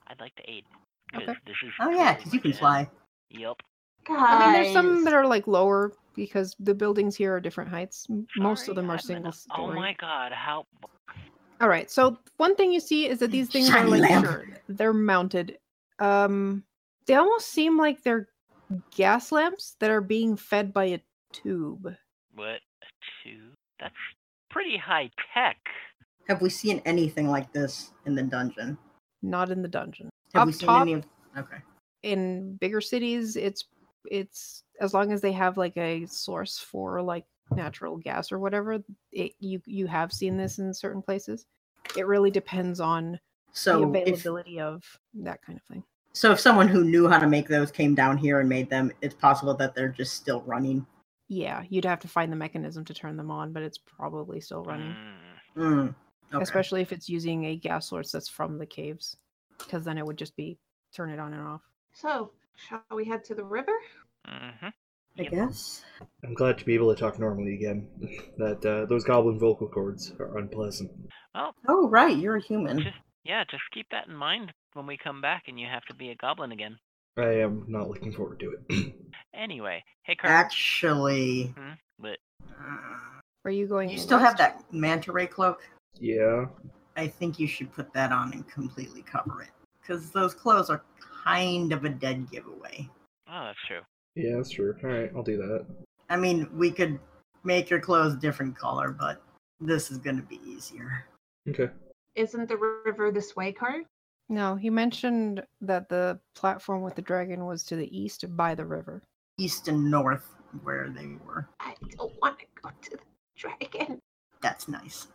S5: I'd like to aid. 'cause
S1: Okay.
S5: This is
S4: Oh yeah,
S5: totally
S4: because
S5: my
S4: you can
S5: jam.
S4: fly.
S5: Yep.
S1: I mean, there's some
S3: Guys.
S1: that are like lower because the buildings here are different heights. M- Most of
S5: Sorry,
S1: them are
S5: I'm an-
S1: single story.
S5: Oh my god, how.
S1: All right. So one thing you see is that these things are
S4: Shiny
S1: like
S4: lamp.
S1: sure, they're mounted. Um, they almost seem like they're gas lamps that are being fed by a tube.
S5: What? A two? That's pretty high tech.
S4: Have we seen anything like this in the dungeon?
S1: Not in the dungeon.
S4: Have
S1: Up
S4: we seen
S1: top-
S4: any of? Okay.
S1: In bigger cities, it's it's as long as they have like a source for like natural gas or whatever, it, you you have seen this in certain places. It really depends on the
S4: So if
S1: availability of that kind of thing.
S4: so, if someone who knew how to make those came down here and made them, it's possible that they're just still running.
S1: Yeah, you'd have to find the mechanism to turn them on, but it's probably still running,
S5: Mm.
S4: Mm. Okay.
S1: especially if it's using a gas source that's from the caves, because then it would just be turn it on and off.
S3: So, shall we head to the river?
S5: Mm-hmm.
S4: I guess.
S2: I'm glad to be able to talk normally again. That, uh, those Goblin vocal cords are unpleasant.
S4: Oh right, you're a human.
S5: Just, yeah, just keep that in mind when we come back and you have to be a goblin again.
S2: I am not looking forward to it.
S5: Anyway, hey, Kurt.
S4: Actually,
S5: Hmm? But
S4: uh,
S1: Are you going?
S4: you
S1: in
S4: still have
S1: west?
S4: that manta ray cloak.
S2: yeah.
S4: I think you should put that on and completely cover it because those clothes are kind of a dead giveaway.
S5: oh, that's true.
S2: Yeah, that's true. Alright, I'll do that.
S4: I mean, we could make your clothes different color, but this is going to be easier.
S2: Okay.
S3: Isn't the river this way, Card?
S1: No, he mentioned that the platform with the dragon was to the east by the river.
S4: East and north, where they were.
S3: I don't want to go to the dragon.
S4: That's nice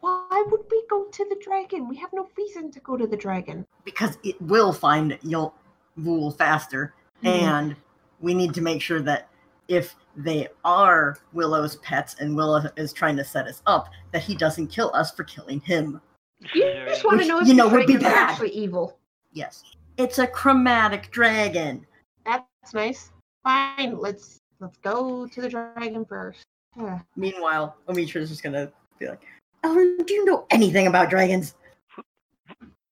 S3: Why would we go to the dragon? We have no reason to go to the dragon.
S4: because it will find you'll rule faster, and we need to make sure that if they are Willow's pets and Willow is trying to set us up, that he doesn't kill us for killing him.
S5: This is
S3: You
S5: very-
S3: just want to
S4: Which,
S3: know if
S4: you
S3: the
S4: know, would be
S3: dragons are
S4: bad.
S3: actually evil.
S4: Yes. It's a chromatic dragon.
S3: That's nice. Fine, let's let's go to the dragon first. Yeah.
S4: Meanwhile, Omitra's just gonna be like, Ellen, do you know anything about dragons?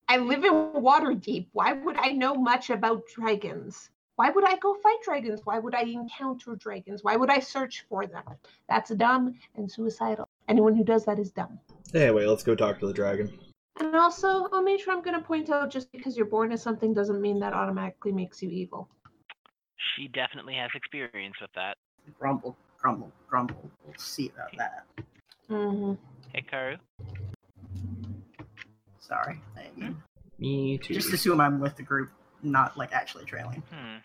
S3: I live in Waterdeep. Why would I know much about dragons? Why would I go fight dragons? Why would I encounter dragons? Why would I search for them? That's dumb and suicidal. Anyone who does that is dumb.
S2: Anyway, let's go talk to the dragon.
S3: And also, I'll make sure I'm going to point out just because you're born as something doesn't mean that automatically makes you evil.
S5: She definitely has experience with that.
S4: Grumble, grumble, grumble. We'll see about that.
S3: Mm-hmm.
S5: Hey, Karu.
S4: Sorry. I mean,
S2: Me too.
S4: Just assume I'm with the group, not like actually trailing.
S5: Hmm.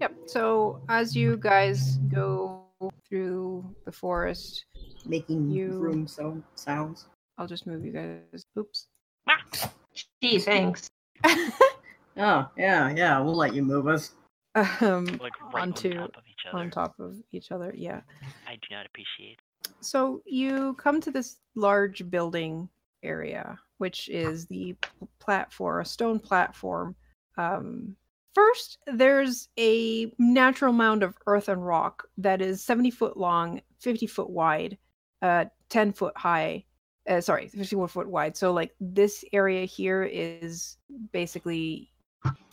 S1: Yep. So as you guys go through the forest,
S4: Making
S1: You-
S4: room so sounds.
S1: I'll just move you guys. Oops.
S3: Gee, thanks.
S4: Oh, yeah, yeah, we'll let you move us.
S1: um,
S5: Like right
S1: Onto-
S5: on top of each other.
S1: on top of each other. Yeah.
S5: I do not appreciate.
S1: So you come to this large building area, which is the p- platform, a stone platform. Um, first, there's a natural mound of earth and rock that is 70 foot long, 50 foot wide, uh, 10 foot high. Uh, sorry, 51 foot wide. So, like, this area here is basically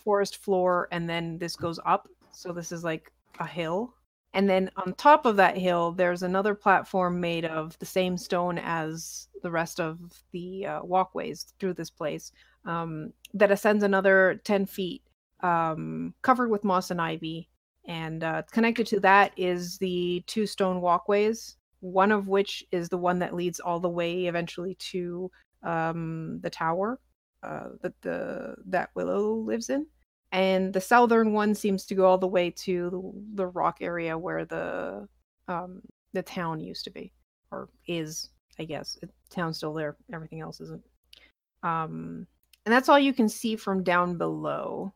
S1: forest floor, and then this goes up. So, this is like a hill. And then on top of that hill, there's another platform made of the same stone as the rest of the uh, walkways through this place um, that ascends another 10 feet, um, covered with moss and ivy. And uh, connected to that is the two stone walkways, one of which is the one that leads all the way eventually to um, the tower uh, that the that Willow lives in and the southern one seems to go all the way to the, the rock area where the um the town used to be or is i guess the town's still there everything else isn't um and that's all you can see from down below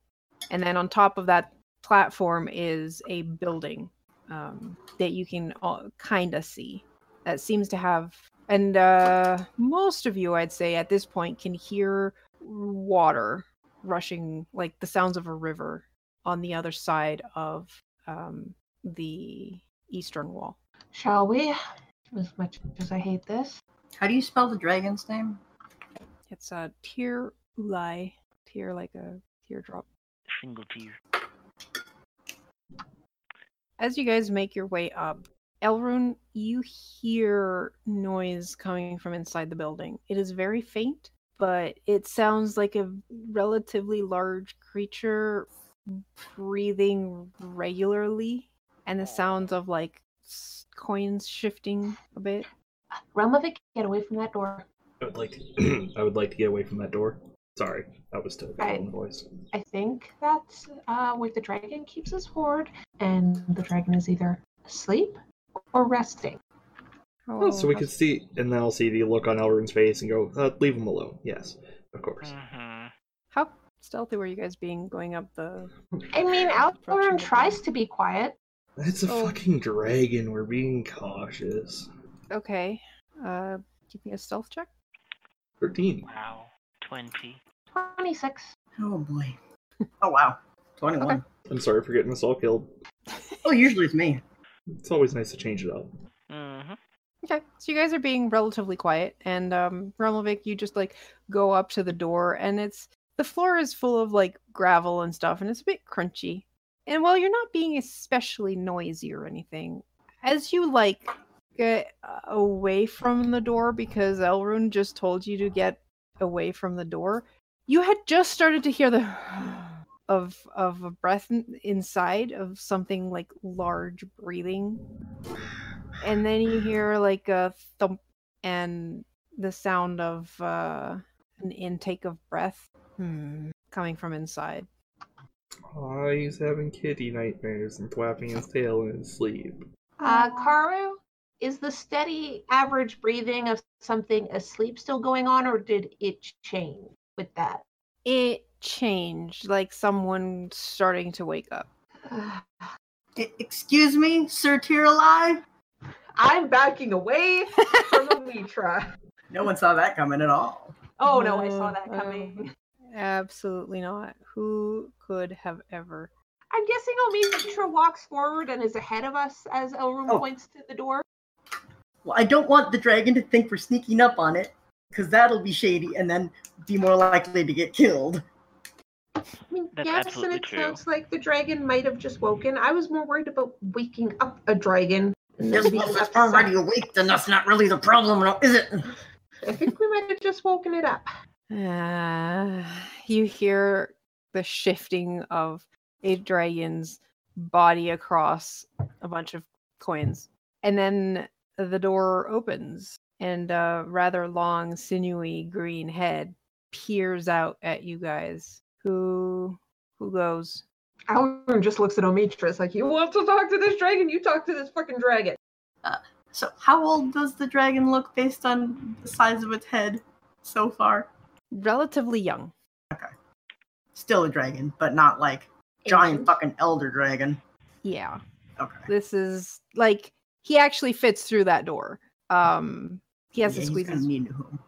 S1: and then on top of that platform is a building um that you can kind of see that seems to have and uh most of you i'd say at this point can hear water rushing like the sounds of a river on the other side of um, the eastern wall.
S3: Shall we? As much as I hate this.
S4: How do you spell the dragon's name?
S1: It's a tear lie, tear like a teardrop.
S5: Single tear.
S1: As you guys make your way up, Elrune, you hear noise coming from inside the building. It is very faint, but it sounds like a relatively large creature breathing regularly, and the sounds of like s- coins shifting a bit.
S3: Realmovic, get away from that door.
S2: I would like to. I would like to get away from that door. Sorry, that was totally
S3: Right.
S2: wrong voice.
S3: I think that's uh, where the dragon keeps his hoard, and the dragon is either asleep or resting.
S2: Oh, so we
S1: Oh,
S2: can see, and then I'll see the look on Elrond's face and go, uh, "Leave him alone." Yes, of course.
S5: Mm-hmm.
S1: How stealthy were you guys being going up the?
S3: I mean,
S1: Approaching
S3: Alcorn
S1: the
S3: tries to be quiet.
S2: It's a
S1: Oh.
S2: fucking dragon. We're being cautious.
S1: Okay, uh, give me a stealth check.
S2: Thirteen.
S5: Wow. Twenty.
S3: 26.
S4: Oh boy. Oh wow. 21.
S1: Okay.
S2: I'm sorry for getting us all killed.
S4: Well, Oh, usually it's me.
S2: It's always nice to change it up.
S5: Mm-hmm.
S1: Okay, so you guys are being relatively quiet, and um, Remelvik, you just like go up to the door, and it's the floor is full of like gravel and stuff, and it's a bit crunchy. And while you're not being especially noisy or anything, as you like get uh, away from the door because Elrune just told you to get away from the door, you had just started to hear the of of a breath in- inside of something like large breathing and then you hear like a thump and the sound of uh, an intake of breath hmm, coming from inside.
S2: Aw, he's having kitty nightmares and flapping his tail in his sleep.
S3: Uh, Karu, is the steady average breathing of something asleep still going on, or did it change with that?
S1: it changed, like someone starting to wake up.
S4: E- Excuse me, Sir Tiralai?
S3: I'm backing away from Amitra.
S4: No one saw that coming at all.
S3: Oh no, um, I saw
S1: Oh,
S3: that
S1: oh.
S3: coming.
S1: Absolutely not. Who could have ever?
S3: I'm guessing Omitra walks forward and is ahead of us as Elrum
S4: Oh.
S3: points to the door.
S4: Well, I don't want the dragon to think we're sneaking up on it, because that'll be shady and then be more likely to get killed.
S3: I mean,
S5: That's
S3: yes, and
S5: absolutely
S3: it
S5: true.
S3: sounds like the dragon might have just woken. I was more worried about waking up a dragon. than
S4: Yes,
S3: being
S4: well, it's
S3: upset.
S4: already awake, then that's not really the problem, no- is it?
S3: I think we might have just woken it up.
S1: Uh, you hear the shifting of a dragon's body across a bunch of coins, and then the door opens, and a rather long, sinewy green head peers out at you guys. Who who goes?
S3: Elrum just looks at Omitra. It's like, you want to talk to this dragon? You talk to this fucking dragon.
S4: So, how old does the dragon look based on the size of its head so far?
S1: Relatively young.
S4: Still a dragon, but not like giant fucking elder dragon.
S1: Yeah.
S4: Okay.
S1: this is like he actually fits through that door. Um, he has
S4: Yeah,
S1: to
S4: he's
S1: squeeze.
S4: gonna
S1: His,
S4: need whom.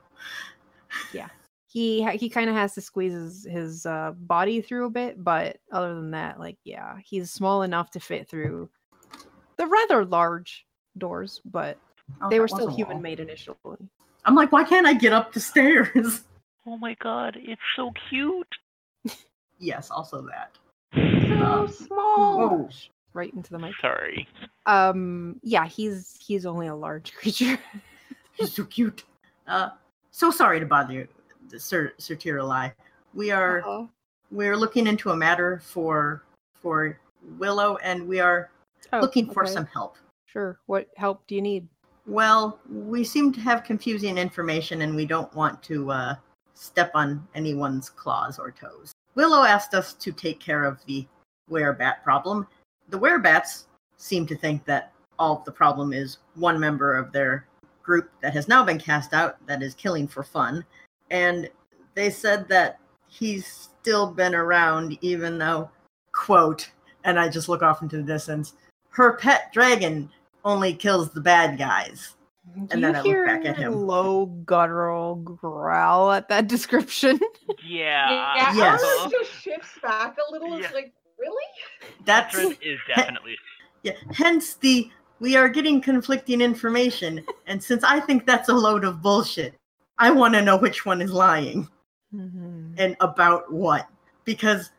S1: he ha- he kind of has to squeeze his, his uh, body through a bit, but other than that, like yeah, he's small enough to fit through the rather large doors, but
S4: Oh,
S1: they
S4: that
S1: were
S4: was a Oh.
S1: still
S4: wall.
S1: human made initially.
S4: I'm like, why can't I get up the stairs?
S5: Oh my god, it's so cute.
S4: yes, also that.
S3: So small.
S4: Whoa.
S1: Right into the mic.
S5: Sorry.
S1: Um, yeah, he's he's only a large creature.
S4: He's so cute. Uh, so sorry to bother you, Sir Sir Tiralai. We are
S1: Uh-oh.
S4: we're looking into a matter for for Willow, and we are
S1: Oh,
S4: looking for
S1: okay.
S4: some help.
S1: Sure. What help do you need?
S4: Well, we seem to have confusing information, and we don't want to uh, step on anyone's claws or toes. Willow asked us to take care of the werebat problem. The werebats seem to think that all of the problem is one member of their group that has now been cast out that is killing for fun, and they said that he's still been around, even though, quote, and I just look off into the distance. Her pet dragon only kills the bad guys.
S1: Do
S4: then I look back at him.
S1: Low guttural growl at that description.
S5: Yeah.
S3: yeah,
S4: Yes.
S3: Elrum just shifts back a little. It's
S5: Yeah.
S3: like, really?
S4: That's
S5: Catherine is definitely
S4: yeah, hence the we are getting conflicting information, and since I think that's a load of bullshit, I want to know which one is lying
S1: Mhm.
S4: and about what. Because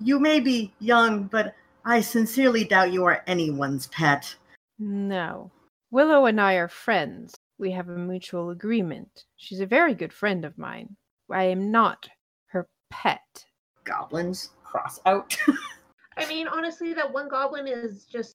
S4: you may be young, but I sincerely doubt you are anyone's pet.
S1: No. Willow and I are friends. We have a mutual agreement. She's a very good friend of mine. I am not her pet.
S4: Goblins cross out.
S3: I mean, honestly, that one goblin is just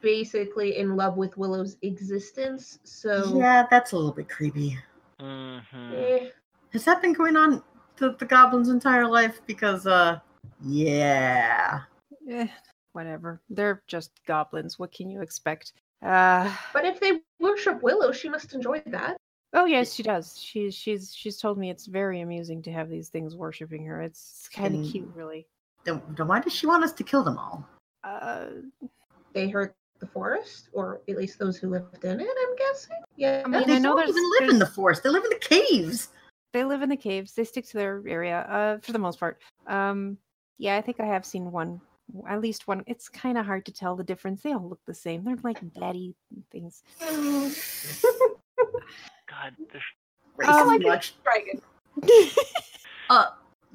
S3: basically in love with Willow's existence. So,
S4: yeah, that's a little bit creepy.
S5: hmm
S3: eh,
S4: Has that been going on the, the goblins' entire life? Because uh, yeah.
S1: Eh, whatever. They're just goblins. What can you expect? Uh,
S3: but if they worship Willow, she must enjoy that.
S1: oh yes, she does. She she's she's told me it's very amusing to have these things worshiping her. It's kind
S4: Mm.
S1: of cute, really.
S4: Then, then why does she want us to kill them all?
S1: Uh,
S3: They hurt the forest, or at least those who lived in it. I'm guessing. Yeah.
S1: I mean,
S4: they
S1: I know
S4: don't
S1: there's-
S4: even live in the
S1: there's-
S4: forest. They live in the caves.
S1: they live in the caves. They stick to their area uh, for the most part. Um, yeah, I think I have seen one, at least one. It's kind of hard to tell the difference. They all look the same. They're like daddy things.
S5: God, this
S3: Oh,
S4: Racist
S1: like
S4: much.
S3: dragon.
S4: Uh,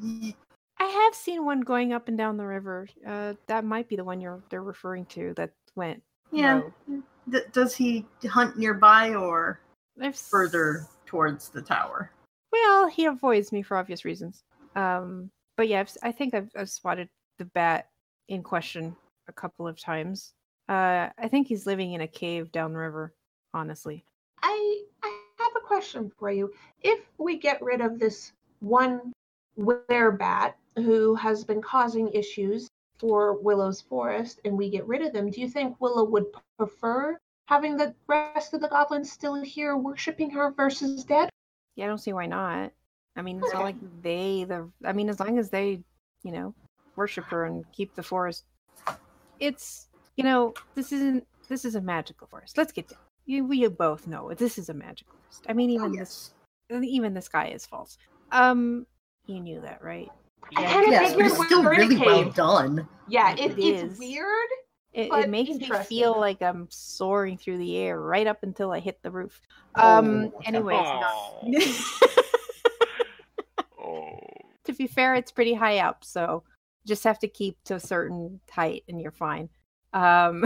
S4: y-
S1: I have seen one going up and down the river. Uh, that might be the one you're they're referring to that went.
S4: yeah.
S1: rogue.
S4: D- does he hunt nearby or
S1: I've s-
S4: further towards the tower?
S1: Well, he avoids me for obvious reasons. Um, but yeah, I've, si think I've, I've spotted the bat in question a couple of times. Uh, I think he's living in a cave down the river. Honestly,
S3: I I have a question for you. If we get rid of this one werebat who has been causing issues for Willow's forest, and we get rid of them, do you think Willow would prefer having the rest of the goblins still here worshiping her versus dead?
S1: yeah, I don't see why not. I mean, it's not like they the. I mean, as long as they, you know, worship her and keep the forest. It's you know this isn't this is a magical forest. Let's get down. You, we both know it. This is a magical forest. I
S3: Oh,
S1: mean, even this even the sky is false. Um, you knew that, right?
S3: I
S5: Yeah,
S3: kind of
S4: Yes, but
S3: figured
S4: it's still
S3: we're in a
S4: really well
S3: cave.
S4: done.
S3: yeah,
S1: It
S3: it, it's
S1: is.
S3: weird.
S1: It, it
S3: But
S1: makes me
S3: interesting.
S1: feel like I'm soaring through the air right up until I hit the roof. Um,
S4: Oh,
S1: anyways,
S5: Oh. Oh.
S1: to be fair, it's pretty high up, so just have to keep to a certain height and you're fine. Um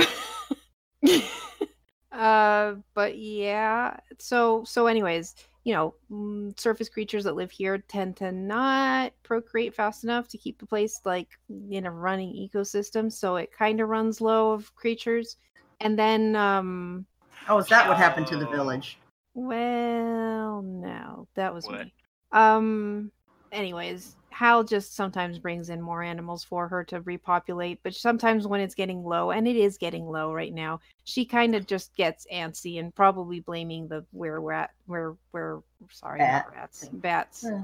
S1: uh but yeah, so so anyways, you know, mm, surface creatures that live here tend to not procreate fast enough to keep the place like in a running ecosystem, so it kind of runs low of creatures. And then um
S4: Oh, is that what happened to the village?
S1: well, no, that was
S5: What?
S1: me. Um. Anyways, Hal just sometimes brings in more animals for her to repopulate, but sometimes when it's getting low, and it is getting low right now, she kind of just gets antsy and probably blaming the where we're at, where we're sorry,
S4: Bat
S1: not rats,
S4: thing.
S1: bats,
S4: Yeah.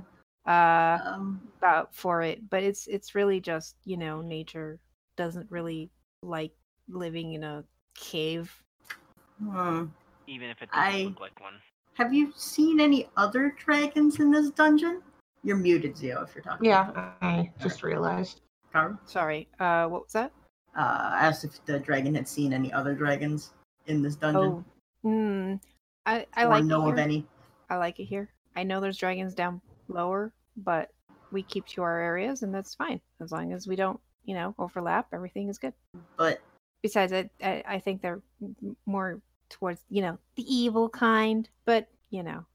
S1: uh,
S4: Um,
S1: about for it. But it's it's really just you know nature doesn't really like living in a cave.
S4: hmm.
S5: Even if it doesn't
S4: I-
S5: look like one.
S4: Have you seen any other dragons in this dungeon? You're muted, Zio, if you're talking.
S3: Yeah, I just realized.
S4: Carl?
S1: Sorry, uh, what was that?
S4: Uh, I asked if the dragon had seen any other dragons in this dungeon.
S1: Oh, mm, I I
S4: or
S1: like it
S4: know of
S1: here.
S4: any.
S1: I like it here. I know there's dragons down lower, but we keep to our areas, and that's fine as long as we don't, you know, overlap. Everything is good.
S4: But
S1: Besides, I I, I think they're m- more towards, you know, the evil kind. But you know,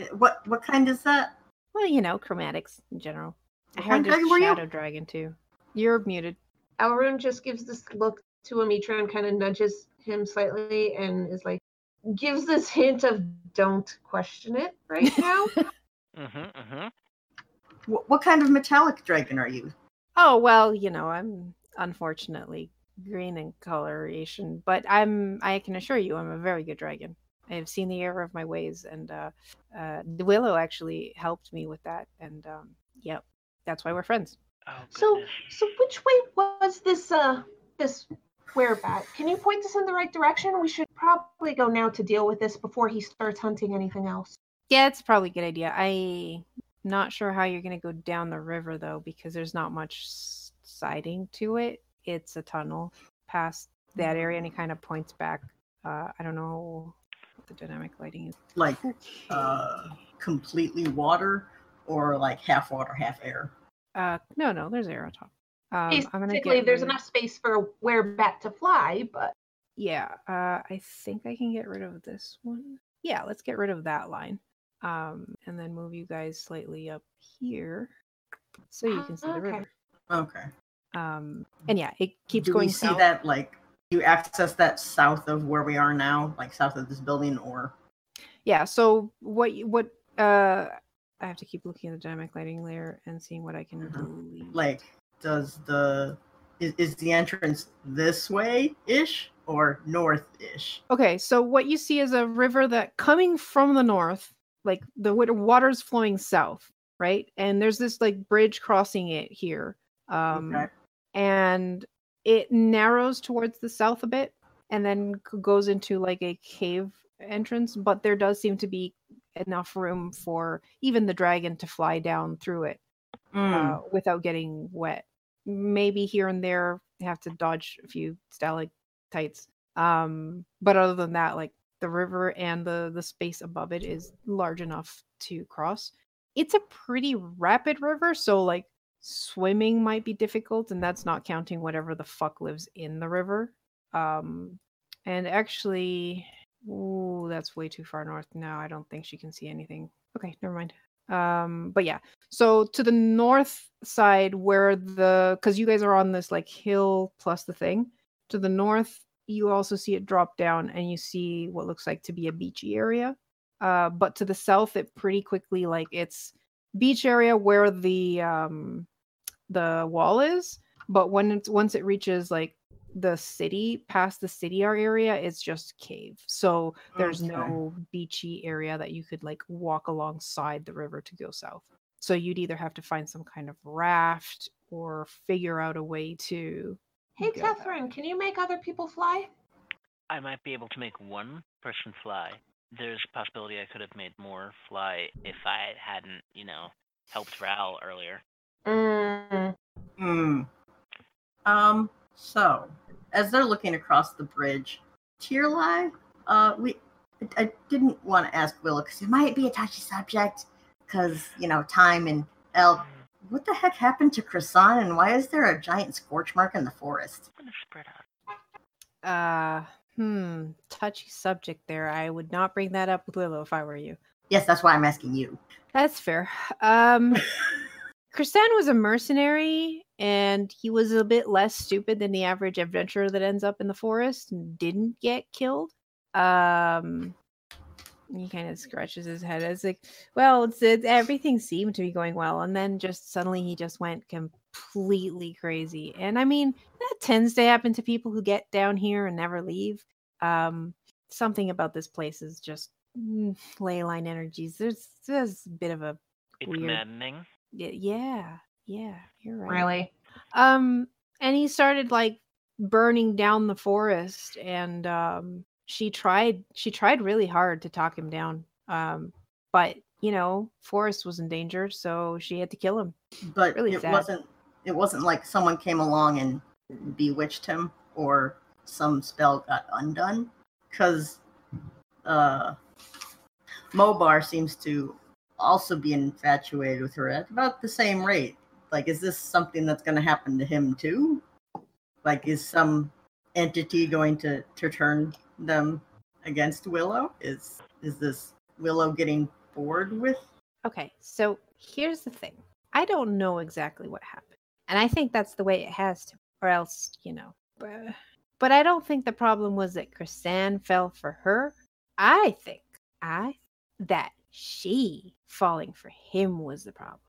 S4: uh, what what kind is that?
S1: well, you know, chromatics in general. I
S4: What
S1: heard
S4: kind
S1: there's
S4: dragon were you?
S1: shadow dragon too. You're muted.
S3: Elrune just gives this look to Amitra and kind of nudges him slightly and is like, gives this hint of don't question it right now.
S5: Mm-hmm. Mm-hmm.
S4: What, what kind of metallic dragon are you?
S1: Oh well, you know, I'm unfortunately green in coloration, but I'm I can assure you I'm a very good dragon. I have seen the error of my ways and uh uh the Willow actually helped me with that and um yep, that's why we're friends.
S5: Oh,
S3: so,
S5: goodness.
S3: so which way was this, uh, this werebat? Can you point us in the right direction? We should probably go now to deal with this before he starts hunting anything else.
S1: Yeah, it's probably a good idea. I not sure how you're going to go down the river though because there's not much s- siding to it. It's a tunnel past that area and it kind of points back. Uh I don't know what the dynamic lighting is.
S4: Like
S1: Okay.
S4: uh, completely water or like half water, half air?
S1: Uh, no, no, there's air on top. Um, I'm gonna
S3: Basically,
S1: get
S3: there's
S1: rid of-
S3: enough space for a werebat to fly, but
S1: Yeah, uh, I think I can get rid of this one. Yeah, let's get rid of that line. Um, and then move you guys slightly up here so you can see the
S3: Ah, Okay.
S1: river.
S4: Okay.
S1: Um, and yeah, it keeps
S4: Do
S1: going
S4: we see
S1: south.
S4: that like you access that south of where we are now, like south of this building, or
S1: Yeah, so what you- what uh I have to keep looking at the dynamic lighting layer and seeing what I can
S4: Mhm.
S1: delete.
S4: like does the is, is the entrance this way ish or north ish?
S1: Okay, so what you see is a river that coming from the north, like the wa- water's flowing south, right? And there's this like bridge crossing it here. Um
S4: okay.
S1: and it narrows towards the south a bit and then g- goes into like a cave entrance, but there does seem to be enough room for even the dragon to fly down through it
S4: Mm,
S1: uh, without getting wet. Maybe here and there you have to dodge a few stalactites. Um, but other than that, like the river and the the space above it is large enough to cross. It's a pretty rapid river, so like swimming might be difficult, and that's not counting whatever the fuck lives in the river. Um, and actually, ooh, that's way too far north. No, I don't think she can see anything. Okay, never mind. Um, but yeah, so to the north side, where the because you guys are on this like hill plus the thing, to the north you also see it drop down and you see what looks like to be a beachy area. Uh, but to the south, it pretty quickly like it's beach area where the um the wall is. But when it's once it reaches like the city, past the city our area is just cave. So there's
S4: Okay.
S1: no beachy area that you could like walk alongside the river to go south. So you'd either have to find some kind of raft or figure out a way to
S3: Hey,
S1: go there.
S3: Catherine, can you make other people fly?
S5: I might be able to make one person fly. There's a possibility I could have made more fly if I hadn't, you know, helped Ral earlier.
S3: Mm.
S4: Hmm. Um. So, as they're looking across the bridge, Tierli, uh, we, I, I didn't want to ask Willa because it might be a touchy subject, because you know time and El. What the heck happened to Croissant, and why is there a giant scorch mark in the forest?
S5: I'm gonna spread out.
S1: Uh, hmm, touchy subject there. I would not bring that up with Willow if I were you.
S4: Yes, that's why I'm asking you.
S1: That's fair. Um, Christan was a mercenary and he was a bit less stupid than the average adventurer that ends up in the forest and didn't get killed. Um, he kind of scratches his head as like, well, it's, it's everything seemed to be going well, and then just suddenly he just went completely crazy. And I mean, that tends to happen to people who get down here and never leave. Um, something about this place is just mm, ley line energies. There's there's a bit of a
S5: It's
S1: Weird.
S5: maddening.
S1: Y- yeah yeah you're right
S3: Really?
S1: um and he started like burning down the forest and um she tried she tried really hard to talk him down um but you know forest was in danger so she had to kill him
S4: But
S1: Really
S4: it
S1: sad.
S4: wasn't. It wasn't like someone came along and bewitched him, or some spell got undone, because uh, Mobar seems to also be infatuated with her at about the same rate. Like, is this something that's going to happen to him too? Like, is some entity going to, to turn them against Willow? Is is this Willow getting bored with?
S1: Okay, so here's the thing. I don't know exactly what happened. And I think that's the way it has to, or else, you know. But, but I don't think the problem was that Chrisanne fell for her. I think I that she falling for him was the problem.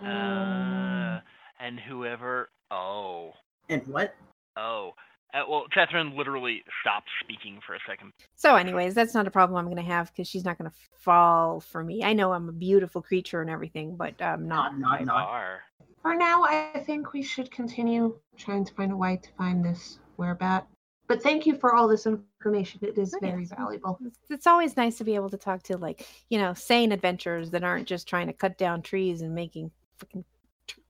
S5: Uh,
S1: Mm.
S5: and whoever. Oh.
S4: And what?
S5: Oh. Uh, well, Catherine literally stopped speaking for a second.
S1: So, anyways, that's not a problem I'm going to have because she's not going to fall for me. I know I'm a beautiful creature and everything, but um, not.
S4: Not, not,
S5: They
S4: not.
S5: are.
S3: For now, I think we should continue trying to find a way to find this whereabout. But thank you for all this information. It is
S1: Oh,
S3: very
S1: yes.
S3: valuable.
S1: it's- it's always nice to be able to talk to like you know sane adventurers that aren't just trying to cut down trees and making freaking tr-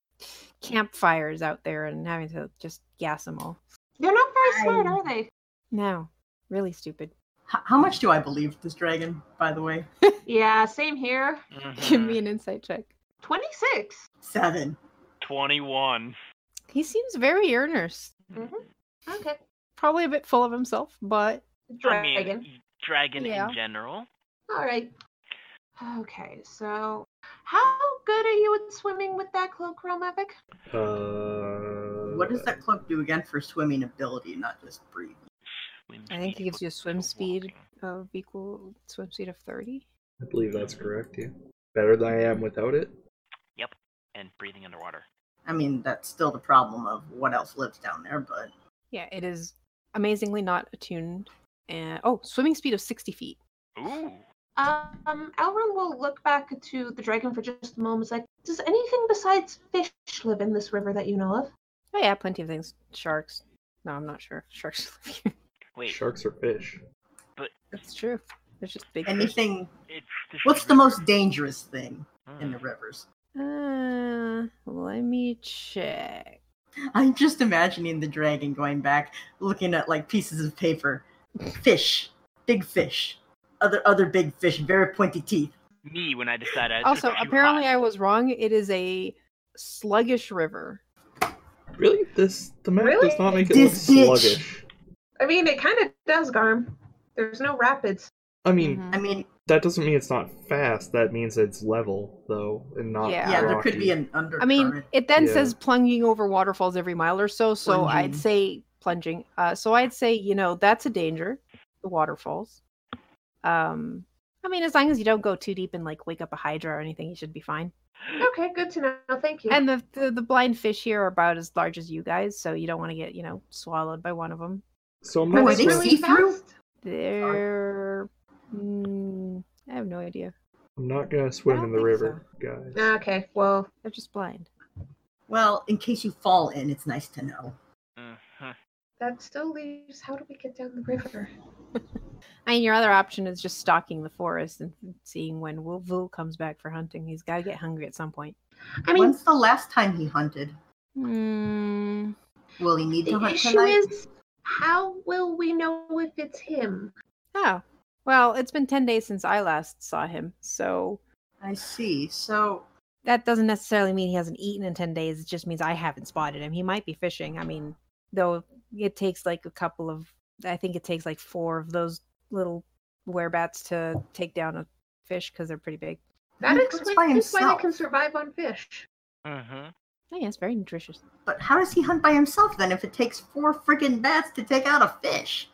S1: campfires out there and having to just gas them all
S3: They're not very smart,
S4: I-
S3: are they?
S1: no really stupid
S4: H- how much do I believe this dragon, by the way?
S3: Yeah, same here.
S1: give
S5: Mhm.
S1: me an insight check
S3: 26.
S4: Seven.
S5: 21.
S1: he seems very earnest
S3: Okay.
S1: probably a bit full of himself but
S5: I
S3: Dragon.
S5: mean, dragon
S1: Yeah.
S5: in general.
S3: All right. Okay, so how good are you at swimming with that cloak, Romevic?
S2: Uh,
S4: What does that cloak do again for swimming ability, not just breathing?
S5: Swim
S1: I think it
S5: speed
S1: gives you a
S5: equals
S1: swim
S5: to
S1: speed.
S5: walking.
S1: of equal swim speed of 30
S2: I believe that's correct. Yeah, better than I am without it.
S5: And breathing underwater.
S4: I mean, that's still the problem of what else lives down there, but
S1: yeah it is amazingly not attuned and oh swimming speed of 60 feet
S5: Ooh.
S3: Um, Elrin will look back to the dragon for just a moment. It's like, does anything besides fish live in this river that you know of?
S1: oh yeah plenty of things sharks no i'm not sure sharks live here
S5: Wait.
S2: Sharks are fish.
S1: That's true. There's just big. fish.
S4: anything.
S5: It's this
S4: What's the
S5: river.
S4: most dangerous thing in the
S5: Mm.
S4: rivers?
S1: Uh, let me check.
S4: I'm just imagining the dragon going back, looking at like pieces of paper. Fish, big fish, other other big fish, very pointy teeth.
S5: Me when I decided. I was
S1: Also,
S5: just too
S1: apparently
S5: hot.
S1: I was wrong. It is a sluggish river.
S2: Really? This the map
S3: Really?
S2: does not make it
S4: This
S2: look
S4: bitch.
S2: sluggish.
S3: I mean, it kind of does, Garm. There's no rapids.
S2: I mean,
S1: Mm-hmm.
S4: I mean,
S2: that doesn't mean it's not fast. That means it's level though, and not
S1: Yeah.
S4: yeah, there could
S2: rocky.
S4: be an undercurrent.
S1: I mean, it then
S2: Yeah.
S1: says plunging over waterfalls every mile or so. So I'd
S4: Plunging.
S1: say plunging. Uh, so I'd say you know that's a danger. The waterfalls. Um, I mean, as long as you don't go too deep and like wake up a hydra or anything, you should be fine.
S3: Okay, good to know. Thank you.
S1: And the, the the blind fish here are about as large as you guys, so you don't want to get you know swallowed by one of them.
S2: So I'm
S4: Are
S2: not
S4: they
S2: sure.
S4: see through?
S3: fast?
S1: They're. Mm, I have no idea.
S2: I'm not gonna
S1: I
S2: swim
S1: don't
S2: in the
S1: think
S2: river, guys.
S3: Okay, well,
S1: They're just blind.
S4: Well, in case you fall in, it's nice to know.
S5: Mm-hmm.
S3: that still leaves. How do we get down the river?
S1: I mean, your other option is just stalking the forest and seeing when Will Vu comes back for hunting. He's got to get hungry at some point.
S3: I mean,
S4: When's the last time he hunted?
S1: Mm,
S4: Will he need to
S3: the
S4: hunt
S3: issue
S4: tonight?
S3: is, how will we know if it's him?
S1: oh, well, it's been 10 days since I last saw him, so
S4: I see. So
S1: that doesn't necessarily mean he hasn't eaten in 10 days. It just means I haven't spotted him. He might be fishing. I mean, though it takes like a couple of, I think it takes like four of those little werebats to take down a fish because they're pretty big.
S3: That
S4: He cooks
S3: explains
S4: by
S3: why
S4: himself.
S3: they can survive on fish.
S5: Mm-hmm.
S1: Oh, yeah, it's very nutritious.
S4: But how does he hunt by himself then if it takes four friggin' bats to take out a fish?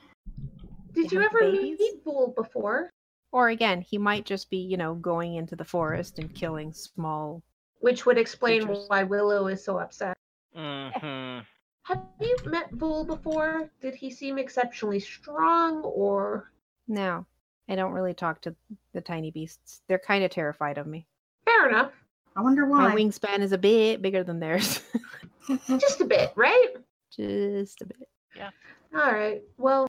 S3: Did
S1: They
S3: you
S1: have
S3: ever
S1: babies?
S3: meet Bull before?
S1: Or again, he might just be, you know, going into the forest and killing small.
S3: Which would explain
S1: Creatures.
S3: why Willow is so upset.
S5: Mm-hmm.
S3: Have you met Bull before? Did he seem exceptionally strong or
S1: No, I don't really talk to the tiny beasts. They're kind of terrified of me.
S3: fair enough?
S4: I wonder
S1: My
S4: why.
S1: wingspan is a bit bigger than theirs.
S3: Just a bit, right?
S1: just a bit.
S3: All right. Well,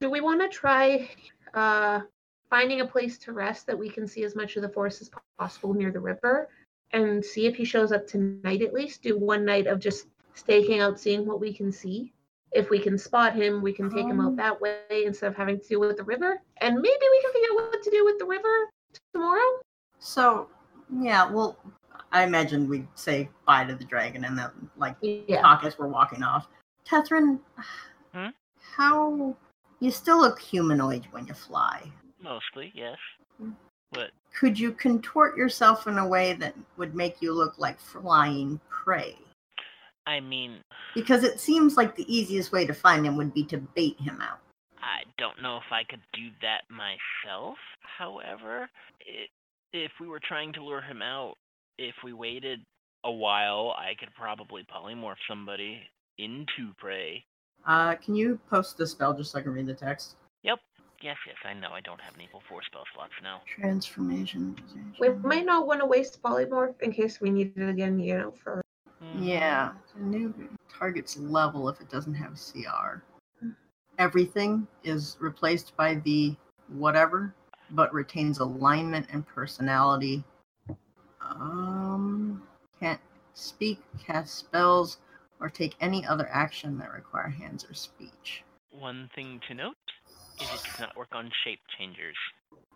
S3: do we want to try uh, finding a place to rest that we can see as much of the forest as possible near the river and see if he shows up tonight at least? Do one night of just staking out, seeing what we can see. If we can spot him, we can take him
S4: Um.
S3: out that way instead of having to deal with the river. And maybe we can figure out what to do with the river tomorrow.
S4: So, yeah, well, I imagine we'd say bye to the dragon and then, like,
S3: Yeah.
S4: talk as we're walking off. Catherine,
S5: Hmm?
S4: how. You still look humanoid when you fly.
S5: Mostly, yes.
S4: Could you contort yourself in a way that would make you look like flying prey?
S5: I mean,
S4: Because it seems like the easiest way to find him would be to bait him out.
S5: I don't know if I could do that myself. However, i if we were trying to lure him out, if we waited a while, I could probably polymorph somebody into prey.
S4: Uh, can you post the spell just so I can read the text?
S5: Yes, yes, I know. I don't have an equal four spell slots now.
S4: Transformation.
S3: We might not want to waste polymorph in case we need it again, you know, for.
S5: Mm,
S4: Yeah, the new target's level if it doesn't have CR. Everything is replaced by the whatever, but retains alignment and personality. Um, can't speak, cast spells, or take any other action that require hands or speech.
S5: One thing to note is it does not work on shape changers,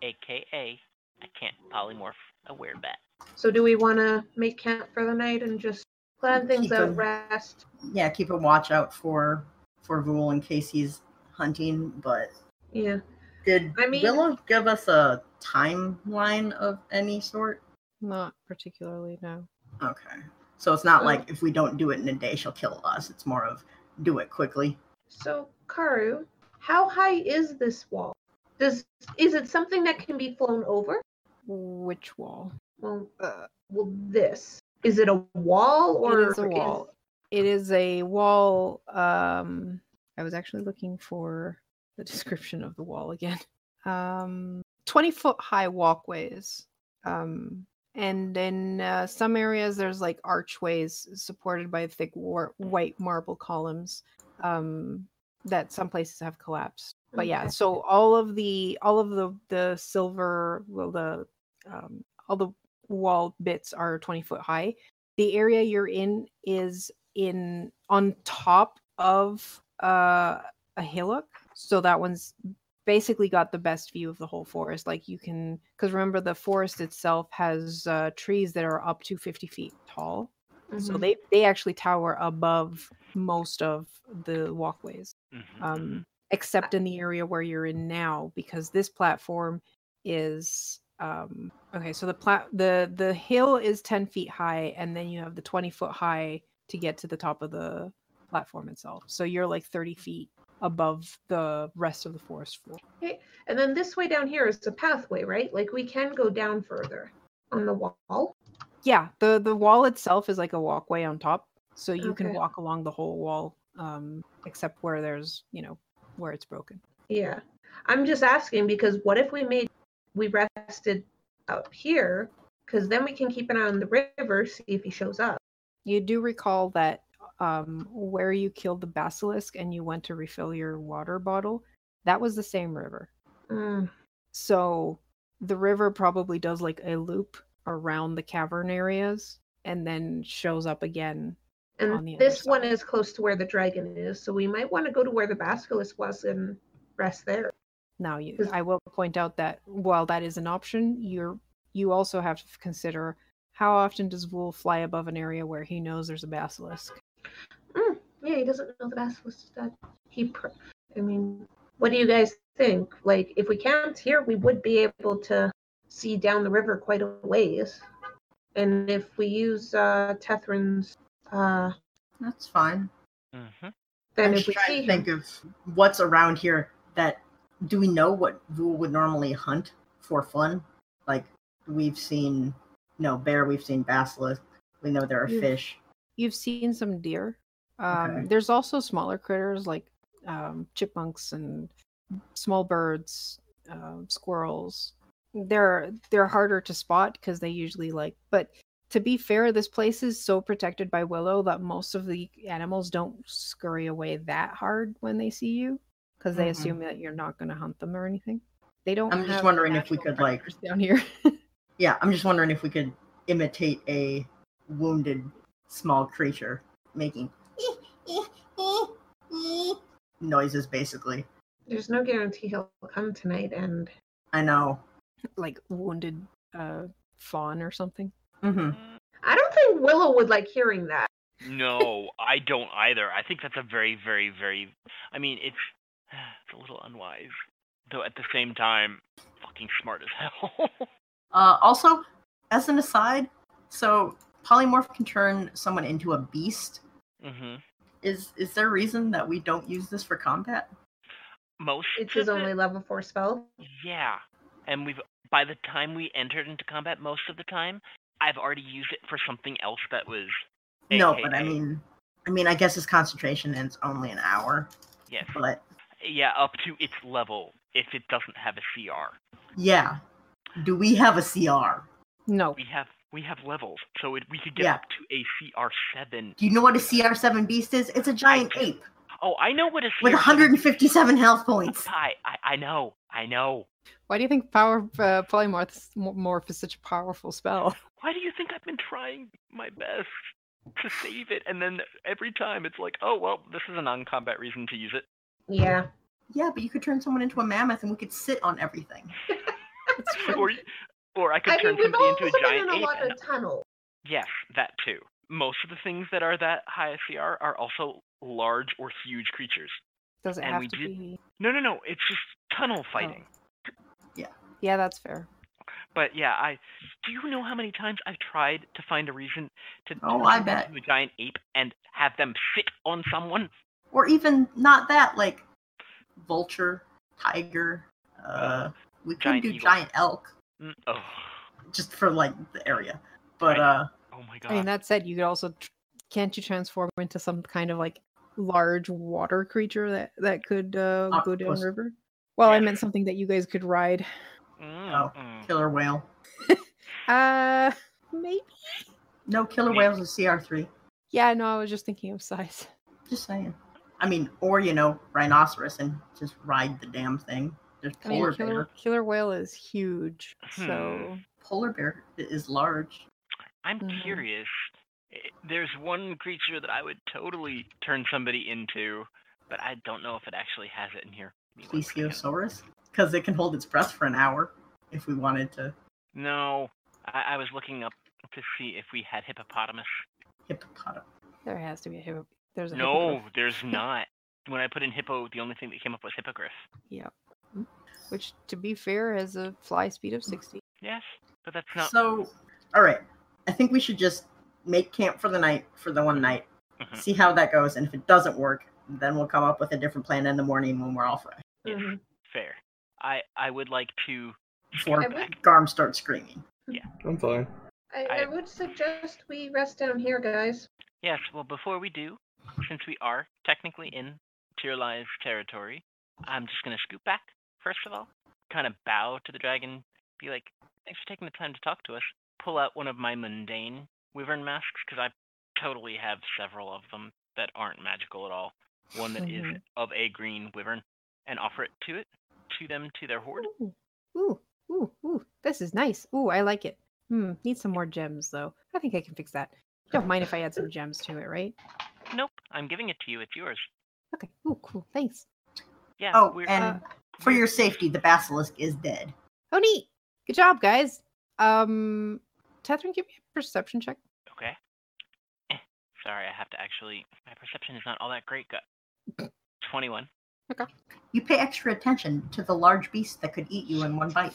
S5: aka I can't polymorph a werebat.
S3: So, do we want to make camp for the night and just plan things
S4: Keep
S3: out,
S4: him-
S3: rest,
S4: Yeah, keep a watch out for for Vul in case he's hunting, but
S3: Yeah.
S4: Did
S3: I mean-
S4: Willow give us a timeline of any sort?
S1: Not particularly, no.
S4: Okay. So it's not
S3: Oh.
S4: like if we don't do it in a day, she'll kill us. It's more of do it quickly.
S3: So, Karu, how high is this wall? Does is it something that can be flown over?
S1: Which wall?
S3: Well,
S1: Uh,
S3: well, this is it a wall or
S1: it is a wall. It is a wall. Um, I was actually looking for the description of the wall again. Um, twenty foot high walkways. Um, and in uh, some areas, there's like archways supported by thick war- white marble columns um, that some places have collapsed. But yeah,
S3: Okay.
S1: so all of the all of the the silver, well, the um, all the wall bits are twenty foot high, the area you're in is in on top of uh, a hillock so that one's basically got the best view of the whole forest like you can because remember the forest itself has uh, trees that are up to 50 feet tall so
S3: Mhm.
S1: they they actually tower above most of the walkways
S5: Mhm, mhm.
S1: um, except in the area where you're in now, because this platform is um, okay. So the plat the the hill is ten feet high, and then you have the twenty foot high to get to the top of the platform itself. So you're like thirty feet above the rest of the forest floor.
S3: And then this way down here is the pathway, right? Like we can go down further on the wall.
S1: Yeah, the the wall itself is like a walkway on top, so you can
S3: Okay.
S1: walk along the whole wall, um, except where there's you know where it's broken.
S3: Yeah. I'm just asking because what if we made we rested up here? Because then we can keep an eye on the river, see if he shows up.
S1: You do recall that um, where you killed the basilisk and you went to refill your water bottle, that was the same river.
S3: Mm,
S1: So the river probably does like a loop around the cavern areas and then shows up again. On the
S3: And
S1: other
S3: this one
S1: side.
S3: is close to where the dragon is, so we might want to go to where the basilisk was and rest there.
S1: Now you
S3: Is-
S1: I will point out that while that is an option, you're you also have to consider how often does Wool fly above an area where he knows there's a basilisk?
S3: Yeah, he doesn't know the basilisk is dead. He, pr- I mean, what do you guys think? Like, if we camped here, we would be able to see down the river quite a ways. And if we use uh, Tethrin's, uh,
S4: That's fine.
S5: Mm-hmm.
S3: then
S4: I'm
S3: if
S4: just
S3: we
S4: trying
S3: see
S4: to
S3: him,
S4: think of what's around here that do we know what Vul would normally hunt for fun? Like we've seen no bear, we've seen basilisk, we know there are
S1: Yeah.
S4: fish.
S1: You've seen some deer. Um,
S4: Okay.
S1: There's also smaller critters like um, chipmunks and small birds, um, squirrels. They're they're harder to spot because they usually like. But to be fair, this place is so protected by willow that most of the animals don't scurry away that hard when they see you because they
S4: Mhm.
S1: assume that you're not going to hunt them or anything. They don't.
S4: I'm just
S1: have
S4: wondering if we
S1: natural
S4: could, like-
S1: predators down here.
S4: Yeah, I'm just wondering if we could imitate a wounded small creature making noises basically.
S3: there's no guarantee he'll come tonight. And
S4: I know.
S1: like wounded uh, fawn or something.
S4: hmm
S3: I don't think Willow would like hearing that.
S5: No, I don't either. I think that's a very, very, very. I mean, it's it's a little unwise, though at the same time, fucking smart as hell.
S4: Uh, also, as an aside, so polymorph can turn someone into a beast.
S5: hmm
S4: Is is there a reason that we don't use this for combat?
S5: Most.
S3: It's his
S5: of
S3: only
S5: it-
S3: level four spell.
S5: Yeah, and we've by the time we entered into combat, most of the time, I've already used it for something else that was.
S4: No, but I
S5: AKA.
S4: mean, I mean, I guess it's concentration and it's only an hour.
S5: Yes.
S4: But
S5: Yeah, up to its level if it doesn't have a CR.
S4: yeah, do we have a CR?
S1: No,
S5: We have we have levels, so it, we could get
S4: Yeah.
S5: up to a CR seven.
S4: Do you know what a CR7 beast is? It's a giant
S5: do.
S4: ape
S5: Oh, I know what a CR
S4: with 157 health points.
S5: Hi, I, I know, I know.
S1: Why do you think power uh, polymorph is- morph is such a powerful spell?
S5: Why do you think I've been trying my best to save it, and then every time it's like, oh well, this is a non-combat reason to use it.
S3: Yeah.
S4: Yeah, but you could turn someone into a mammoth and we could sit on everything.
S1: It's
S5: or, y- or I could
S3: I
S5: turn
S3: mean, we've
S5: somebody
S3: also
S5: into a
S3: been
S5: giant
S3: in a
S5: ape.
S3: lot
S5: and-
S3: of tunnels.
S5: Yes, that too. Most of the things that are that high CR are also large or huge creatures.
S1: Does it
S5: And
S1: have
S5: we
S1: to
S5: did-
S1: be?
S5: No, no, no. It's just tunnel
S3: Oh.
S5: fighting.
S1: Yeah, that's fair.
S5: But yeah, I do you know how many times I've tried to find a reason to
S4: Oh,
S5: turn
S4: I
S5: someone
S4: bet.
S5: into a giant ape and have them sit on someone?
S4: Or even not that, like vulture, tiger. Uh, we could
S5: Giant
S4: do
S5: eagle.
S4: giant elk
S5: Mm, Oh,
S4: just for like the area. But
S5: Right.
S4: uh,
S5: oh my
S1: I mean,
S5: god.
S1: that said, you could also tr- can't you transform into some kind of like large water creature that that could uh, go
S4: Octopus.
S1: downriver? Well, I
S5: Yeah.
S1: meant something that you guys could ride.
S5: Mm,
S4: Oh.
S5: mm.
S4: killer whale.
S1: Uh, maybe.
S4: No, killer
S5: Maybe.
S4: whales is CR3.
S1: Yeah, no, I was just thinking of size.
S4: Just saying. I mean, or you know, rhinoceros and just ride the damn thing. There's
S1: I mean,
S4: polar
S1: killer,
S4: bear.
S1: killer whale is huge,
S5: Hmm.
S1: so
S4: Polar bear is large.
S5: I'm
S1: Mhm.
S5: curious. I- There's one creature that I would totally turn somebody into, but I don't know if it actually has it in here. Give me one second.
S4: Plesiosaurus, because it can hold its breath for an hour if we wanted to.
S5: No, I, I was looking up to see if we had hippopotamus.
S4: Hippopotamus.
S1: there has to be a hippo. There's a
S5: No,
S1: hippogriff,
S5: there's not. When I put in hippo, the only thing that came up was hippogriff.
S1: which, to be fair, has a fly speed
S5: Hmm.
S1: of sixty.
S5: Yes, but that's not.
S4: So, all right. I think we should just make camp for the night for the one night,
S5: Mhm.
S4: see how that goes, and if it doesn't work, Then we'll come up with a different plan in the morning when we're all fresh.
S5: Yeah.
S3: Mhm.
S5: Fair. I I would like to
S4: Before
S3: I would-
S4: Garm starts screaming.
S2: I'm fine.
S3: I,
S5: I-
S3: I would suggest we rest down here, guys.
S5: Yes, well, before we do, since we are technically in Tirlai's territory, I'm just going to scoot back, first of all, kind of bow to the dragon, be like, thanks for taking the time to talk to us, pull out one of my mundane wyvern masks, because I totally have several of them that aren't magical at all, one that is
S4: Mm-hmm.
S6: Mhm.
S5: of a green wyvern, and offer it to it, to them, to their horde.
S1: Ooh, ooh, ooh, ooh. This is nice. Ooh, I like it. Hmm. Need some more gems though. I think I can fix that. Don't mind if I add some gems to it, right?
S5: Nope, I'm giving it to you, it's yours.
S1: Okay. Ooh, cool. Thanks.
S5: Yeah,
S4: Oh,
S5: we're, uh,
S4: and for your safety, the basilisk is dead.
S1: Oh, neat. Good job, guys. Um, Catherine, give me a perception check.
S5: okay. Eh, sorry, I have to actually, my perception is not all that great, gu- 21.
S4: You pay extra attention to the large beast that could eat you in one bite.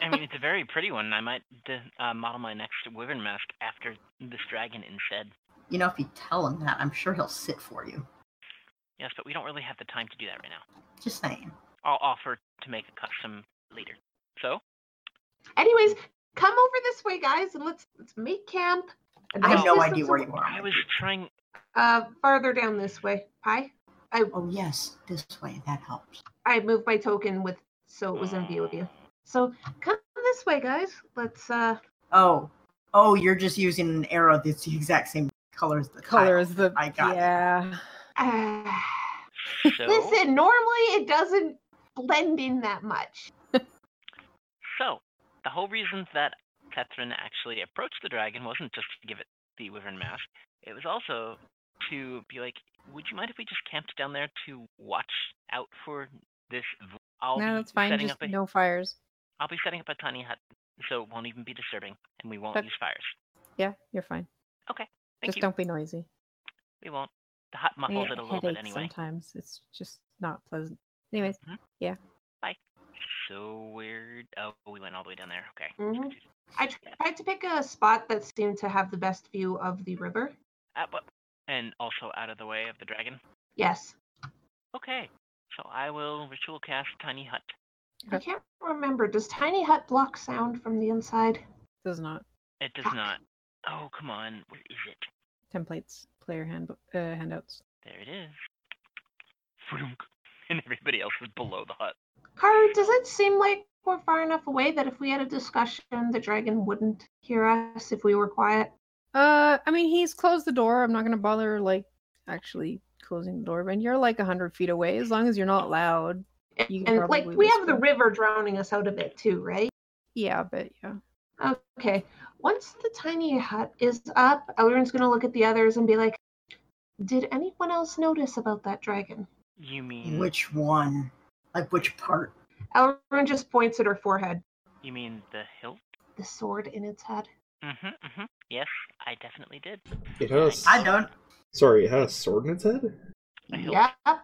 S5: I mean, it's a very pretty one. I might de- uh, model my next wyvern mask after this dragon instead.
S4: You know, if you tell him that, I'm sure he'll sit for you.
S5: Yes, but we don't really have the time to do that right now.
S4: Just saying.
S5: I'll offer to make a custom later. So,
S3: Anyways, come over this way, guys, and let's let's make camp.
S4: I have
S5: Oh.
S4: no
S3: This
S4: idea
S3: is
S4: where
S3: a-
S4: you are.
S5: I was trying.
S3: Uh, farther down this way. Hi. I
S4: Oh yes, this way. That helps.
S3: I moved my token with so it was in view of you. So come this way, guys. Let's uh
S4: Oh, oh, you're just using an arrow that's the exact same color as the
S1: Color
S4: tile.
S1: is the
S4: I got it.
S1: yeah.
S3: Uh,
S5: So,
S3: Listen, normally it doesn't blend in that much.
S5: so the whole reason that Catherine actually approached the dragon wasn't just to give it the wyvern mask. It was also to be like, "Would you mind if we just camped down there to watch out for this?" v- I'll
S1: no,
S5: be
S1: that's fine.
S5: setting
S1: Just
S5: up a
S1: no fires.
S5: I'll be setting up a tiny hut, so it won't even be disturbing, and we won't
S1: That-
S5: use fires.
S1: Yeah, you're fine.
S5: Thank
S1: just
S5: you.
S1: don't be noisy.
S5: We won't. The hot
S1: I
S5: muffles
S1: get
S5: it a little bit
S1: headaches
S5: anyway.
S1: Sometimes it's just not pleasant. Anyways,
S5: So weird. Oh, we went all the way down there. Okay.
S1: Mm-hmm.
S3: Mhm. I tried to pick a spot that seemed to have the best view of the river.
S5: Uh, but- and also out of the way of the dragon.
S3: Yes.
S5: Okay. So I will ritual cast tiny hut.
S3: I can't remember. Does Tiny Hut block sound from the inside?
S1: does not
S5: It does
S3: Fuck.
S5: not. Oh come on. Where is it?
S1: templates player handbook uh, handouts.
S5: There it is. Vroom. And everybody else is below the hut.
S3: Kara, does it seem like we're far enough away that if we had a discussion, the dragon wouldn't hear us if we were quiet?
S1: Uh, I mean, he's closed the door. I'm not gonna bother like actually closing the door. But you're like hundred feet away. As long as you're not loud. You can
S3: And like
S1: probably
S3: we have the
S1: whisper.
S3: river drowning us out of it too, right?
S1: Yeah, but yeah.
S3: Okay. Once the tiny hut is up, Elrin's gonna look at the others and be like, "Did anyone else notice about that dragon?"
S5: You mean
S4: Which one? Like which part?
S3: Elrin just points at her forehead,
S5: you mean the hilt?
S3: the sword in its head.
S5: Mm-hmm. Mm-hmm. Yes, I definitely did.
S2: It has.
S4: I don't.
S2: Sorry, it had a sword in its head?
S5: A hilt.
S3: Yep.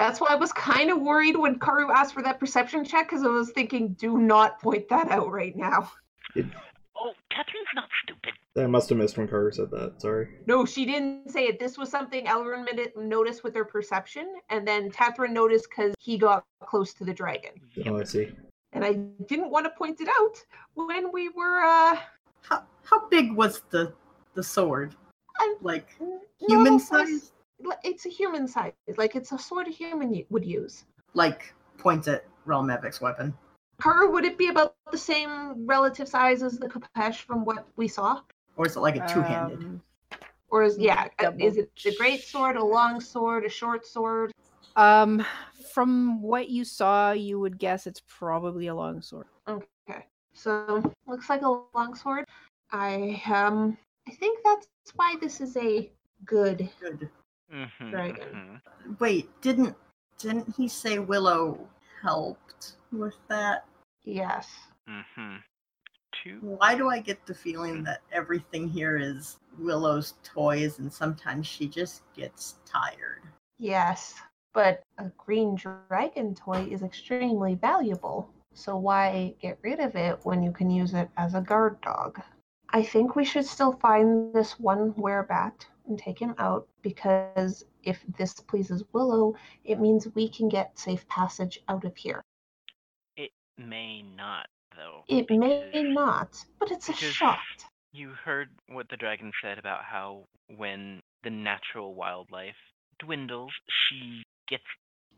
S3: That's why I was kind of worried when Karu asked for that perception check because I was thinking, "Do not point that out right now."
S5: Oh, Catherine's not stupid.
S2: I must have missed when Carter said that. Sorry.
S3: No, she didn't say it. This was something Elrin mini- noticed with her perception, and then Catherine noticed because he got close to the dragon.
S2: Oh, I see.
S3: And I didn't want to point it out when we were uh
S4: How, how big was the the sword?
S3: I-
S4: Like
S3: n-
S4: human
S3: normal size-
S4: size?
S3: li- It's a human size. Like it's a sword a human y- would use.
S4: Like points at Realm Epic's weapon.
S3: Her would it be about the same relative size as the Kapesh from what we saw?
S4: Or is it like a two-handed?
S1: Um,
S3: Or is yeah, uh,
S1: Double
S3: is it a great sword, a long sword, a short sword?
S1: um, from what you saw, you would guess it's probably a long sword.
S3: So looks like a long sword. I um I think that's why this is a good
S4: Good.
S5: Mm-hmm,
S3: Dragon.
S4: Wait, didn't didn't he say Willow helped with that?
S3: yes.
S5: Mm-hmm. Mm-hmm. Two.
S4: Why do I get the feeling that everything here is Willow's toys and sometimes she just gets tired?
S3: Yes. But a green dragon toy is extremely valuable. So why get rid of it when you can use it as a guard dog? I think we should still find this one werebat and take him out because if this pleases Willow, it means we can get safe passage out of here.
S5: May not, though.
S3: It may
S5: because-
S3: not, but it's a
S5: because-
S3: shot.
S5: You heard what the dragon said about how when the natural wildlife dwindles, she gets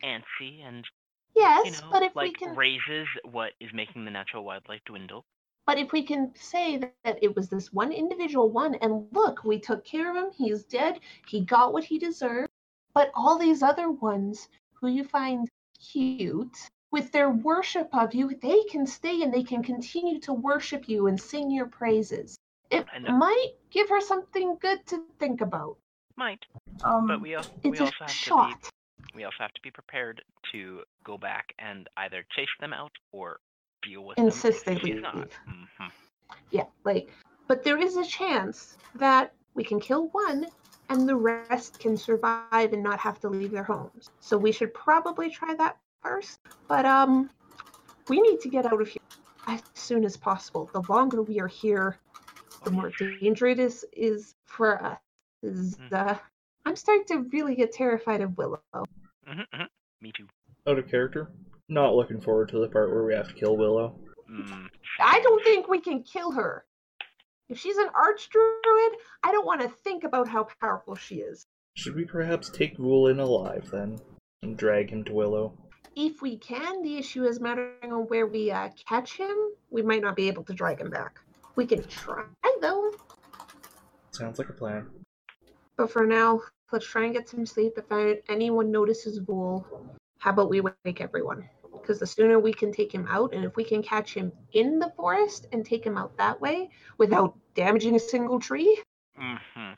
S5: antsy and
S3: Yes,
S5: you know
S3: but if
S5: like
S3: we can
S5: raises what is making the natural wildlife dwindle.
S3: But if we can say that it was this one individual one, and look, we took care of him, he's dead, he got what he deserved. But all these other ones who you find cute, with their worship of you, they can stay and they can continue to worship you and sing your praises. It
S5: I know.
S3: might give her something good to think about.
S5: Might,
S4: Um,
S3: Mm,
S5: but we, al- we
S3: It's
S5: also
S3: a
S5: have to
S3: shot.
S5: be we also have to be prepared to go back and either chase them out or deal with
S3: Insist
S5: them.
S3: they
S5: if she's
S3: leave.
S5: not. Mhm.
S3: Yeah, like, but there is a chance that we can kill one and the rest can survive and not have to leave their homes. So we should probably try that first. But, um, we need to get out of here as soon as possible. The longer we are here, the more danger it is, is for us. Is,
S5: Mm.
S3: uh, I'm starting to really get terrified of Willow.
S5: Mhm, mhm. Me too.
S2: Out of character. Not looking forward to the part where we have to kill Willow.
S5: Mm,
S3: I don't think we can kill her. If she's an arch druid, I don't want to think about how powerful she is.
S2: Should we perhaps take Rulin alive then? And drag him to Willow?
S3: if we can, the issue is mattering on where we uh, catch him. We might not be able to drag him back. We can try though,
S2: Sounds like a plan.
S3: but for now, let's try and get some sleep. If I, anyone notices Wool, how about we wake everyone? Because the sooner we can take him out, and if we can catch him in the forest and take him out that way without damaging a single tree,
S5: mhm.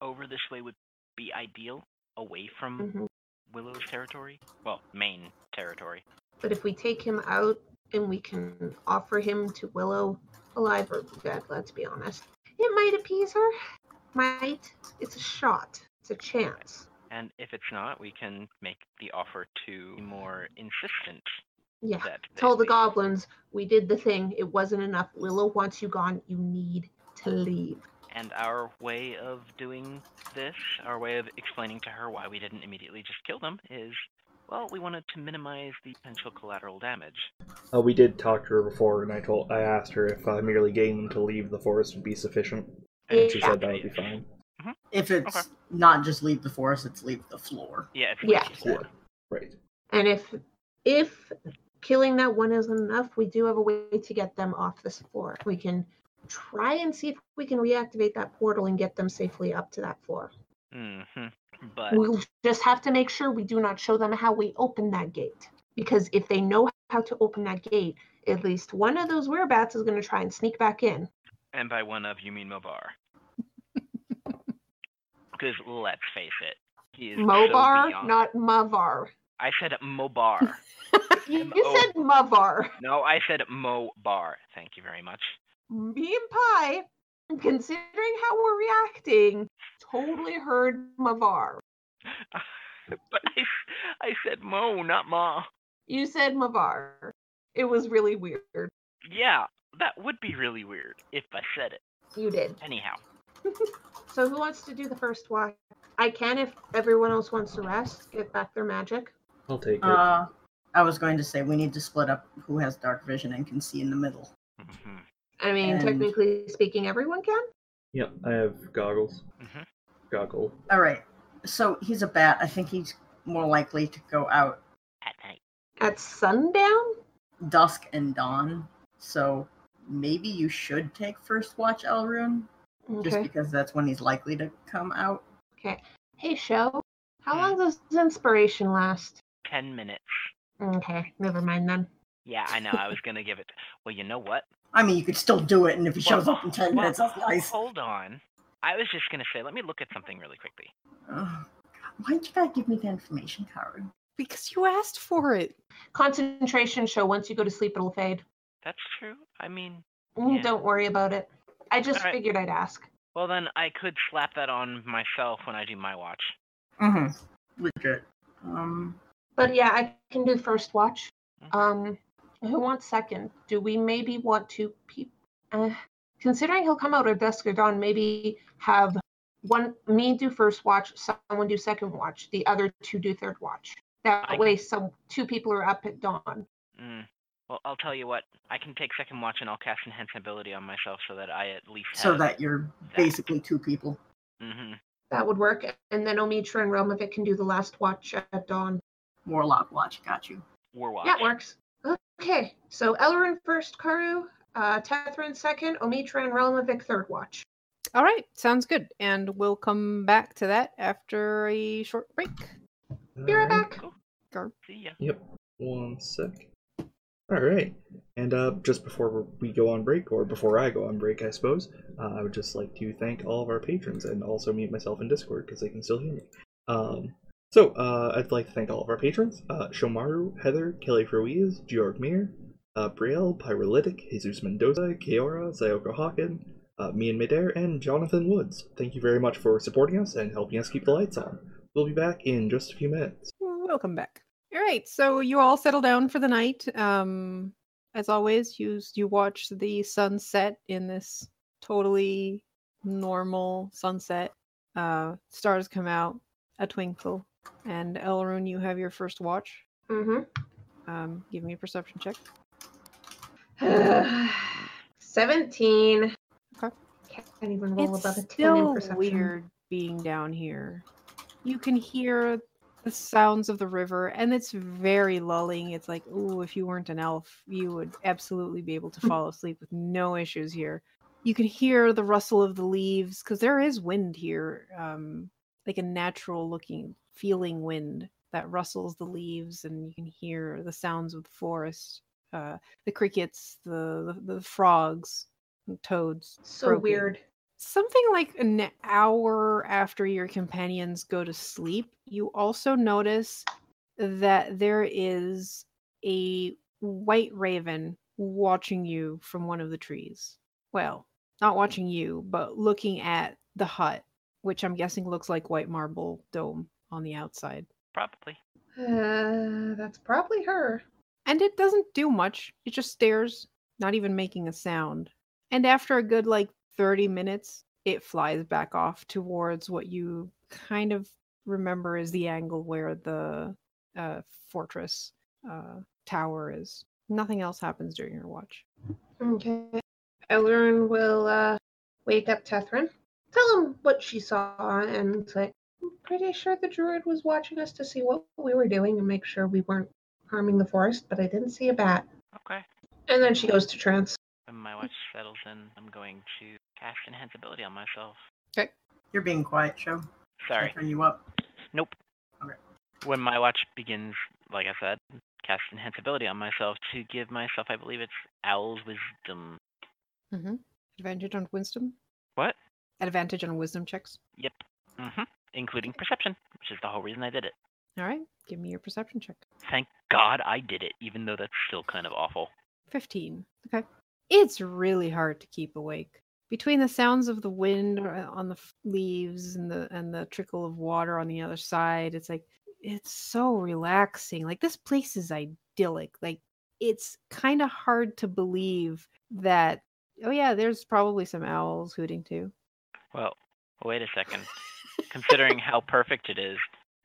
S5: Over this way would be ideal, away from
S3: mhm.
S5: Willow's territory? Well, main territory.
S3: But if we take him out and we can offer him to Willow alive or dead, let's be honest, it might appease her. Might. It's a shot. It's a chance.
S5: And if it's not, we can make the offer to be more insistent
S3: Yeah.
S5: that. they
S3: Tell the
S5: leave.
S3: goblins we did the thing. It wasn't enough. Willow wants you gone. You need to leave.
S5: And our way of doing this, our way of explaining to her why we didn't immediately just kill them, is well, we wanted to minimize the potential collateral damage.
S2: Uh, we did talk to her before, and I told I asked her if uh, merely getting them to leave the forest would be sufficient, and she said that would be fine.
S4: if it's
S5: Okay.
S4: not just leave the forest, it's leave the floor.
S5: Yeah, it's
S3: Yeah.
S5: leaky floor.
S2: Right.
S3: And if if killing that one isn't enough, we do have a way to get them off this floor. We can try and see if we can reactivate that portal and get them safely up to that floor.
S5: Mhm. But
S3: We'll just have to make sure we do not show them how we open that gate. Because if they know how to open that gate, at least one of those werebats is going to try and sneak back in.
S5: and by one of you mean Mobar. Because let's face it, he is so
S3: Mobar,
S5: beyond-
S3: not Mavar.
S5: I said Mobar.
S3: You,
S5: M-O-
S3: you said Mavar.
S5: no, I said Mobar. Thank you very much.
S3: Me and Pi, considering how we're reacting, totally heard Mavar.
S5: but I, I said Mo, not Ma.
S3: You said Mavar. It was really weird.
S5: Yeah, that would be really weird if I said it.
S3: You did.
S5: Anyhow,
S3: So who wants to do the first watch? I can if everyone else wants to rest, get back their magic.
S2: I'll take it.
S4: Uh, I was going to say we need to split up who has dark vision and can see in the middle. Mm-hmm.
S5: Mhm,
S3: I mean,
S4: And-
S3: technically speaking, everyone can.
S2: Yep, I have goggles.
S5: mhm.
S2: Goggle.
S4: All right. So he's a bat. I think he's more likely to go out
S5: at night.
S3: At sundown?
S4: dusk and dawn. So maybe you should take first watch, Elrune, just
S3: Okay.
S4: because that's when he's likely to come out.
S3: Hey, show. How
S5: Hmm.
S3: long does inspiration last?
S5: Ten minutes.
S3: Okay, never mind then.
S5: Yeah, I know. I was gonna give it. Well, you know what?
S4: I mean, you could still do it, and if he shows up in ten
S5: Well,
S4: minutes, that's nice.
S5: Hold on. I was just gonna say. Let me look at something really quickly.
S4: Ugh, God, why did you gotta give me the information card?
S1: Because you asked for it.
S3: Concentration show. Once you go to sleep, it'll fade.
S5: That's true. I mean,
S3: Mm,
S5: Yeah.
S3: Don't worry about it. I just
S5: Alright.
S3: figured I'd ask.
S5: well then I could slap that on myself when I do my watch.
S4: Mm-hmm. Legit. Um,
S3: But yeah, I can do first watch.
S5: Mhm.
S3: Um, who wants second? Do we maybe eh, want to peep? Uh, considering he'll come out at dusk or dawn, maybe have one me do first watch, someone do second watch, the other two do third watch. That
S5: I-
S3: way, some two people are up at dawn.
S5: Mm. Well, I'll tell you what. I can take second watch and I'll cast enhance ability on myself so that I at least have
S4: so that you're basically two people.
S5: hmm
S3: That would work. And then Omitra and Romovic can do the last watch at dawn.
S4: Warlock watch got you.
S5: Warwatch.
S3: That works. Okay, so Elrin first, Karu, uh, Tethrin second, Omitra and Romovic third watch.
S1: All right, sounds good. And we'll come back to that after a short break.
S3: Be right
S2: Alright.
S3: back.
S5: See ya.
S2: Yep. One sec. All right. And uh, just before we go on break, or before I go on break, I suppose, uh, I would just like to thank all of our patrons and also mute myself in Discord because they can still hear me. Um, so uh, I'd like to thank all of our patrons uh, Shomaru, Heather, Kelly Ruiz, Georg Mir, uh, Brielle, Pyrolytic, Jesus Mendoza, Kiora, Sayoko Hawken, uh, me and Midair, and Jonathan Woods. Thank you very much for supporting us and helping us keep the lights on. We'll be back in just a few minutes.
S1: Welcome back. All right, so you all settle down for the night. Um, as always, you s- you watch the sunset in this totally normal sunset. Uh, stars come out, a twinkle, and Elrune, you have your first watch. Um, give me a perception check.
S3: Mm-hmm. Seventeen.
S1: Okay.
S3: Can't even roll
S1: It's
S3: above a ten in
S1: still
S3: perception.
S1: weird being down here. You can hear the sounds of the river, and it's very lulling. It's like, ooh, if you weren't an elf, you would absolutely be able to fall asleep with no issues here. You can hear the rustle of the leaves because there is wind here, um, like a natural looking, feeling wind that rustles the leaves, and you can hear the sounds of the forest, uh, the crickets, the, the, the frogs, and toads
S3: So
S1: croaking.
S3: weird.
S1: something like an hour after your companions go to sleep, you also notice that there is a white raven watching you from one of the trees. Well, not watching you, but looking at the hut, which I'm guessing looks like white marble dome on the outside.
S5: Probably.
S3: Uh, that's probably her.
S1: And it doesn't do much. It just stares, not even making a sound. And after a good like 30 minutes, it flies back off towards what you kind of remember is the angle where the uh, fortress uh, tower is. Nothing else happens during your watch.
S3: Okay. Elrin will uh, wake up Tethrin, tell him what she saw, and say, I'm pretty sure the druid was watching us to see what we were doing and make sure we weren't harming the forest, but I didn't see a bat.
S5: Okay.
S3: And then she goes to trance.
S5: When my watch settles in, I'm going to cast enhance ability on myself.
S4: You're being quiet, show.
S5: Sorry.
S4: I turn you up.
S5: Nope.
S4: Okay.
S5: When my watch begins, like I said, cast enhance ability on myself to give myself, I believe it's Owl's Wisdom.
S1: Advantage on wisdom?
S5: What?
S1: Advantage on wisdom checks.
S5: Yep.
S4: Mm-hmm.
S5: hmm Including perception, which is the whole reason I did it.
S1: All right, give me your perception check.
S5: Thank God I did it, even though that's still kind of awful.
S1: 15. Okay. It's really hard to keep awake. Between the sounds of the wind or- uh, on the f- leaves and the and the trickle of water on the other side, it's like it's so relaxing. Like this place is idyllic. Like it's kind of hard to believe that oh yeah, there's probably some owls hooting too.
S5: Well, wait a second. Considering how perfect it is,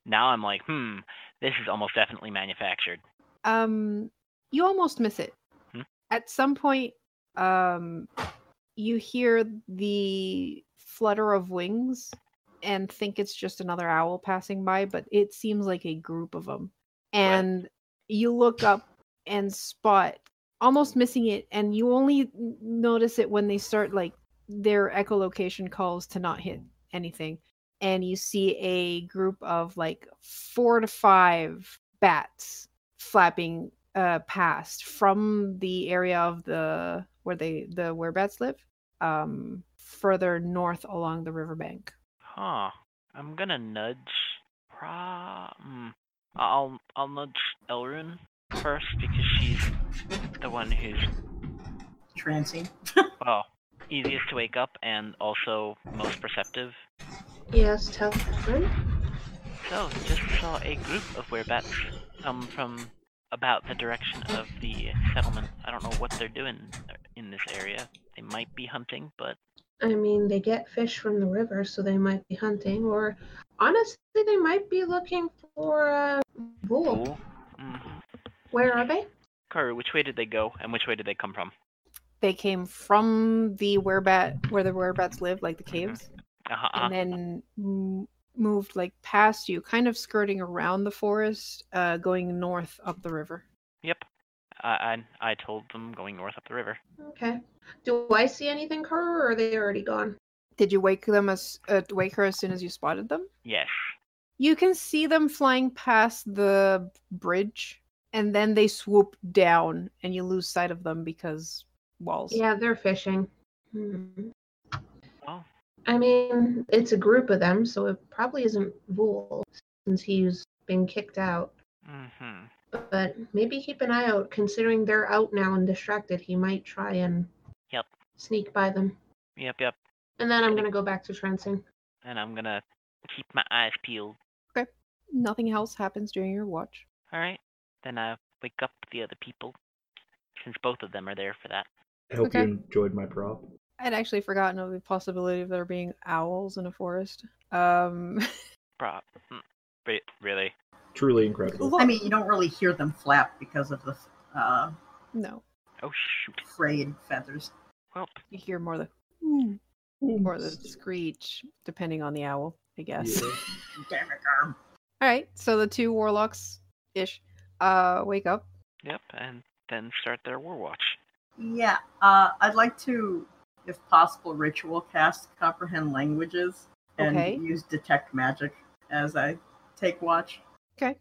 S5: now I'm like, hmm, this is almost definitely manufactured.
S1: um you almost miss it
S5: Hmm?
S1: at some point um you hear the flutter of wings and think it's just another owl passing by but it seems like a group of them and you look up and spot almost missing it and you only n- notice it when they start like their echolocation calls to not hit anything and you see a group of like four to five bats flapping uh past from the area of the where they the where bats live um further north along the riverbank
S5: Huh. I'm gonna nudge. Pro. hmm. I'll I'll nudge Elrune first because she's the one who's
S4: Trancing.
S5: well easiest to wake up and also most perceptive.
S3: Yes, Tethrin.
S5: So just saw a group of werebats come from about the direction of the settlement. I don't know what they're doing in this area. They might be hunting, but
S3: I mean, they get fish from the river, so they might be hunting, or honestly, they might be looking for a bull.
S5: Cool. Mhm.
S3: Where are they?
S5: Karu, which way did they go and which way did they come from?
S1: They came from the werebat where the werebats live, like the caves,
S5: Uh-huh. uh-huh.
S1: and then m- moved like past you, kind of skirting around the forest, uh, going north up the river.
S5: Yep. I, I I told them going north up the river.
S3: Okay. Do I see anything, Carter, or are they already gone?
S1: Did you wake them as uh, wake her as soon as you spotted them?
S5: Yes.
S1: You can see them flying past the bridge, and then they swoop down, and you lose sight of them because walls.
S3: Yeah, they're fishing. Hmm.
S5: Well,
S3: I mean, it's a group of them, so it probably isn't Vool since he's been kicked out.
S5: mm-hmm.
S3: But maybe keep an eye out, considering they're out now and distracted. He might try and
S5: Yep.
S3: sneak by them.
S5: Yep, yep.
S3: And then I'm gonna go back to trancing.
S5: And I'm gonna keep my eyes peeled.
S1: Nothing else happens during your watch.
S5: All right. Then I wake up the other people, since both of them are there for that.
S2: I hope
S1: Okay.
S2: you enjoyed my prop.
S1: I'd actually forgotten of the possibility of there being owls in a forest. Um,
S5: Prop. Mm. Re- really?
S2: Truly incredible.
S4: I mean, you don't really hear them flap because of the uh,
S1: no,
S5: Oh shoot.
S4: frayed feathers.
S5: Well,
S1: you hear more the "Hmm" or the screech, depending on the owl, I guess.
S2: Yeah.
S4: Damn it, girl.
S1: All right, so the two warlocks ish uh, wake up.
S5: yep. And then start their war watch.
S4: Yeah, uh, I'd like to, if possible, ritual cast comprehend languages and
S1: Okay.
S4: use detect magic as I take watch.
S2: I'm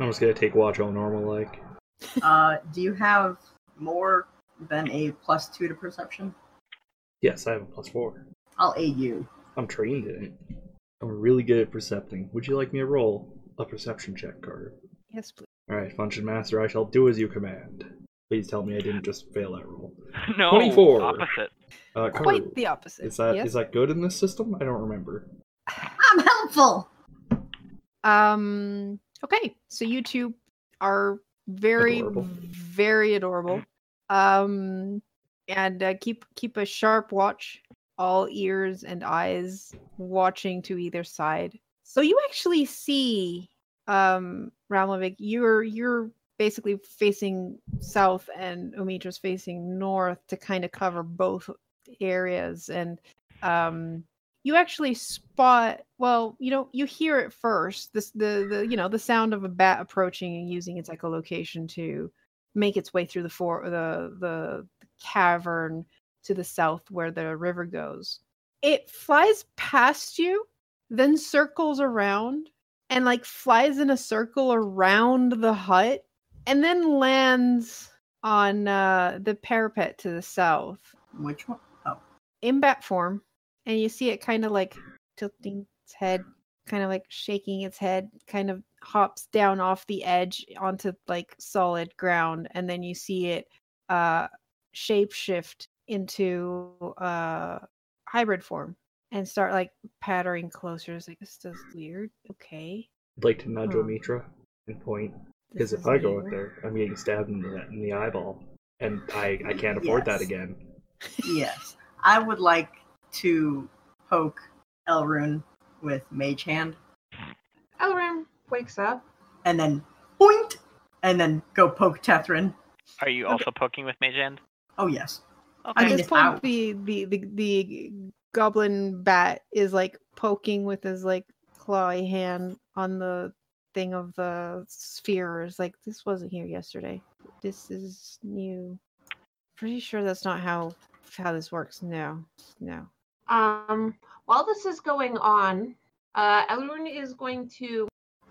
S2: just gonna take watch all normal like.
S4: Uh, do you have more than a plus two to perception?
S2: Yes, I have a plus four.
S4: I'll aid you.
S2: I'm trained in it. I'm really good at percepting. Would you like me to roll a perception check, Carter?
S1: Yes, please.
S2: Alright, Function Master, I shall do as you command. Please tell me I didn't just fail that roll.
S5: no.
S2: 24.
S5: Opposite.
S2: Uh, Carter,
S1: Quite the opposite.
S2: is that is
S1: yes?
S2: that good in this system? I don't remember.
S4: I'm helpful.
S1: Um. Okay, so you two are very,
S2: Adorable.
S1: very adorable. Um, and uh, keep keep a sharp watch, all ears and eyes, watching to either side. So you actually see, um, Ramlovic, you're you're basically facing south, and Omitra's facing north to kind of cover both areas, and um you actually spot well you know you hear it first this the the you know the sound of a bat approaching and using its echolocation to make its way through the for the the cavern to the south where the river goes it flies past you then circles around and like flies in a circle around the hut and then lands on uh the parapet to the south
S4: Which one? Oh,
S1: in bat form, and you see it kind of like tilting its head, kind of like shaking its head, kind of hops down off the edge onto like solid ground, and then you see it uh shapeshift into uh hybrid form and start like pattering closer. It's like this is weird. Okay.
S2: I'd like to nudge
S1: Huh.
S2: Omitra and point.
S1: this
S2: Because if
S1: is
S2: I go out
S1: weird."
S2: there, I'm getting stabbed in the, in the eyeball. And I, I can't afford that
S4: Yes.
S2: again.
S4: yes. I would like to poke Elrune with Mage Hand
S3: Elrim wakes up.
S4: and then point and then go poke Tethrin.
S5: Are you
S4: Okay.
S5: also poking with Mage Hand?
S4: Oh, yes.
S5: Okay.
S4: I
S1: At
S4: mean,
S1: this
S4: it's
S1: point,
S4: out.
S1: the, the the the goblin bat is like poking with his like clawy hand on the thing of the sphere. It's like this wasn't here yesterday. This is new. Pretty sure that's not how how this works. No, no.
S3: Um, while this is going on, uh, Elrune is going to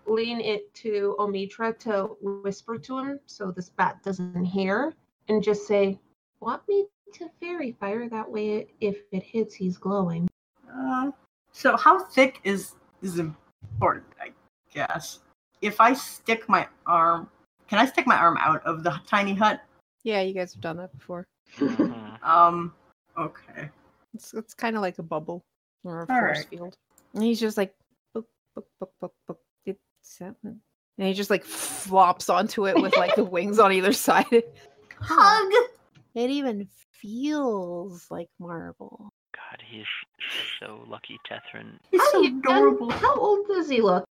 S3: lean it to Omitra to whisper to him so this bat doesn't hear and just say, Want me to fairy fire? That way, if it hits, he's glowing.
S4: Uh, so how thick is is important? I guess if I stick my arm, can I stick my arm out of the tiny hut?
S1: Yeah, you guys have done that before.
S5: Mhm.
S4: Um, okay.
S1: It's it's kind of like a bubble or a
S4: All
S1: force
S4: right.
S1: field. And he's just like, book, book, book, book, book. It's happening. And he just like flops onto it with like the wings on either side.
S4: Hug.
S1: It even feels like marble.
S5: God, God, he's so lucky, Tethrin.
S4: He's
S3: How
S4: so
S3: you- and
S4: adorable.
S3: How old does he look?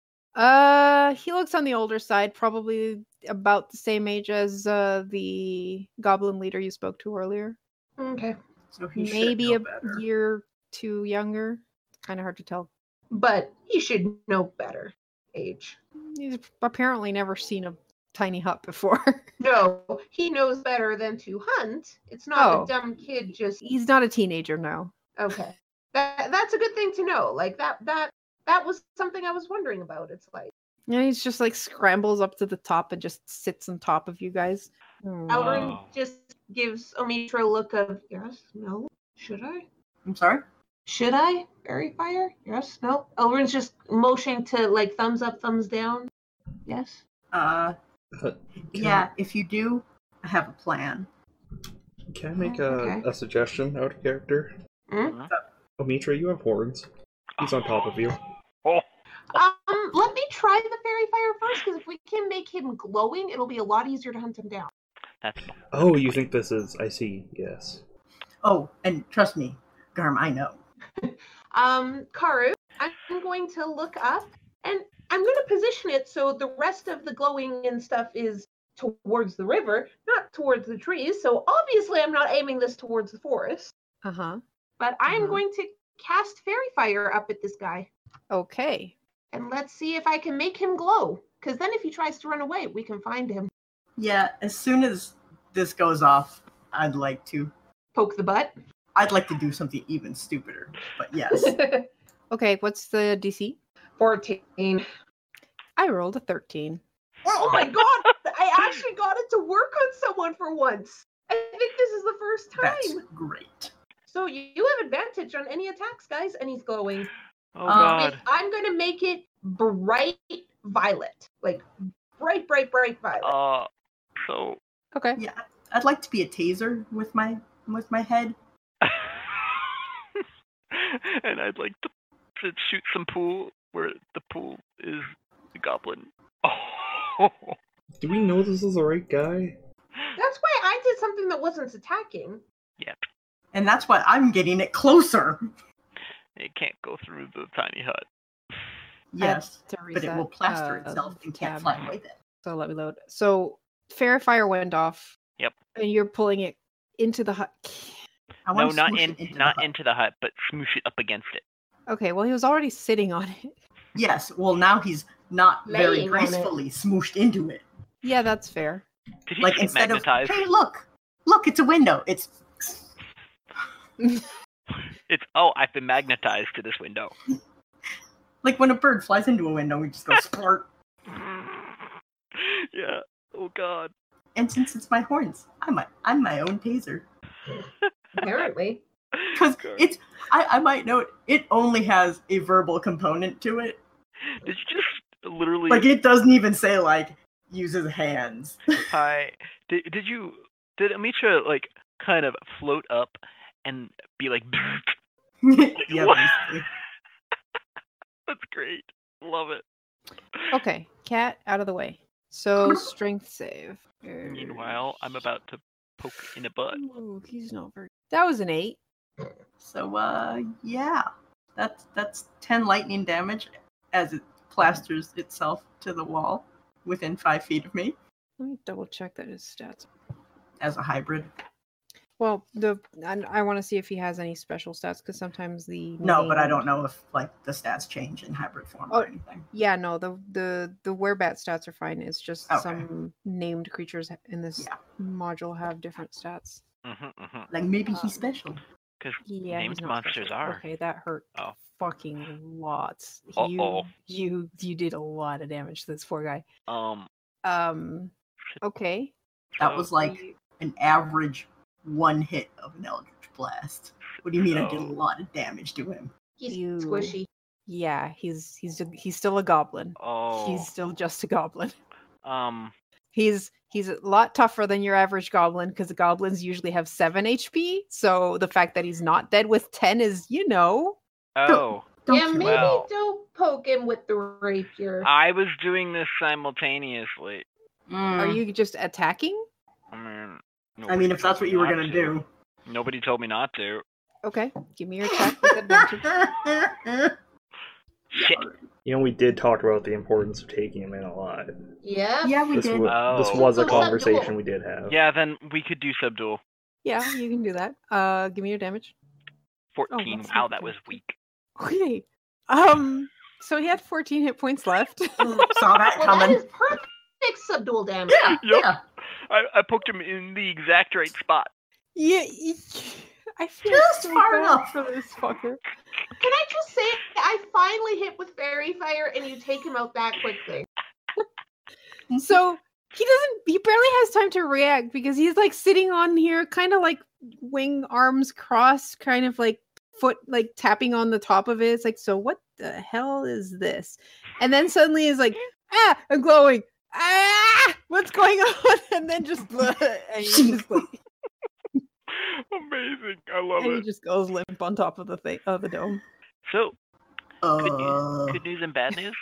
S1: Uh, he looks on the older side, probably about the same age as uh, the goblin leader you spoke to earlier.
S3: Okay.
S4: So he should
S1: Maybe
S4: know
S1: a
S4: better.
S1: year two younger. Kind of hard to tell.
S3: But he should know better age.
S1: He's apparently never seen a tiny hut before.
S3: No, he knows better than to hunt. It's not
S1: Oh.
S3: a dumb kid just
S1: He's not a teenager, no.
S3: Okay. That that's a good thing to know. Like that that that was something I was wondering about. It's like
S1: And he's just like scrambles up to the top and just sits on top of you guys.
S3: Alvin
S5: Wow.
S3: just gives Omitra a look of yes, no, should I?
S4: I'm sorry.
S3: Should I? Fairy fire? Yes, no. Elrin's just motioning to like thumbs up, thumbs down. Yes.
S4: Uh,
S2: Uh,
S4: yeah. If you do, I have a plan.
S2: Can I
S4: Oh,
S2: make a,
S3: Okay.
S2: a suggestion out of character?
S3: Hmm?
S2: Omitra, you have horns. He's on top of you.
S5: Oh,
S3: Um, let me try the fairy fire first, because if we can make him glowing, it'll be a lot easier to hunt him down.
S5: that's
S2: Oh, you think this is. I see, yes.
S4: Oh, and trust me, Garm, I know.
S3: Um, Karu, I'm going to look up and I'm going to position it so the rest of the glowing and stuff is towards the river, not towards the trees. So obviously, I'm not aiming this towards the forest,
S1: Uh huh.
S3: but I am
S1: Uh-huh.
S3: going to cast fairy fire up at this guy
S1: Okay.
S3: and let's see if I can make him glow. Because then, if he tries to run away, we can find him.
S4: Yeah. As soon as this goes off, I'd like to.
S3: Poke the butt.
S4: I'd like to do something even stupider. But yes.
S1: Okay, what's the DC?
S3: 14.
S1: I rolled a 13.
S3: Oh my god! I actually got it to work on someone for once. I think this is the first time.
S4: That's great.
S3: So you you have advantage on any attacks, guys, and he's glowing.
S5: oh
S4: Um,
S5: God.
S3: I'm gonna make it bright violet, like bright, bright, bright violet.
S5: Uh, so
S1: Okay.
S4: Yeah. I'd like to be a taser with my with my head.
S5: and I'd like to, to shoot some pool where the pool is the goblin. Oh,
S2: Do we know this is the right guy?
S3: That's why I did something that wasn't attacking.
S4: And that's why I'm getting it closer.
S5: it can't go through the tiny hut.
S4: Yes.
S1: To
S4: But it will
S1: reset,
S4: plaster
S1: uh,
S4: itself and can't
S1: tab.
S4: fly away then.
S1: So let me load. So fair fire went off.
S5: Yep.
S1: And you're pulling it into the hut.
S4: I
S5: No,
S4: want to
S5: not
S4: smoosh
S5: in,
S4: it into the
S5: not
S4: hut.
S5: into the hut, but smoosh it up against it.
S1: Okay, well he was already sitting on it.
S4: Yes. Well, now he's not very
S3: Laying on it.
S4: gracefully smooshed into it.
S1: Yeah, that's fair.
S5: Did he
S4: Like
S5: just get
S4: instead
S5: magnetized?
S4: of hey, look, look, it's a window. It's
S5: It's oh, I've been magnetized to this window.
S4: like when a bird flies into a window, we just go splurt.
S5: yeah. Oh God.
S4: And since it's my horns, I'm my I'm my own taser.
S3: Apparently,
S4: Because
S5: God.
S4: it's I, I might note it only has a verbal component to it.
S5: Did you just literally?
S4: Like it doesn't even say like uses hands.
S5: Hi. Did did you did Amitra like kind of float up and be like
S4: yeah,
S5: What?
S4: basically.
S5: that's great. Love it.
S1: Okay, cat out of the way. So strength save. Er,
S5: Meanwhile, I'm about to poke in a butt.
S1: Ooh, he's not very That was an eight.
S4: So uh yeah. That's that's ten lightning damage as it plasters itself to the wall within five feet of me
S1: Let me double check that his stats.
S4: as a hybrid.
S1: Well, the I, I want to see if he has any special stats because sometimes the
S4: No, but I
S1: named-
S4: don't know if like the stats change in hybrid form
S1: Oh,
S4: or anything.
S1: Yeah, no, the the the werebat stats are fine. It's just
S4: Okay.
S1: some named creatures ha- in this
S4: Yeah.
S1: module have different stats.
S5: Mm-hmm, mm-hmm.
S4: Like maybe
S1: Um,
S4: he's special.
S1: Yeah,
S5: Named
S1: he's not
S5: monsters
S1: special.
S5: are.
S1: Okay, that hurt.
S5: Oh.
S1: fucking lots. You
S5: Uh-oh.
S1: you you did a lot of damage to this poor guy.
S5: Um.
S1: Um, okay.
S4: That
S3: Oh,
S5: so-
S4: was like an average one hit of an Eldritch Blast. What do you mean I did a
S5: so-
S4: lot of damage to him?
S3: he's
S1: You-
S3: squishy.
S1: Yeah, he's he's a- he's still a goblin.
S5: Oh.
S1: He's still just a goblin.
S5: Um.
S1: He's he's a lot tougher than your average goblin because goblins usually have seven HP. So the fact that he's not dead with ten is, you know,
S5: Oh.
S4: Don't
S3: yeah,
S4: you-
S3: maybe
S5: Wow.
S3: don't poke him with the rapier.
S5: I was doing this simultaneously.
S1: are
S4: Mm,
S1: you just attacking?
S5: I mean.
S4: I mean, if that's what you were gonna do,
S5: Nobody told me not to.
S1: Okay, give me your check with advantage.
S5: Shit.
S2: You know, we did talk about the importance of taking him in alive.
S3: Yeah.
S4: yeah, we
S2: This,
S4: did.
S2: wa- this
S5: Oh.
S2: was a
S3: So, so-
S2: conversation we did have.
S5: Yeah, then we could do subdual.
S1: Yeah, you can do that. Uh, give me your damage.
S5: 14.
S1: that's
S5: wow,
S1: not
S5: that
S1: good.
S5: was weak.
S1: Okay. Um. So he had 14 hit points left.
S4: Mm, Saw that
S3: Well, that
S4: coming.
S3: is perfect subdual damage.
S4: Yeah,
S5: Yup.
S4: yeah.
S5: I, I poked him in the exact right spot.
S1: yeah. y- I feel
S4: Just
S1: so
S4: far
S1: bad
S4: enough.
S1: for this fucker.
S3: Can I just say I finally hit with fairy fire and you take him out that quickly?
S1: So he doesn't. He barely has time to react because he's like sitting on here, kind of like wing arms crossed, kind of like foot like tapping on the top of it. It's like, so what the hell is this? And then suddenly he's like, ah, I'm glowing. Ah, what's going on? And then just, and he just like
S5: Amazing. I love
S1: and he
S5: it.
S1: just goes limp on top of the thing of the dome.
S5: So,
S4: Uh,
S5: good news and bad news.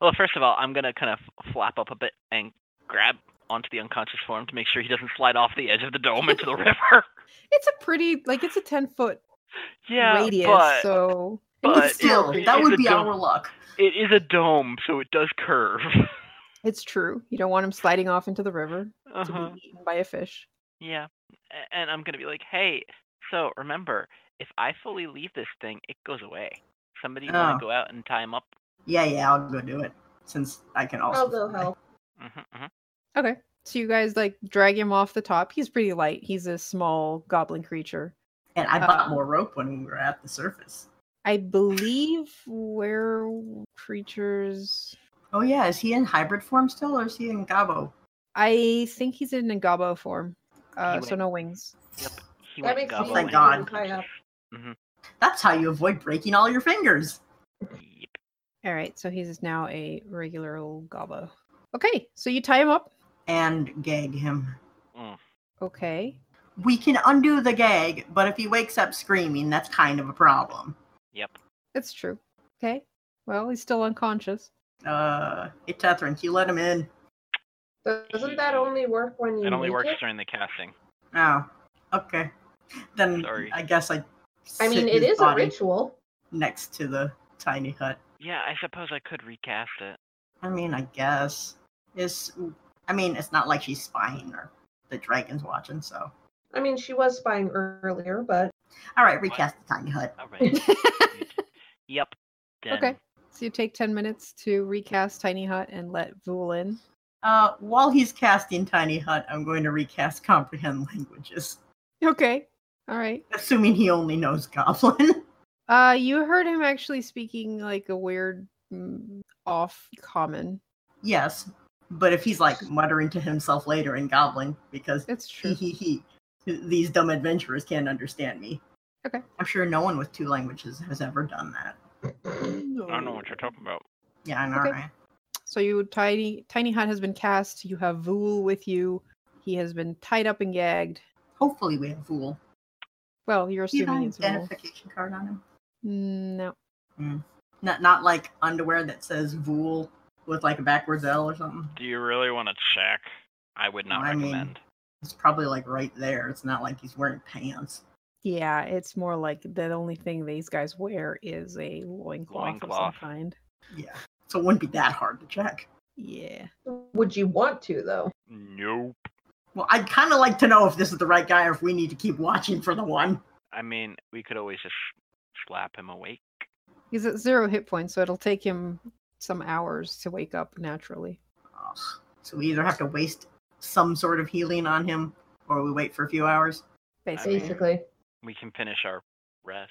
S5: Well, first of all, I'm gonna kind of flap up a bit and grab onto the unconscious form to make sure he doesn't slide off the edge of the dome into the river.
S1: It's a pretty like it's a ten foot
S5: yeah,
S1: radius,
S5: but
S1: so
S5: but
S4: but
S5: it-
S4: still,
S5: it-
S4: that
S5: it's
S4: would
S5: a
S4: be
S5: dome.
S4: our luck.
S5: It is a dome, so it does curve.
S1: it's true. You don't want him sliding off into the river to
S5: Uh-huh.
S1: be eaten by a fish.
S5: Yeah, A- and I'm gonna be like, hey, so remember, if I fully leave this thing, it goes away. Somebody
S4: Oh.
S5: wanna go out and tie him up?
S4: Yeah, yeah, I'll go do it since I
S5: Oh,
S4: can also.
S3: I'll go help.
S5: Mm-hmm,
S1: Okay. So you guys like drag him off the top. He's pretty light. He's a small goblin creature.
S4: And I bought
S3: Um,
S1: Uh,
S4: more rope when we were at the surface.
S1: I believe where creatures
S4: Oh yeah, is he in hybrid form still, or is he in Gabo?
S1: I think he's in Ngabo form. Uh, so
S5: went-
S1: no wings.
S5: Yep. He
S3: That
S5: went
S3: makes me
S5: goblin.
S1: Oh
S4: Thank God.
S3: Tie up.
S4: That's how you avoid breaking all your fingers.
S5: Yep.
S1: All right, so he's now a regular old gobbo. Okay, so you tie him up.
S4: And gag him.
S5: Mm.
S1: Okay.
S4: We can undo the gag, but if he wakes up screaming, that's kind of a problem.
S5: Yep.
S1: That's true. Okay. Well, he's still unconscious.
S4: Uh, hey, Tethrin, you let him in.
S3: Doesn't that only work when you
S5: It only
S3: make
S5: works
S3: it?
S5: during the casting.
S4: Oh, okay. Then
S5: Sorry.
S4: I guess I.
S3: I mean,
S4: sit
S3: it
S4: his
S3: is a
S4: body
S3: ritual.
S4: next to the tiny hut.
S5: Yeah, I suppose I could recast it.
S4: I mean, I guess is. I mean, it's not like she's spying or the dragon's watching. So,
S3: I mean, she was spying earlier, but
S4: all right, recast the tiny hut.
S5: All right. yep. Then
S1: Okay. So you take 10 minutes to recast Tiny Hut and let Vool in.
S4: Uh, while he's casting tiny hut, I'm going to recast comprehend languages,
S1: Okay. All right.
S4: assuming he only knows goblin.
S1: Uh, you heard him actually speaking like a weird mm, off common.
S4: yes, but if he's like muttering to himself later in goblin, because
S1: It's
S4: he
S1: true.
S4: he he these dumb adventurers can't understand me
S1: Okay.
S4: i'm sure no one with two languages has ever done that
S5: I don't know what you're talking about.
S4: yeah i know
S1: Okay.
S4: right
S1: So you tiny tiny hut has been cast. You have Vool with you. He has been tied up and gagged.
S4: hopefully we have fool
S1: Well, you're
S4: Do you have
S1: assuming
S4: an
S1: it's Vool.
S4: identification card on him
S1: Mm, No.
S4: not not like underwear that says vool with like a backwards l or something
S5: Do you really want to check? I would not
S4: I mean-
S5: recommend.
S4: it's probably like right there it's not like he's wearing pants
S1: Yeah, it's more like the only thing these guys wear is a loincloth, of
S5: Loincloth.
S1: some kind.
S4: yeah so it wouldn't be that hard to check
S1: Yeah.
S3: would you want to though?
S5: Nope.
S4: well i'd kind of like to know if this is the right guy or if we need to keep watching for the one
S5: I mean, we could always just slap him awake.
S1: He's at zero hit points, so it'll take him some hours to wake up naturally.
S4: Ugh. so we either have to waste some sort of healing on him or we wait for a few hours
S5: I mean-
S1: Basically,
S3: Basically,
S5: We can finish our rest.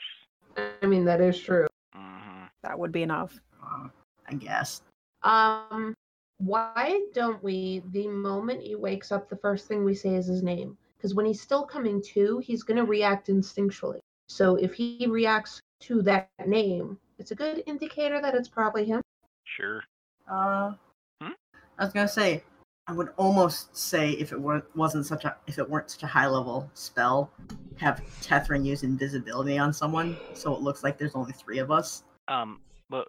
S3: I mean that is true.
S5: hmm
S1: that would be enough.
S4: Uh, I guess.
S3: Um, why don't we? The moment he wakes up, the first thing we say is his name, because when he's still coming to, he's gonna react instinctually. So if he reacts to that name, it's a good indicator that it's probably him.
S5: Sure.
S4: Uh,
S5: Hmm?
S4: I was gonna say, I would almost say if it weren't wasn't such a if it weren't such a high level spell, have Tethrin use invisibility on someone so it looks like there's only three of us.
S5: Um, but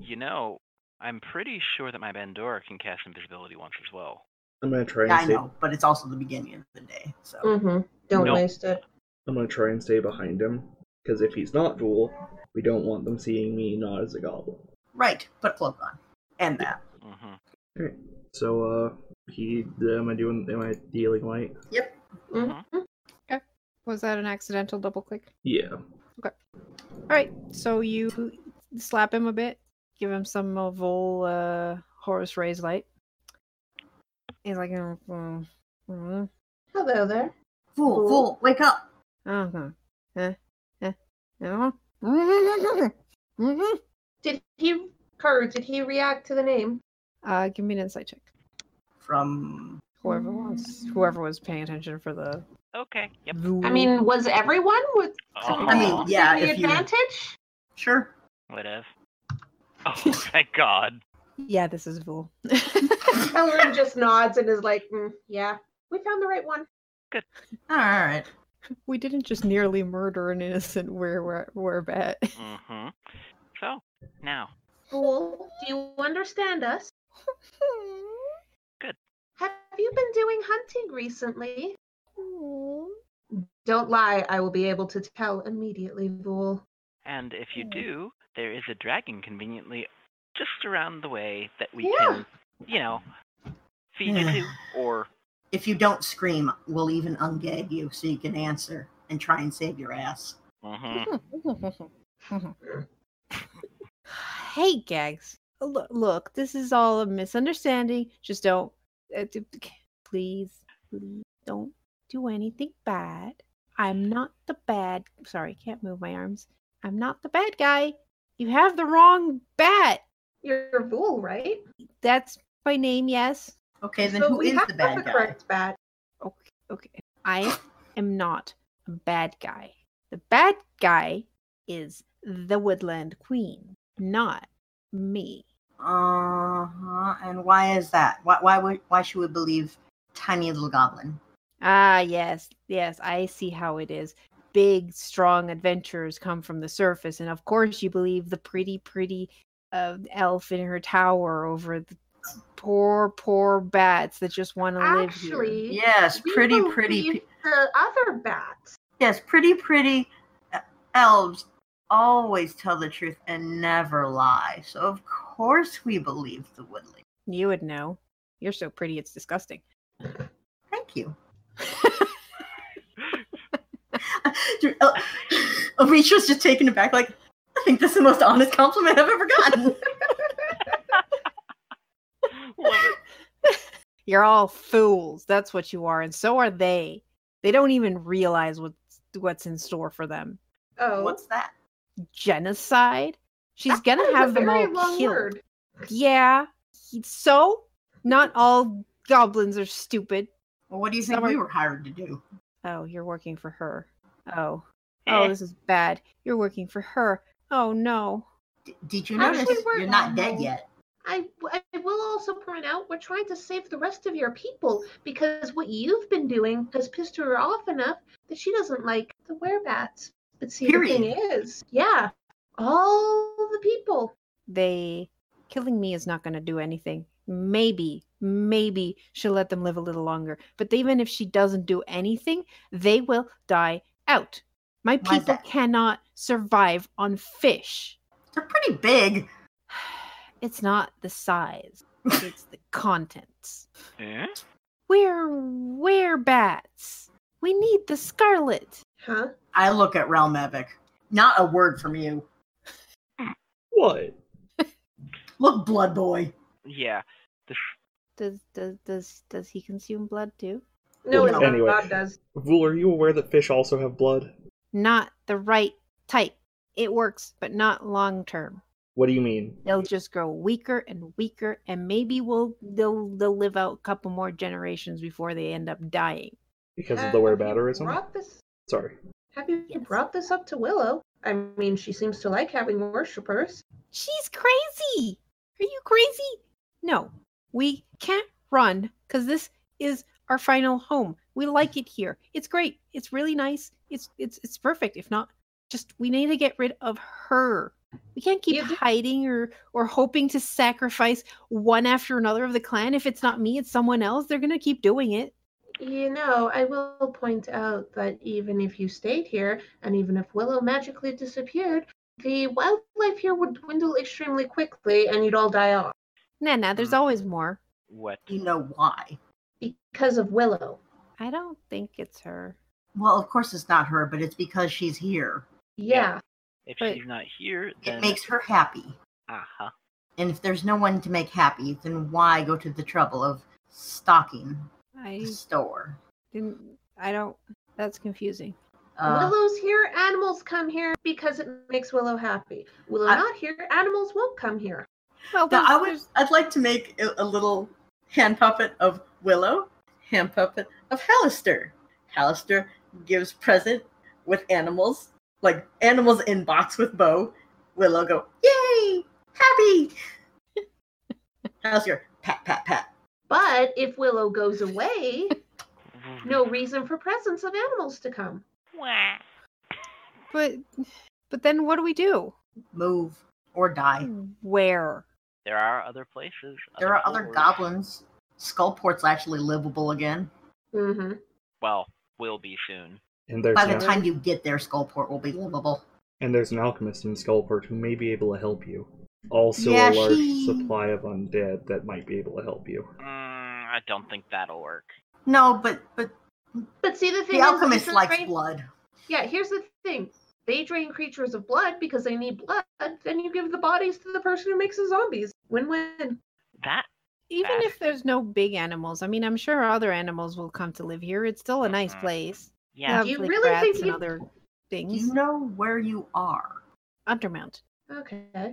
S5: you know, I'm pretty sure that my Bandora can cast invisibility once as well.
S2: I'm gonna try and
S4: Yeah, I
S2: stay.
S4: know, but it's also the beginning of the day, so
S3: Mm-hmm. Don't
S5: No.
S3: waste it.
S2: I'm gonna try and stay behind him. Because if he's not Jewel, we don't want them seeing me not as a goblin.
S4: Right. Put a cloak on. And that.
S5: Mm-hmm.
S2: So, uh, he. Am I doing. Am I dealing light?
S3: Mm-hmm.
S4: Uh-huh.
S1: Was that an accidental double click?
S2: Yeah.
S1: All right. So you slap him a bit, give him some of ol' uh, Horus Ray's light. He's like, "Mm, mm, mm,
S3: Hello there.
S4: Fool,
S3: Cool.
S4: fool, wake up.
S1: uh-huh, eh, eh, uh-huh."
S3: Did he, Kerr, did he react to the name?
S1: Uh, give me an insight check.
S4: From
S1: Whoever was, whoever was paying attention for the.
S5: Okay. Yep.
S3: I mean, was everyone with
S5: Oh,
S4: I mean, yeah,
S3: the
S4: if you-
S3: advantage?
S4: sure.
S5: whatever. Oh, thank God.
S1: yeah, this is Vool.
S3: Ellen just nods and is like, "Mm, yeah, we found the right one.
S4: All right.
S1: we didn't just nearly murder an innocent were were, were bat.
S5: Mm-hmm. So now,
S3: Fool, do you understand us?
S5: Good.
S3: Have you been doing hunting recently? Hmm. Don't lie, I will be able to tell immediately, Vool.
S5: and if you do, there is a dragon conveniently just around the way that we
S3: Yeah.
S5: can, you know, feed you to or
S4: If you don't scream, we'll even ungag you so you can answer and try and save your ass.
S5: hmm
S1: hey, Gags. Look, look, this is all a misunderstanding. Just don't. uh, d- d- Please, please don't do anything bad. I'm not the bad. Sorry, can't move my arms. I'm not the bad guy. You have the wrong bat.
S3: You're Vool, right?
S1: That's my name, yes.
S4: Okay, then
S3: so
S4: who
S3: we
S4: is
S3: have
S4: the bad guy?
S3: correct bat.
S1: Okay, okay. I am not a bad guy. The bad guy is the Woodland Queen, not me.
S4: Uh huh. And why is that? Why why would why should we believe tiny little goblin?
S1: Ah, yes, yes, I see how it is. Big, strong adventurers come from the surface, and of course, you believe the pretty, pretty uh, elf in her tower over the poor, poor bats that just want to live here.
S3: Actually,
S4: Yes,
S3: we
S4: pretty pretty.
S3: believe
S4: pe-
S3: The other bats.
S4: Yes, pretty pretty uh, elves always tell the truth and never lie. So of course we believe the woodling.
S1: You would know. You're so pretty, it's disgusting.
S4: Thank you. Dude, El- Alicia's Oh, just taken aback, like, I think that's the most honest compliment I've ever gotten.
S5: Love it.
S1: You're all fools. That's what you are, and so are they. They don't even realize what's what's in store for them.
S3: Oh,
S4: What's that?
S1: Genocide. She's
S3: that
S1: gonna
S3: was
S1: have
S3: a
S1: them
S3: very
S1: all
S3: long
S1: killed.
S3: word.
S1: Yeah. he- So, not all goblins are stupid.
S4: Well, what do you think
S1: Someone-
S4: we were hired to do?
S1: Oh, you're working for her. Oh.
S5: Eh.
S1: Oh, this is bad. You're working for her. Oh no.
S4: D- did you
S3: Actually,
S4: notice
S3: we're
S4: you're not
S3: not
S4: dead
S3: hired.
S4: yet?
S3: I, I will also point out we're trying to save the rest of your people because what you've been doing has pissed her off enough that she doesn't like the werebats. But see, the thing is, yeah, all the people.
S1: They killing me is not going to do anything. Maybe, maybe she'll let them live a little longer. But even if she doesn't do anything, they will die out. My
S4: Why is
S1: people
S4: that?
S1: cannot survive on fish.
S4: They're pretty big.
S1: It's not the size, it's the contents.
S5: Eh?
S1: We're we're bats. We need the scarlet.
S3: Huh?
S4: I look at Realm Epic. Not a word from you.
S2: What?
S4: Look, Blood Boy.
S5: Yeah.
S1: Does does does does he consume blood too?
S3: No,
S4: Well,
S3: it's
S2: anyway.
S3: not. God does.
S2: Vul, are you aware that fish also have blood?
S1: Not the right type. It works, but not long term.
S2: What do you mean?
S1: They'll just grow weaker and weaker, and maybe we'll they'll they'll live out a couple more generations before they end up dying.
S2: Because
S3: Uh,
S2: of the werebatterism?
S3: Brought this.
S2: Sorry.
S3: Have you
S1: Yes.
S3: brought this up to Willow? I mean, she seems to like having worshippers.
S1: She's crazy. Are you crazy? No, we can't run because this is our final home. We like it here. It's great. It's really nice. It's it's it's perfect. If not, just we need to get rid of her. We can't keep
S3: You do-
S1: hiding or or hoping to sacrifice one after another of the clan. If it's not me, it's someone else. They're gonna keep doing it.
S3: You know, I will point out that even if you stayed here, and even if Willow magically disappeared, the wildlife here would dwindle extremely quickly and you'd all die off
S1: Nah, nah, there's
S5: Mm.
S1: always more.
S5: What?
S4: You know why?
S3: because of Willow.
S1: I don't think it's her.
S4: Well, of course it's not her, but it's because she's here.
S3: Yeah.
S5: If
S1: But-
S5: she's not here,
S4: It
S5: then
S4: makes her happy.
S5: uh huh.
S4: And if there's no one to make happy, then why go to the trouble of stalking the
S1: I
S4: store?
S1: didn't. I don't. That's confusing.
S4: Uh,
S3: Willow's here, animals come here because it makes Willow happy. Willow
S4: I-
S3: not here, animals won't come here.
S1: Well,
S4: now,
S1: there's-
S4: I would,
S1: there's-
S4: I'd like to make a, a little hand puppet of Willow, hand puppet of Hallister. Hallister gives present with animals, like animals in box with bow. Willow go, yay, happy. Hallister, pat, pat, pat.
S3: But if Willow goes away, no reason for presence of animals to come.
S5: Wah.
S1: But but then what do we do?
S4: Move or die.
S1: Where?
S5: There are other places.
S4: There are other
S5: floors.
S4: goblins. Skullport's actually livable again.
S3: Mm-hmm.
S5: Well, will be soon.
S2: And there's
S4: By
S2: an,
S4: the
S2: al-
S4: time you get there, Skullport will be livable.
S2: and there's an alchemist in Skullport who may be able to help you. Also,
S4: Yeah,
S2: a large
S4: she-
S2: supply of undead that might be able to help you.
S5: Mm, I don't think that'll work.
S4: No, but but
S3: But see, the thing
S4: the
S3: is,
S4: alchemist
S3: this is
S4: likes
S3: right-
S4: blood.
S3: Yeah, here's the thing. They drain creatures of blood because they need blood. Then you give the bodies to the person who makes the zombies. Win win.
S5: That
S1: Even
S5: Back.
S1: if there's no big animals, I mean, I'm sure other animals will come to live here. It's still a nice
S5: Mhm.
S1: place. They
S5: yeah.
S1: have,
S3: Do you
S1: like,
S3: really
S1: rats
S3: think
S1: and
S3: you-
S1: other
S4: Do
S1: things?
S4: you know where you are?
S1: Undermount.
S3: Okay.
S5: all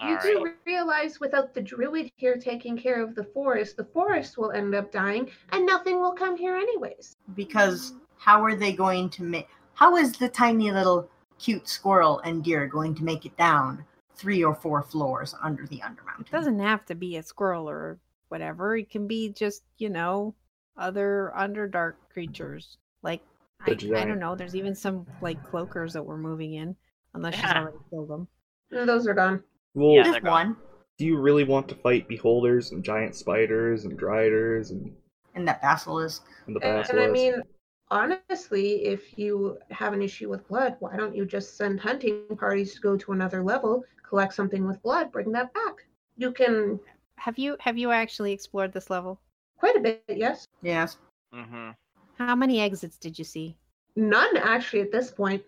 S3: Um, you
S5: right.
S3: do realize without the druid here taking care of the forest, the forest will end up dying and nothing will come here anyways.
S4: Because how are they going to make? How is the tiny little cute squirrel and deer going to make it down three or four floors under the undermountain?
S1: It doesn't have to be a squirrel or whatever. It can be just you know other underdark creatures. Like I,
S2: The
S1: I don't
S2: giant.
S1: know. There's even some like cloakers that we're moving in, unless she's
S5: Yeah.
S1: already killed them.
S3: Mm, Those are gone.
S2: Well,
S5: Yeah, they're
S4: Just
S5: gone.
S4: one
S2: do you really want to fight beholders and giant spiders and driders and,
S4: and that basilisk.
S2: and the
S3: And,
S2: basilisk?
S3: and I mean, honestly, if you have an issue with blood, why don't you just send hunting parties to go to another level, collect something with blood, bring that back? You can
S1: Have you have you actually explored this level?
S3: quite a bit, yes.
S4: Yes.
S5: Mm-hmm.
S1: How many exits did you see?
S3: None actually at this point.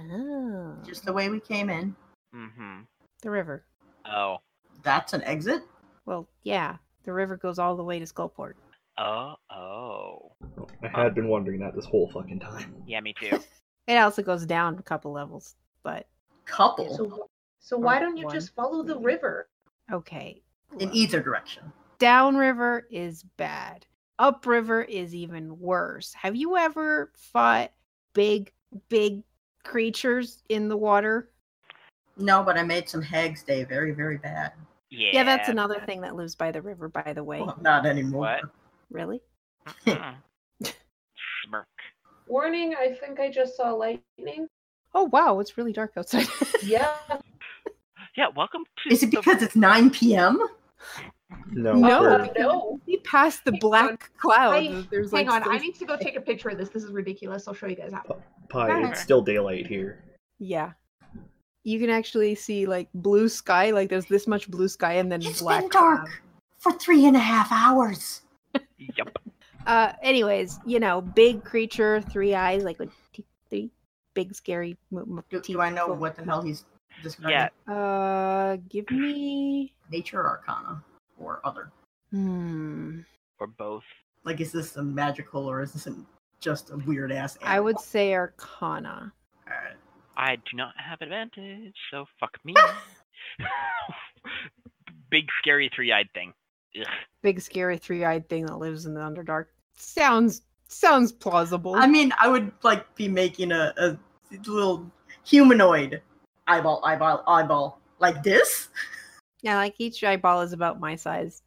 S1: Oh,
S4: Just the way we came in.
S5: Mm-hmm.
S1: the river.
S5: Oh.
S4: That's an exit.
S1: Well, yeah, the river goes all the way to Skullport.
S5: Oh. Oh.
S2: I had been wondering that this whole fucking time.
S5: Yeah, me too.
S1: It also goes down a couple levels, but
S4: Couple
S3: So, so why
S1: Or
S3: don't you
S1: one.
S3: just follow the river?
S1: okay. E,
S4: in either direction.
S1: downriver is bad. Upriver is even worse. Have you ever fought big, big creatures in the water?
S4: No, but I made some hags day very, very bad.
S5: Yeah.
S1: Yeah, that's another thing that lives by the river, by the way.
S4: Well, not anymore.
S5: What?
S1: Really?
S5: Mm. Smirk.
S3: Warning, I think I just saw lightning.
S1: Oh, wow, it's really dark outside.
S3: Yeah.
S5: Yeah. Welcome to.
S4: Is it
S5: the-
S4: because it's 9 p.m.?
S2: No,
S1: No.
S2: third.
S3: Oh, no.
S1: we passed the
S3: Hang on.
S1: black clouds.
S3: I-
S1: Oh, There's
S3: Hang
S1: like
S3: on, I
S1: still-
S3: need to go take a picture of this. This is ridiculous. I'll show you guys after.
S2: pie. It's still daylight here.
S1: Yeah. You can actually see like blue sky, like there's this much blue sky and then
S4: It's
S1: black
S4: been dark
S1: cloud.
S4: for three and a half hours.
S5: Yep.
S1: Uh, anyways, you know, big creature, three eyes, like with teeth, three big scary. mo- mo-
S4: Do,
S1: teeth,
S4: do I know
S1: full-
S4: what the hell he's describing?
S5: Yeah.
S1: Uh, give me.
S4: Nature or arcana or other?
S1: Hmm.
S5: Or both.
S4: Like, is this a magical or is this an, just a weird ass?
S1: I would say Arcana.
S5: I do not have advantage, so fuck me. Big scary three-eyed thing. Ugh.
S1: Big scary three-eyed thing that lives in the Underdark. Sounds sounds plausible.
S4: I mean, I would like be making a, a little humanoid eyeball, eyeball, eyeball like this.
S1: yeah, like each eyeball is about my size.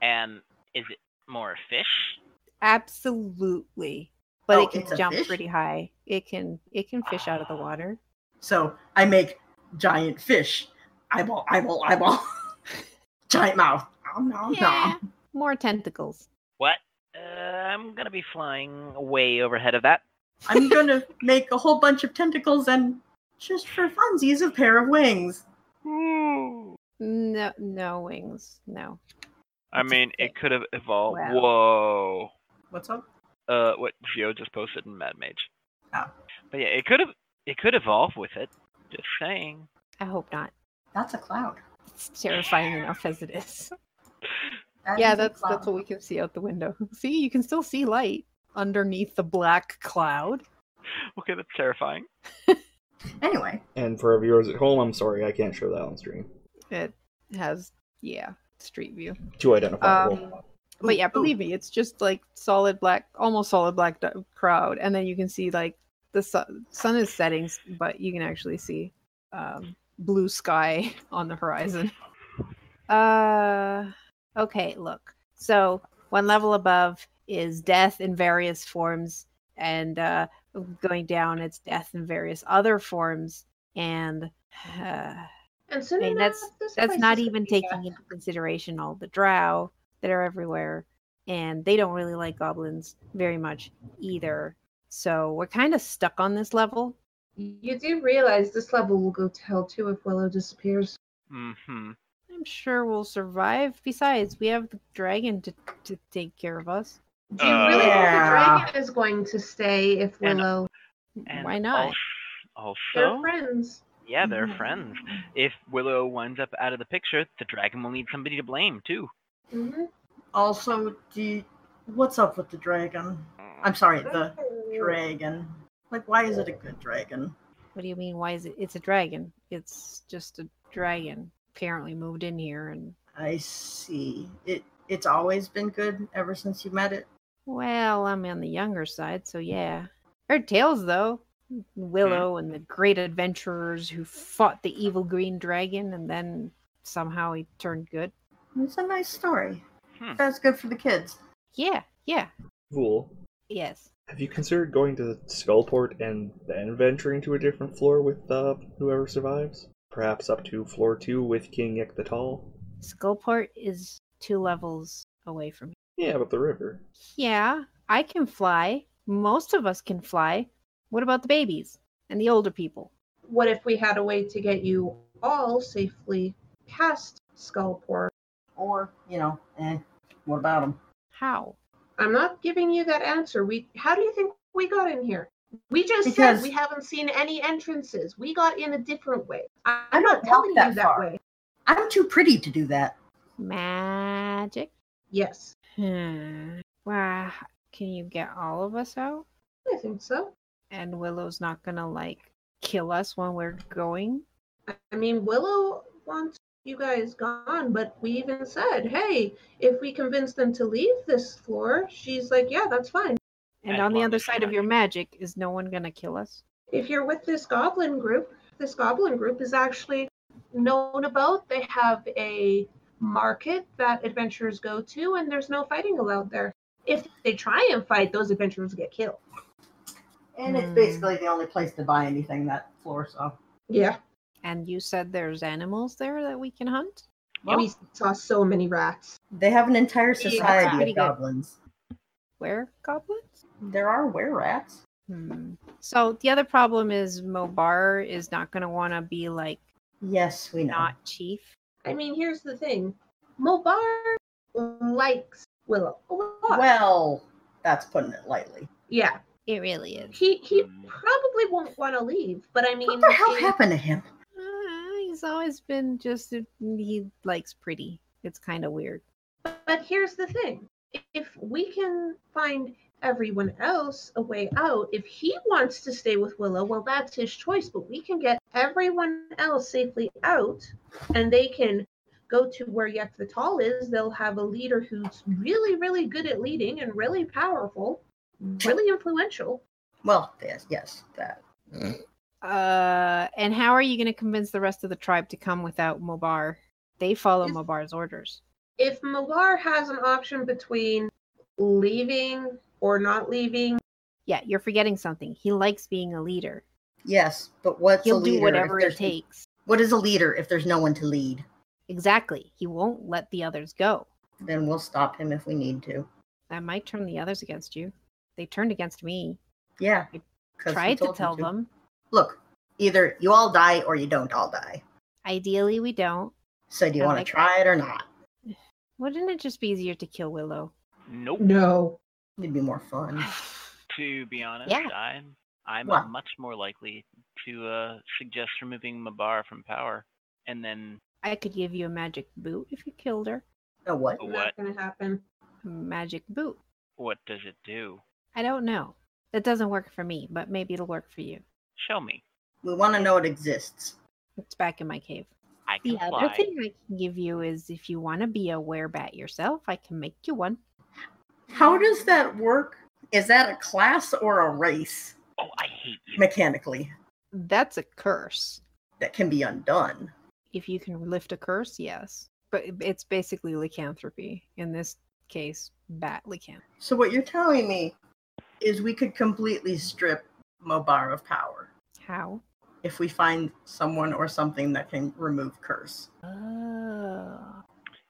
S5: And is it more fish?
S1: Absolutely. But
S4: Oh,
S1: it
S4: it's a
S1: can jump
S4: fish? Ah.
S1: pretty high. It can it can fish out of the water.
S4: So I make giant fish, eyeball, eyeball, eyeball, giant mouth. Oh no,
S1: Yeah. More tentacles.
S5: What? Uh, I'm gonna be flying way overhead of that.
S4: I'm going to make a whole bunch of tentacles and just for funsies, a pair of wings.
S1: No, no wings. No.
S7: I
S1: It's a
S7: mean, it
S1: thick-
S7: could have evolved.
S1: Wow.
S7: Whoa.
S4: What's up?
S7: Uh, what Geo just posted in Mad Mage.
S4: Oh.
S7: But yeah, it could have. It could evolve with it. Just saying.
S1: I hope not.
S4: That's a cloud.
S1: It's terrifying enough as it is.
S4: That
S1: yeah,
S4: is a
S1: that's that's
S4: cloud.
S1: what we can see out the window. See, you can still see light underneath the black cloud.
S7: Okay, that's terrifying.
S4: Anyway,
S2: And for our viewers at home, I'm sorry I can't show that on stream.
S1: It has yeah, street view.
S2: Too identifiable.
S1: Um, but yeah, believe me, it's just like solid black, almost solid black du- crowd, and then you can see like the sun, sun is setting, s- but you can actually see um, blue sky on the horizon. Uh, okay, look. So one level above is death in various forms, and uh, going down, it's death in various other forms, and. Uh,
S3: And soon
S1: I mean,
S3: enough,
S1: that's-
S3: this
S1: that's
S3: place
S1: not
S3: is gonna
S1: even
S3: be
S1: taking
S3: back.
S1: into consideration all the drow that are everywhere and they don't really like goblins very much either so we're kind of stuck on this level
S3: You do realize this level will go to hell too if Willow disappears.
S7: Mm-hmm.
S1: i'm sure we'll survive besides we have the dragon to, to take care of us
S3: Do you really think the
S4: Uh,
S3: dragon is going to stay if
S7: And-
S3: Willow?
S7: And
S1: why not Mm-hmm.
S7: al-
S3: They're
S7: Also,
S3: friends.
S7: yeah, they're friends. If Willow winds up out of the picture, the dragon will need somebody to blame too.
S3: hmm
S4: also, do you, what's up with the dragon? I'm sorry, the dragon. Like, why is it a good dragon?
S1: what do you mean why is it it's a dragon it's just a dragon apparently moved in here and
S4: I see. It it's always been good ever since you met it.
S1: well i'm on the younger side so yeah her tails though Willow and the great adventurers who fought the evil green dragon, and then somehow he turned good.
S4: It's a nice story.
S7: Hmm.
S4: That's good for the kids.
S1: Yeah, yeah,
S2: Fool,
S1: yes.
S2: have you considered going to Skullport and then venturing to a different floor with uh, whoever survives? Perhaps up to floor two with King Yek the Tall?
S1: Skullport is two levels away from me.
S2: Yeah, but the river.
S1: Yeah, I can fly. Most of us can fly. What about the babies and the older people?
S3: What if we had a way to get you all safely past Skullport?
S4: Or you know, eh, what about them?
S1: How?
S3: I'm not giving you that answer. We how do you think we got in here? We just
S4: Because-
S3: said we haven't seen any entrances. We got in a different way. I,
S4: I
S3: am not
S4: don't
S3: telling
S4: walk that
S3: you that
S4: far.
S3: way.
S4: I'm too pretty to do that.
S1: Magic?
S3: Yes.
S1: Hmm. Wow. Can you get all of us out?
S3: I think so.
S1: And Willow's not gonna like kill us when we're going?
S3: I- I mean Willow wants you guys gone, but we even said, hey, if we convince them to leave this floor, she's like, yeah, that's fine.
S1: And
S7: As
S1: on the
S7: long
S1: other
S7: as you're
S1: side of
S7: not
S1: your
S7: gonna-
S1: magic, is no one gonna kill us?
S3: If you're with this goblin group, this goblin group is actually known about. They have a market that adventurers go to, and there's no fighting allowed there. If they try and fight, those adventurers get killed.
S4: And it's
S1: Hmm.
S4: basically the only place to buy anything that floor. So
S3: Yeah.
S1: And you said there's animals there that we can hunt?
S3: We saw so many rats.
S4: they have an entire
S3: Yeah, that's
S4: society
S1: pretty
S4: of
S1: good.
S4: goblins.
S1: Where goblins?
S4: There are were rats.
S1: Hmm. So the other problem is Mobar is not going to want to be like
S4: Yes, we know.
S1: not chief.
S3: I mean, here's the thing Mobar likes Willow a lot.
S4: Well, that's putting it lightly.
S3: yeah.
S1: It really is.
S3: He, he probably won't want to leave, but I mean,
S4: What the hell
S3: it-
S4: happened to him?
S1: Ah, he's always been just he likes pretty. It's kind of weird.
S3: But here's the thing if we can find everyone else a way out, if he wants to stay with Willow, well, that's his choice, but we can get everyone else safely out and they can go to where Yek the Tall is. They'll have a leader who's really, really good at leading and really powerful, really influential.
S4: Well, yes, yes, that.
S1: Uh, and how are you going to convince the rest of the tribe to come without Mobar? They follow
S3: Is-
S1: Mobar's orders.
S3: If Malar has an option between leaving or not leaving,
S1: Yeah, you're forgetting something. He likes being a leader.
S4: Yes, but what's a
S1: He'll
S4: leader?
S1: do
S4: if
S1: whatever it
S4: there's-
S1: takes.
S4: What is a leader if there's no one to lead?
S1: Exactly. He won't let the others go.
S4: Then we'll stop him if we need to.
S1: That might turn the others against you. They turned against me.
S4: Yeah.
S1: I
S4: 'cause we
S1: Tried to
S4: told you
S1: tell them.
S4: Look, either you all die or you don't all die.
S1: Ideally, we don't.
S4: So do you
S1: I
S4: want
S1: like
S4: to try it or not?
S1: Wouldn't it just be easier to kill Willow?
S5: Nope.
S4: No. It'd be more fun.
S5: To be honest,
S1: Yeah.
S5: I'm I'm
S4: What?
S5: much more likely to uh, suggest removing Mabar from power, and then
S1: I could give you a magic boot if you killed her.
S4: A Oh, what?
S5: what
S3: Not gonna happen.
S1: A magic boot.
S5: what does it do?
S1: I don't know. That doesn't work for me, but maybe it'll work for you.
S5: Show me.
S4: We want to know it exists.
S1: It's back in my cave.
S5: I can
S1: The
S5: fly.
S1: other thing I can give you is if you want to be a werebat yourself, I can make you one.
S4: How does that work? Is that a class or a race
S5: Oh, I hate you.
S4: mechanically
S1: That's a curse.
S4: that can be undone?
S1: If you can lift a curse, yes. But it- it's basically lycanthropy. In this case, bat lycanth.
S4: So what you're telling me is we could completely strip Mobar of power
S1: How?
S4: if we find someone or something that can remove curse.
S1: Oh.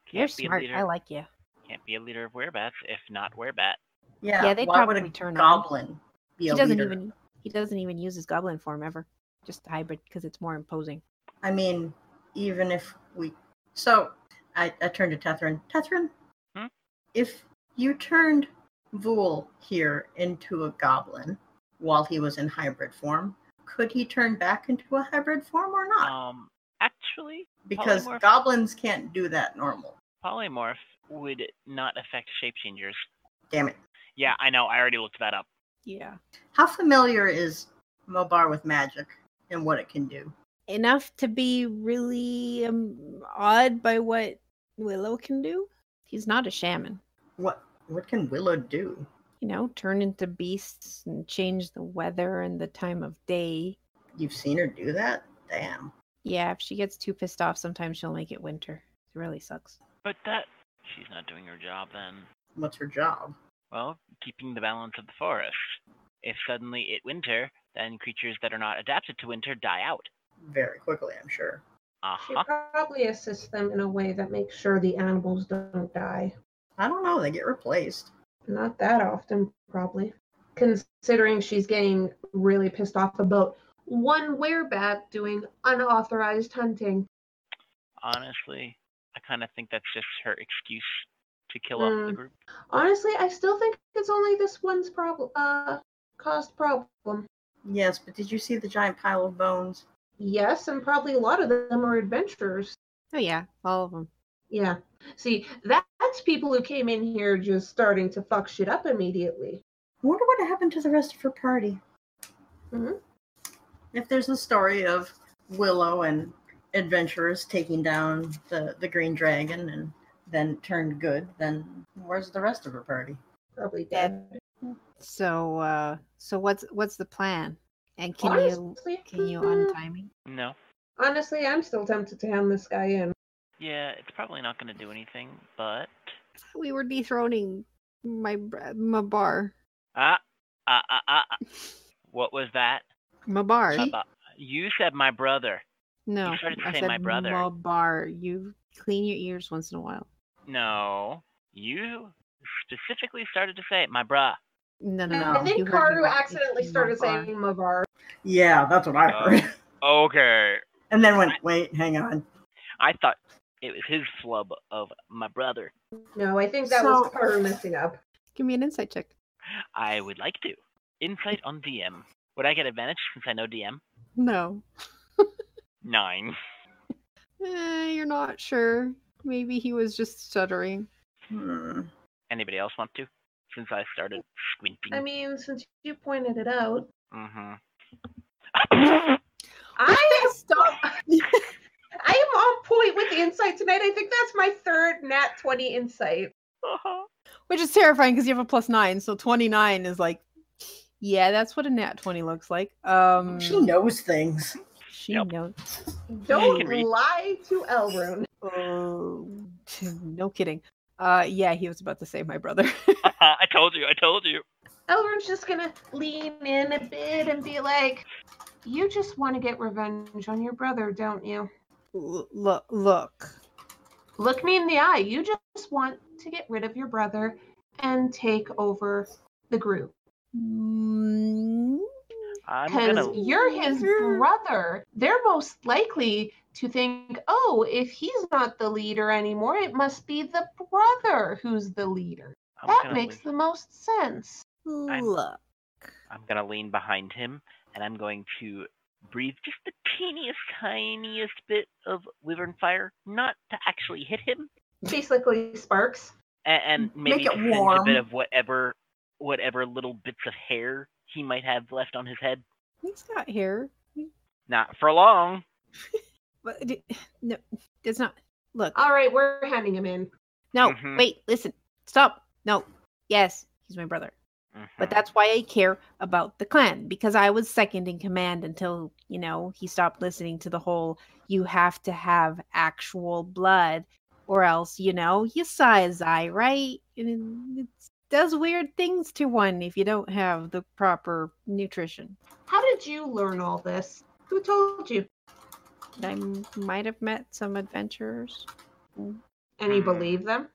S5: Can't
S1: You're
S5: be a
S1: smart.
S5: leader.
S1: I like you.
S5: Can't be a leader of werebats if not werebat.
S4: Yeah,
S1: Yeah, they'd
S4: why would a
S1: probably turn on.
S4: goblin be
S1: He
S4: a
S1: doesn't
S4: leader?
S1: even he doesn't even use his goblin form ever. Just the hybrid because it's more imposing.
S4: I mean, even if we. So I, I turned to Tethrin. Tethrin,
S5: Hmm?
S4: if you turned Vool here into a goblin while he was in hybrid form, could he turn back into a hybrid form or not?
S5: Um, actually,
S4: because
S5: polymorph.
S4: goblins can't do that normal.
S5: polymorph would not affect shapechangers.
S4: Damn it.
S5: Yeah, I know. I already looked that up.
S1: Yeah.
S4: How familiar is Mobar with magic and what it can do?
S1: Enough to be really um, awed by what Willow can do. He's not a shaman.
S4: What what can Willow do?
S1: you know, turn into beasts and change the weather and the time of day.
S4: You've seen her do that? Damn.
S1: Yeah, if she gets too pissed off, sometimes she'll make it winter. It really sucks.
S5: But that she's not doing her job then.
S4: What's her job?
S5: Well, keeping the balance of the forest. If suddenly it winter, then creatures that are not adapted to winter die out.
S4: Very quickly, I'm sure.
S5: Uh
S3: She
S1: Uh-huh.
S5: huh.
S3: probably assists them in a way that makes sure the animals don't die.
S4: I don't know. They get replaced.
S3: Not that often, probably. Considering she's getting really pissed off about one werebat doing unauthorized hunting.
S5: Honestly, I kind of think that's just her excuse to kill off the
S3: Mm.
S5: group.
S3: Honestly, I still think it's only this one's problem, uh, caused problem.
S4: Yes, but did you see the giant pile of bones?
S3: Yes, and probably a lot of them are adventurers.
S1: Oh, yeah, all of them.
S3: Yeah. See, that, that's people who came in here just starting to fuck shit up immediately.
S4: I wonder what happened to the rest of her party. Mm-hmm.
S3: Mhm.
S4: If there's a story of Willow and adventurers taking down the, the green dragon and then turned good, then where's the rest of her party?
S3: Probably dead.
S1: So, uh, so what's what's the plan? And can you
S3: Honestly,
S1: can you
S3: mm,
S1: untie me?
S5: No.
S3: Honestly, I'm still tempted to hand this guy in.
S5: Yeah, it's probably not going to do anything, but.
S1: We were dethroning my br- Mabar.
S5: Ah, ah, ah, ah. ah. What was that?
S1: Mabar.
S5: About- You said my brother.
S1: No,
S5: started to
S1: I
S5: say
S1: said
S5: my brother.
S1: Mabar. You clean your ears once in a while.
S5: No. You specifically started to say it, my bruh.
S1: No, no, no.
S3: I think
S1: you heard me
S3: Karu
S1: right. I
S3: accidentally
S1: said
S3: started
S1: Mabar.
S3: saying Mavar.
S4: Yeah, that's what I
S5: heard. Okay.
S4: and then went, wait, hang on.
S5: I thought it was his flub of my brother.
S3: No, I think that
S4: So-
S3: was Karu messing up.
S1: Give me an insight check.
S5: I would like to. Insight on DM. Would I get advantage since I know DM?
S1: No.
S5: Nine.
S1: Eh, you're not sure. Maybe he was just stuttering.
S4: Hmm.
S5: Anybody else want to? Since I started squinting.
S3: I mean, since you pointed it out,
S5: mm-hmm.
S3: I
S1: Stop.
S3: I am on point with the insight tonight. I think that's my third nat 20 insight.
S1: Which is terrifying because you have a plus nine, so 29 is like, yeah, that's what a nat 20 looks like. Um,
S4: She knows things.
S1: She
S5: Yep.
S1: knows.
S3: Don't
S5: read.
S3: lie to Elrune.
S1: Oh, no kidding. Uh, yeah, he was about to say my brother.
S5: I told you. I told you.
S3: Elrune's just gonna lean in a bit and be like, You just want to get revenge on your brother, don't you?
S1: L- look, look,
S3: Look me in the eye. You just want to get rid of your brother and take over the group
S1: Mm,
S5: I'm
S3: because
S5: gonna.
S3: you're his brother. They're most likely to think, oh, if he's not the leader anymore, it must be the brother who's the leader.
S5: I'm
S3: That
S5: gonna
S3: makes
S5: lean,
S3: the most sense.
S5: I'm-
S1: Look.
S5: I'm gonna lean behind him, and I'm going to breathe just the teeniest, tiniest bit of wyvern fire, not to actually hit him,
S3: Basically, sparks.
S5: and, and
S4: Make
S5: maybe
S4: it
S5: singe a
S4: warm.
S5: bit of whatever, whatever little bits of hair he might have left on his head.
S1: He's got hair.
S5: Not for long.
S1: But d- no, it's not. Look.
S3: All right, we're handing him in.
S1: No,
S5: Mhm.
S1: wait, listen. Stop. No. Yes, he's my brother. But
S5: Mhm.
S1: that's why I care about the clan because I was second in command until, you know, he stopped listening to the whole you have to have actual blood or else, you know, you saw his eye, right? And it does weird things to one if you don't have the proper nutrition.
S3: How did you learn all this? Who told you?
S1: I m- might have met some adventurers.
S3: And you
S5: Hmm.
S3: believe them?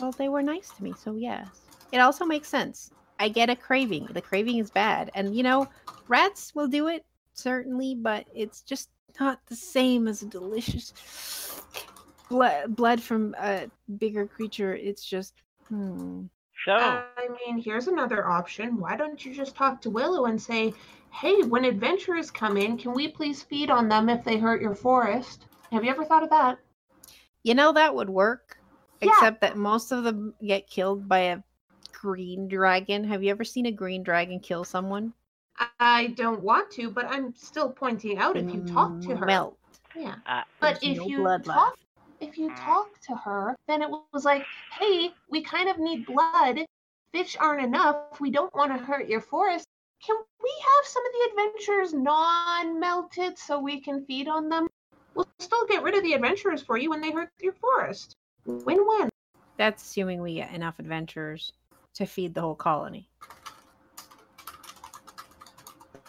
S1: Well, they were nice to me, so yes. It also makes sense. I get a craving. The craving is bad. And you know, rats will do it, certainly, but it's just not the same as a delicious blood, blood from a bigger creature. It's just, hmm.
S5: So,
S4: uh,
S3: I mean, here's another option. Why don't you just talk to Willow and say, hey, when adventurers come in, can we please feed on them if they hurt your forest? Have you ever thought of that?
S1: You know, that would work.
S3: Yeah.
S1: Except that most of them get killed by a green dragon. Have you ever seen a green dragon kill someone?
S3: I- I don't want to, but I'm still pointing out if you talk to her.
S1: Mm, Well,
S3: yeah.
S5: uh,
S3: But
S1: There's
S3: if
S1: no
S3: you
S1: blood
S3: talk, if you talk to her, then it was like, hey, we kind of need blood. Fish aren't enough. We don't want to hurt your forest. Can we have some of the adventurers non-melted so we can feed on them? We'll still get rid of the adventurers for you when they hurt your forest. Win-win.
S1: That's assuming we get enough adventurers to feed the whole colony.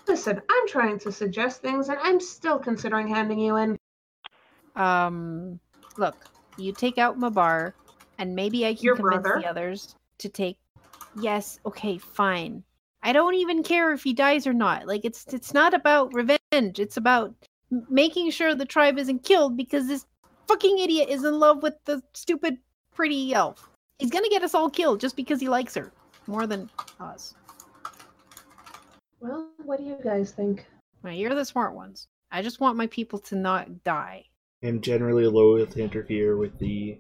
S3: Listen, I'm trying to suggest things, and I'm still considering handing you in.
S1: Um, look, you take out Mabar, and maybe I can
S3: Your
S1: convince
S3: brother?
S1: the others to take. Yes, okay, fine. I don't even care if he dies or not. Like it's it's not about revenge. It's about m- making sure the tribe isn't killed because this fucking idiot is in love with the stupid pretty elf. He's gonna get us all killed just because he likes her more than us.
S3: Well, what do you guys think?
S1: Well, you're the smart ones. I just want my people to not die.
S2: am generally loath to interfere with the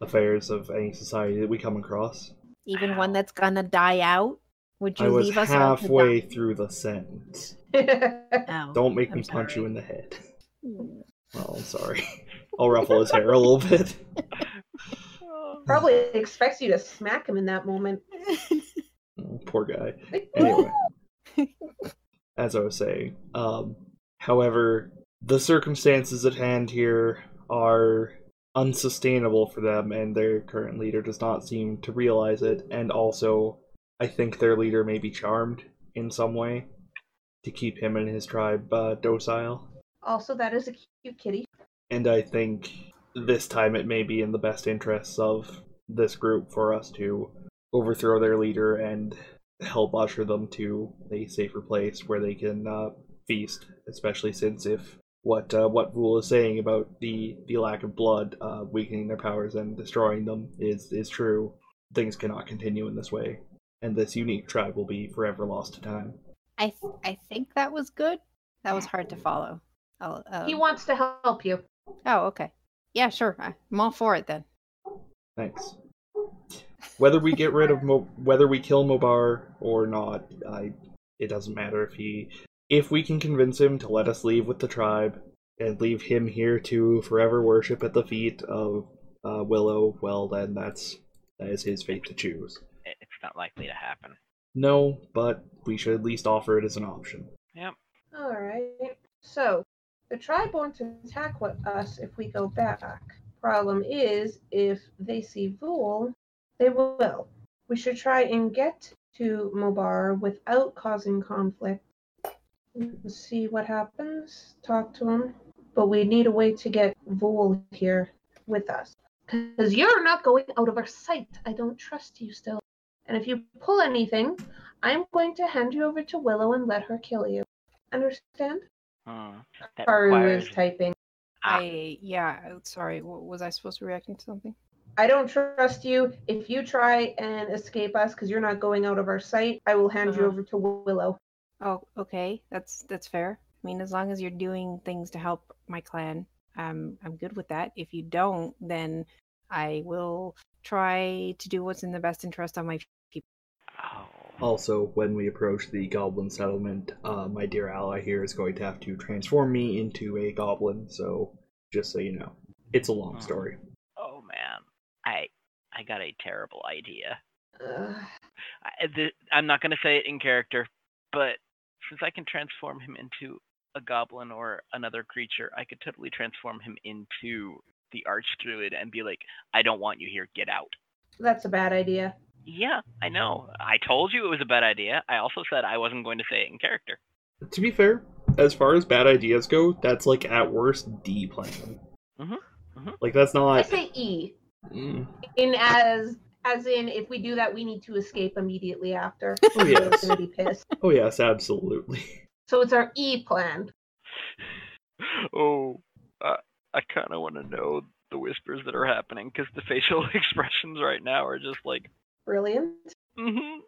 S2: affairs of any society that we come across.
S1: Even one that's gonna die out. Would you
S2: I was
S1: leave us all to
S2: halfway
S1: die?
S2: through the sentence.
S1: Oh,
S2: Don't make
S1: I'm
S2: me punch you
S1: sorry.
S2: in the head.
S1: Ooh.
S2: Well, I'm sorry. I'll ruffle his hair a little bit.
S3: Probably expects you to smack him in that moment.
S2: Oh, Poor guy. Anyway, as I was saying, um, however, the circumstances at hand here are unsustainable for them, and their current leader does not seem to realize it. And also, I think their leader may be charmed in some way to keep him and his tribe uh, docile.
S3: Also, that is a cute kitty.
S2: And I think this time it may be in the best interests of this group for us to overthrow their leader and help usher them to a safer place where they can uh, feast. Especially since if what uh, what Vul is saying about the the lack of blood uh, weakening their powers and destroying them is is true, things cannot continue in this way, and this unique tribe will be forever lost to time.
S1: I th- I think that was good. That was hard
S2: Mm.
S1: to follow. I'll, uh,
S3: He wants to help you.
S1: oh, okay. Yeah, sure. I- I'm all for it then.
S2: Thanks. Whether we get rid of Mo- whether we kill Mobar or not, I it doesn't matter if he if we can convince him to let us leave with the tribe and leave him here to forever worship at the feet of uh, Willow. Well, then that's that is his fate to choose.
S5: it- it's not likely to happen.
S2: No, but we should at least offer it as an option.
S3: All right. So the tribe won't attack with us if we go back. Problem is, if they see Vul, they will. We should try and get to Mobar without causing conflict. We'll See what happens. Talk to him. But we need a way to get Vul here with us. Because you're not going out of our sight. I don't trust you still. And if you pull anything, I'm going to hand you over to Willow and let her kill you. Understand?
S5: Hmm. That
S3: Haru
S5: requires
S3: is typing.
S5: Ah.
S1: I yeah. uh, Sorry, wa- was I supposed to be reacting to something?
S3: I don't trust you. If you try and escape us because you're not going out of our sight, I will hand you
S1: Uh-huh.
S3: over to Willow.
S1: Oh, okay. That's that's fair. I mean, as long as you're doing things to help my clan, um, I'm good with that. If you don't, then I will try to do what's in the best interest of my people.
S5: Oh.
S2: Also, when we approach the goblin settlement, uh, my dear ally here is going to have to transform me into a goblin. So, just so you know, it's a long
S5: Oh.
S2: story.
S5: oh man, I I got a terrible idea.
S3: Ugh.
S5: I, th- I'm not going to say it in character, but since I can transform him into a goblin or another creature, I could totally transform him into the archdruid and be like, "I don't want you here. Get out."
S3: That's a bad idea.
S5: Yeah, I know. I told you it was a bad idea. I also said I wasn't going to say it in character.
S2: To be fair, as far as bad ideas go, that's like at worst D plan.
S5: Mhm, mhm.
S2: Like that's
S3: I
S2: not.
S3: say E.
S2: Mm.
S3: In as as in if we do that we need to escape immediely after.
S2: Oh
S3: Willow's
S2: yes.
S3: gonna be pissed.
S2: Oh yes, absolutely.
S3: So it's our E plan.
S5: Oh, I I kind of want to know the whispers that are happening because the facial expressions right now are just like,
S3: Brilliant.
S5: hmm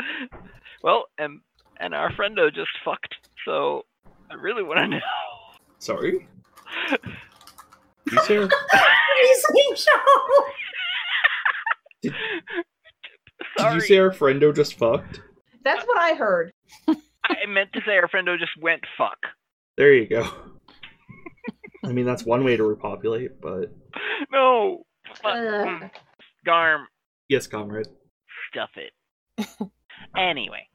S5: well, and and our friendo just fucked. So I really want to know.
S2: Sorry. You sir?
S4: Amazing show.
S2: Did
S5: Sorry,
S2: you say our friendo just fucked?
S3: That's what I heard.
S5: I meant to say our friendo just went fuck.
S2: There you go. I mean, that's one way to repopulate, but
S5: No, fuck.
S3: Ugh.
S5: Garm,
S2: yes, comrade.
S5: stuff it. anyway,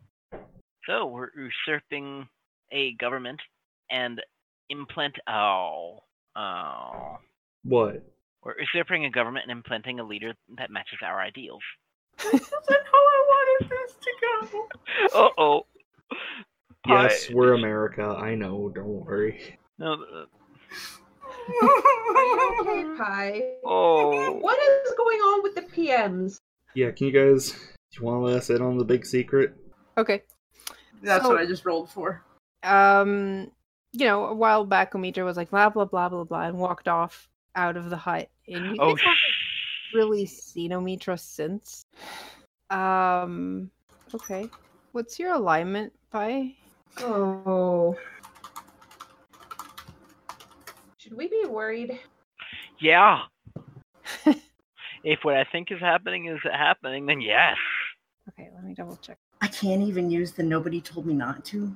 S5: so we're usurping a government and implant. Oh, oh.
S2: What?
S5: We're usurping a government and implanting a leader that matches our ideals.
S4: That's not how I wanted this to go.
S5: Uh oh.
S2: Yes, we're America. I know. Don't worry.
S5: No, uh,
S3: Are you okay, Pi?
S5: oh.
S3: What is going on with the PMs?
S2: Yeah, can you guys? Do you want to let us in on the big secret?
S1: Okay.
S4: That's
S1: So-
S4: what I just rolled for.
S1: um you know a while back Omidra was like blah blah blah blah blah and walked off out of the hut and you
S5: Oh,
S1: guys haven't really seen Omidra since um okay what's your alignment by
S3: Oh. Should we be worried?
S5: yeah. if what I think is happening is happening, then yes.
S1: okay let me double check
S4: I can't even use the nobody told me not to.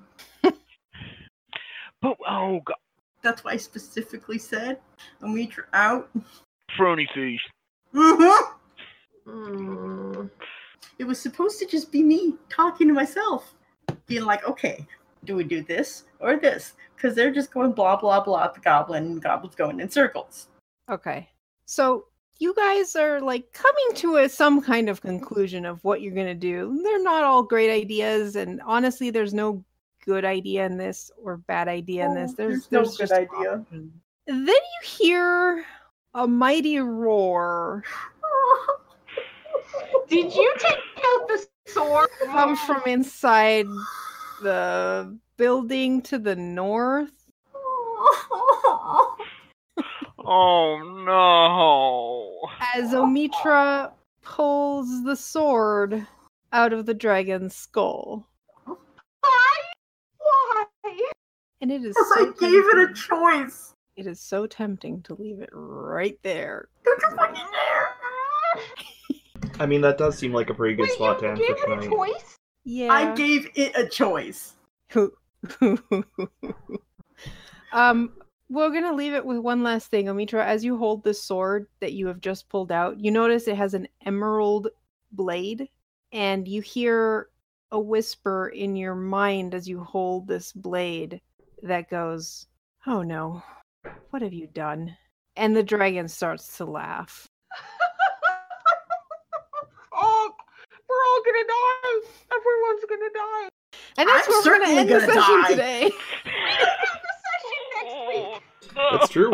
S5: But oh, God.
S4: That's why I specifically said when we tr- out.
S5: Frony face.
S4: Mhm.
S3: Hmm.
S4: It was supposed to just be me talking to myself, being like, okay, do we do this or this? Because they're just going blah, blah, blah at the goblin, and goblin's going in circles.
S1: okay so you guys are like coming to a some kind of conclusion of what you're going to do they're not all great ideas and honestly there's no good idea in this or bad idea in this
S4: Oh,
S1: there's
S4: there's no
S1: there's
S4: good
S1: just
S4: idea.
S1: options. then you hear a mighty roar
S3: Did you take out the sword?
S1: come from inside the building to the north
S5: Oh, no.
S1: as omitra pulls the sword out of the dragon's skull
S3: Why? Why?
S1: and it is
S4: Because I
S1: so
S4: gave it a
S1: tempting-
S4: choice.
S1: It is so tempting to leave it right there.
S4: Don't you fucking dare.
S2: I mean, that does seem like a pretty good
S3: Wait,
S2: spot to
S3: you
S2: end for
S3: gave it a
S2: tonight.
S3: choice?
S1: Yeah.
S4: I gave it a choice.
S1: um, we're gonna leave it with one last thing, Omitra. As you hold this sword that you have just pulled out, you notice it has an emerald blade, and you hear a whisper in your mind as you hold this blade that goes, "Oh no, what have you done?" And the dragon starts to laugh.
S3: oh, we're all gonna die. Everyone's gonna die.
S1: And that's
S4: I'm
S1: where we're gonna
S4: certainly
S1: end the
S4: gonna
S1: session
S4: die.
S1: today.
S3: We don't have the session next week.
S5: Uh-uh.
S2: That's true.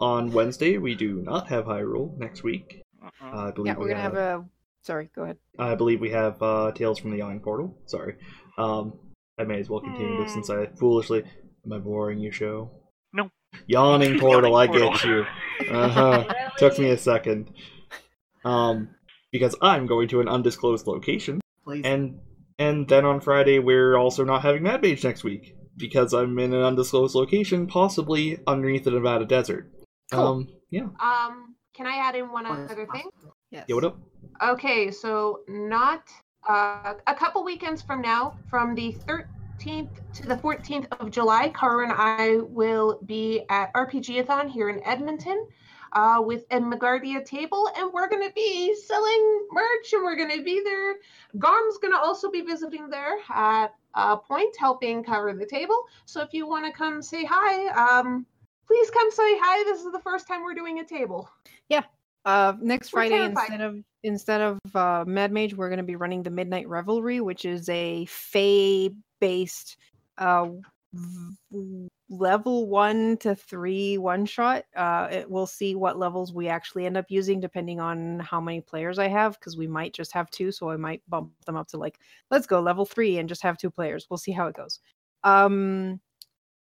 S2: On Wednesday, we do not have Hyrule next week.
S5: Uh-uh.
S2: Uh, I believe
S1: Yeah, we're
S2: we
S1: gonna have a. Sorry, go ahead.
S2: I believe we have uh, Tales from the Yawning Portal. Sorry. Um, I may as well continue this since
S1: Mm.
S2: I foolishly. Am I boring you, show?
S5: No.
S2: Yawning Portal, I get you.
S5: Portal.
S2: Uh huh. Took me a second. Um, because I'm going to an undisclosed location,
S4: Please.
S2: and and then on Friday we're also not having Mad Mage next week because I'm in an undisclosed location, possibly underneath the Nevada desert.
S1: Cool.
S2: Um, yeah.
S3: Um, can I add in one
S4: What is
S3: other thing?
S4: possible?
S1: Yes.
S2: Yeah. What up?
S3: Okay, so not uh, a couple weekends from now, from the 13th to the 14th of July, Cara and I will be at RPGathon here in Edmonton uh, with Ed McGardia Table, and we're going to be selling merch and we're going to be there. Garm's going to also be visiting there at uh, Point, helping cover the table. So if you want to come say hi, um, please come say hi. This is the first time we're doing a table.
S1: Uh, next
S3: We're
S1: Friday,
S3: terrified.
S1: instead of instead of uh, Mad Mage, we're going to be running the Midnight Revelry, which is a Fey-based uh, v- v- level one to three one-shot. Uh, it, we'll see what levels we actually end up using, depending on how many players I have, because we might just have two, so I might bump them up to like, let's go level three and just have two players. We'll see how it goes. Um,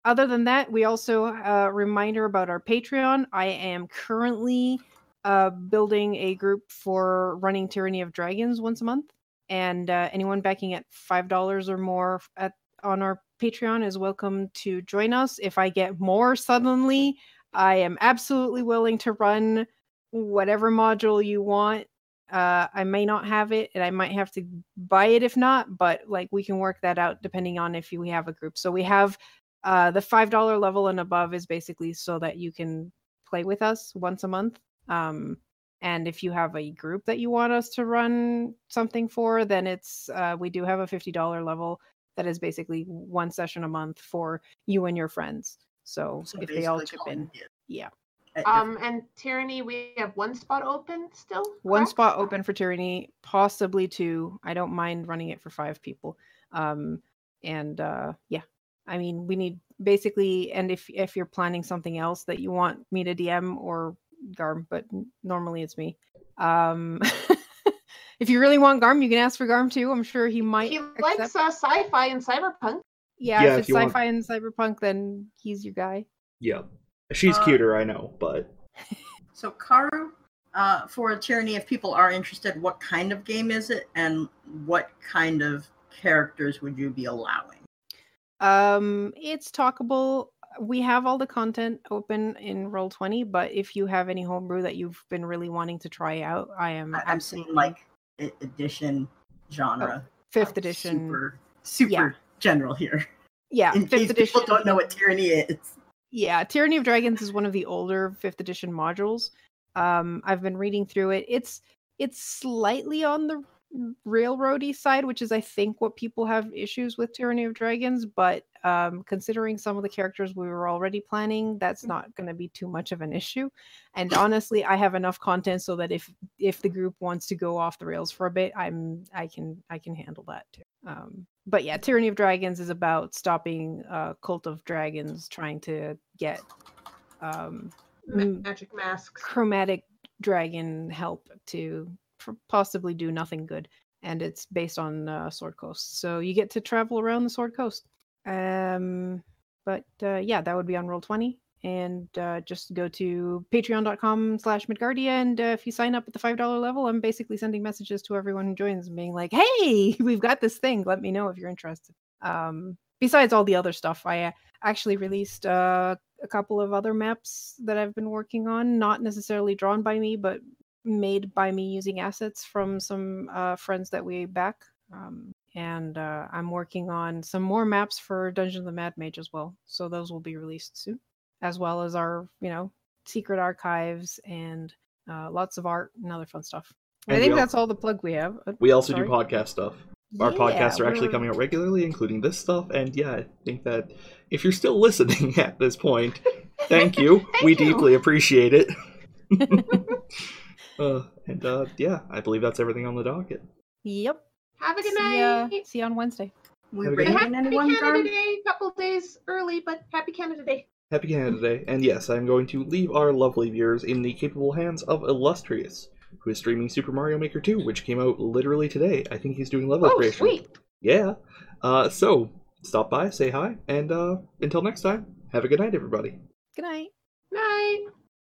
S1: other than that, we also uh, reminder about our Patreon. I am currently uh, building a group for running Tyranny of Dragons once a month, and uh, anyone backing at five dollars or more f- at on our Patreon is welcome to join us. If I get more suddenly, I am absolutely willing to run whatever module you want. Uh, I may not have it, and I might have to buy it if not. But like we can work that out depending on if you, we have a group. So we have uh, the five dollar level and above is basically so that you can play with us once a month. Um, and if you have a group that you want us to run something for, then it's uh, we do have a fifty dollar level that is basically one session a month for you and your friends. So,
S4: So
S1: if they all
S4: basically
S1: chip in,
S4: calling it
S1: yeah.
S4: at different-
S3: Um, and Tyranny, we have one spot open still.
S1: one
S3: correct?
S1: spot open for tyranny, possibly two. I don't mind running it for five people. Um, and uh, yeah, I mean, we need basically. And if if you're planning something else that you want me to DM or Garm, but n- normally it's me. Um, if you really want Garm, you can ask for Garm too. I'm sure he might.
S3: He
S1: accept-
S3: likes uh, sci-fi and cyberpunk.
S1: yeah,
S2: Yeah,
S1: if
S2: if
S1: it's
S2: you want-
S1: sci-fi and cyberpunk, then he's your guy.
S2: Yeah. She's
S4: Uh,
S2: cuter, I know, but
S4: So, Karu, uh, for a tyranny, if people are interested, what kind of game is it, and what kind of characters would you be allowing?
S1: Um, it's talkable. We have all the content open in Roll20, but if you have any homebrew that you've been really wanting to try out, I am
S4: I- I'm seeing
S1: absolutely Oh,
S4: like e- edition genre,
S1: fifth edition.
S4: super, super
S1: Yeah.
S4: general here.
S1: yeah,
S4: In
S1: fifth
S4: case
S1: edition.
S4: people don't know what tyranny is.
S1: yeah tyranny of dragons is one of the older fifth edition modules um i've been reading through it it's it's slightly on the railroady side which is i think what people have issues with tyranny of dragons but um considering some of the characters we were already planning that's not going to be too much of an issue and honestly i have enough content so that if if the group wants to go off the rails for a bit i'm i can i can handle that too um but yeah tyranny of dragons is about stopping uh cult of dragons trying to get um
S3: Ma-
S1: Mm.
S3: Magic masks.
S1: chromatic dragon help to pr- possibly do nothing good and it's based on uh, sword coast so you get to travel around the sword coast um but uh, yeah that would be on roll 20 and uh, just go to patreon.com slash midgardia and uh, if you sign up at the five dollar level i'm basically sending messages to everyone who joins and being like hey we've got this thing let me know if you're interested um besides all the other stuff i uh, actually released uh a couple of other maps that I've been working on, not necessarily drawn by me, but made by me using assets from some uh, friends that we back. Um, and uh, I'm working on some more maps for Dungeon of the Mad Mage as well. So those will be released soon, as well as our, you know, secret archives and uh, lots of art and other fun stuff.
S2: And
S1: I think
S2: we al-
S1: that's all the plug we have. Uh,
S2: we also
S1: sorry.
S2: do podcast stuff. Our podcasts
S1: Yeah,
S2: are actually
S1: we're-
S2: coming out regularly, including this stuff. And yeah, I think that if you're still listening at this point, thank you.
S3: Thank
S2: we
S3: you.
S2: deeply appreciate it. uh, and uh, yeah, I believe that's everything on the docket.
S1: Yep.
S3: Have a good
S1: See, ya-
S3: night.
S1: see you on Wednesday.
S4: We
S2: Have a good
S4: rating
S3: Happy
S4: anyone,
S3: Canada
S4: Garm?
S3: Day. A couple days early, but happy Canada Day.
S2: Happy Canada Day, and yes, I am going to leave our lovely viewers in the capable hands of Illustrious, who is streaming Super Mario Maker 2, which came out literally today. I think he's doing level
S3: Oh,
S2: creation.
S3: sweet.
S2: Yeah. Uh, so, stop by, say hi, and uh, until next time, have a good night, everybody.
S1: Good night.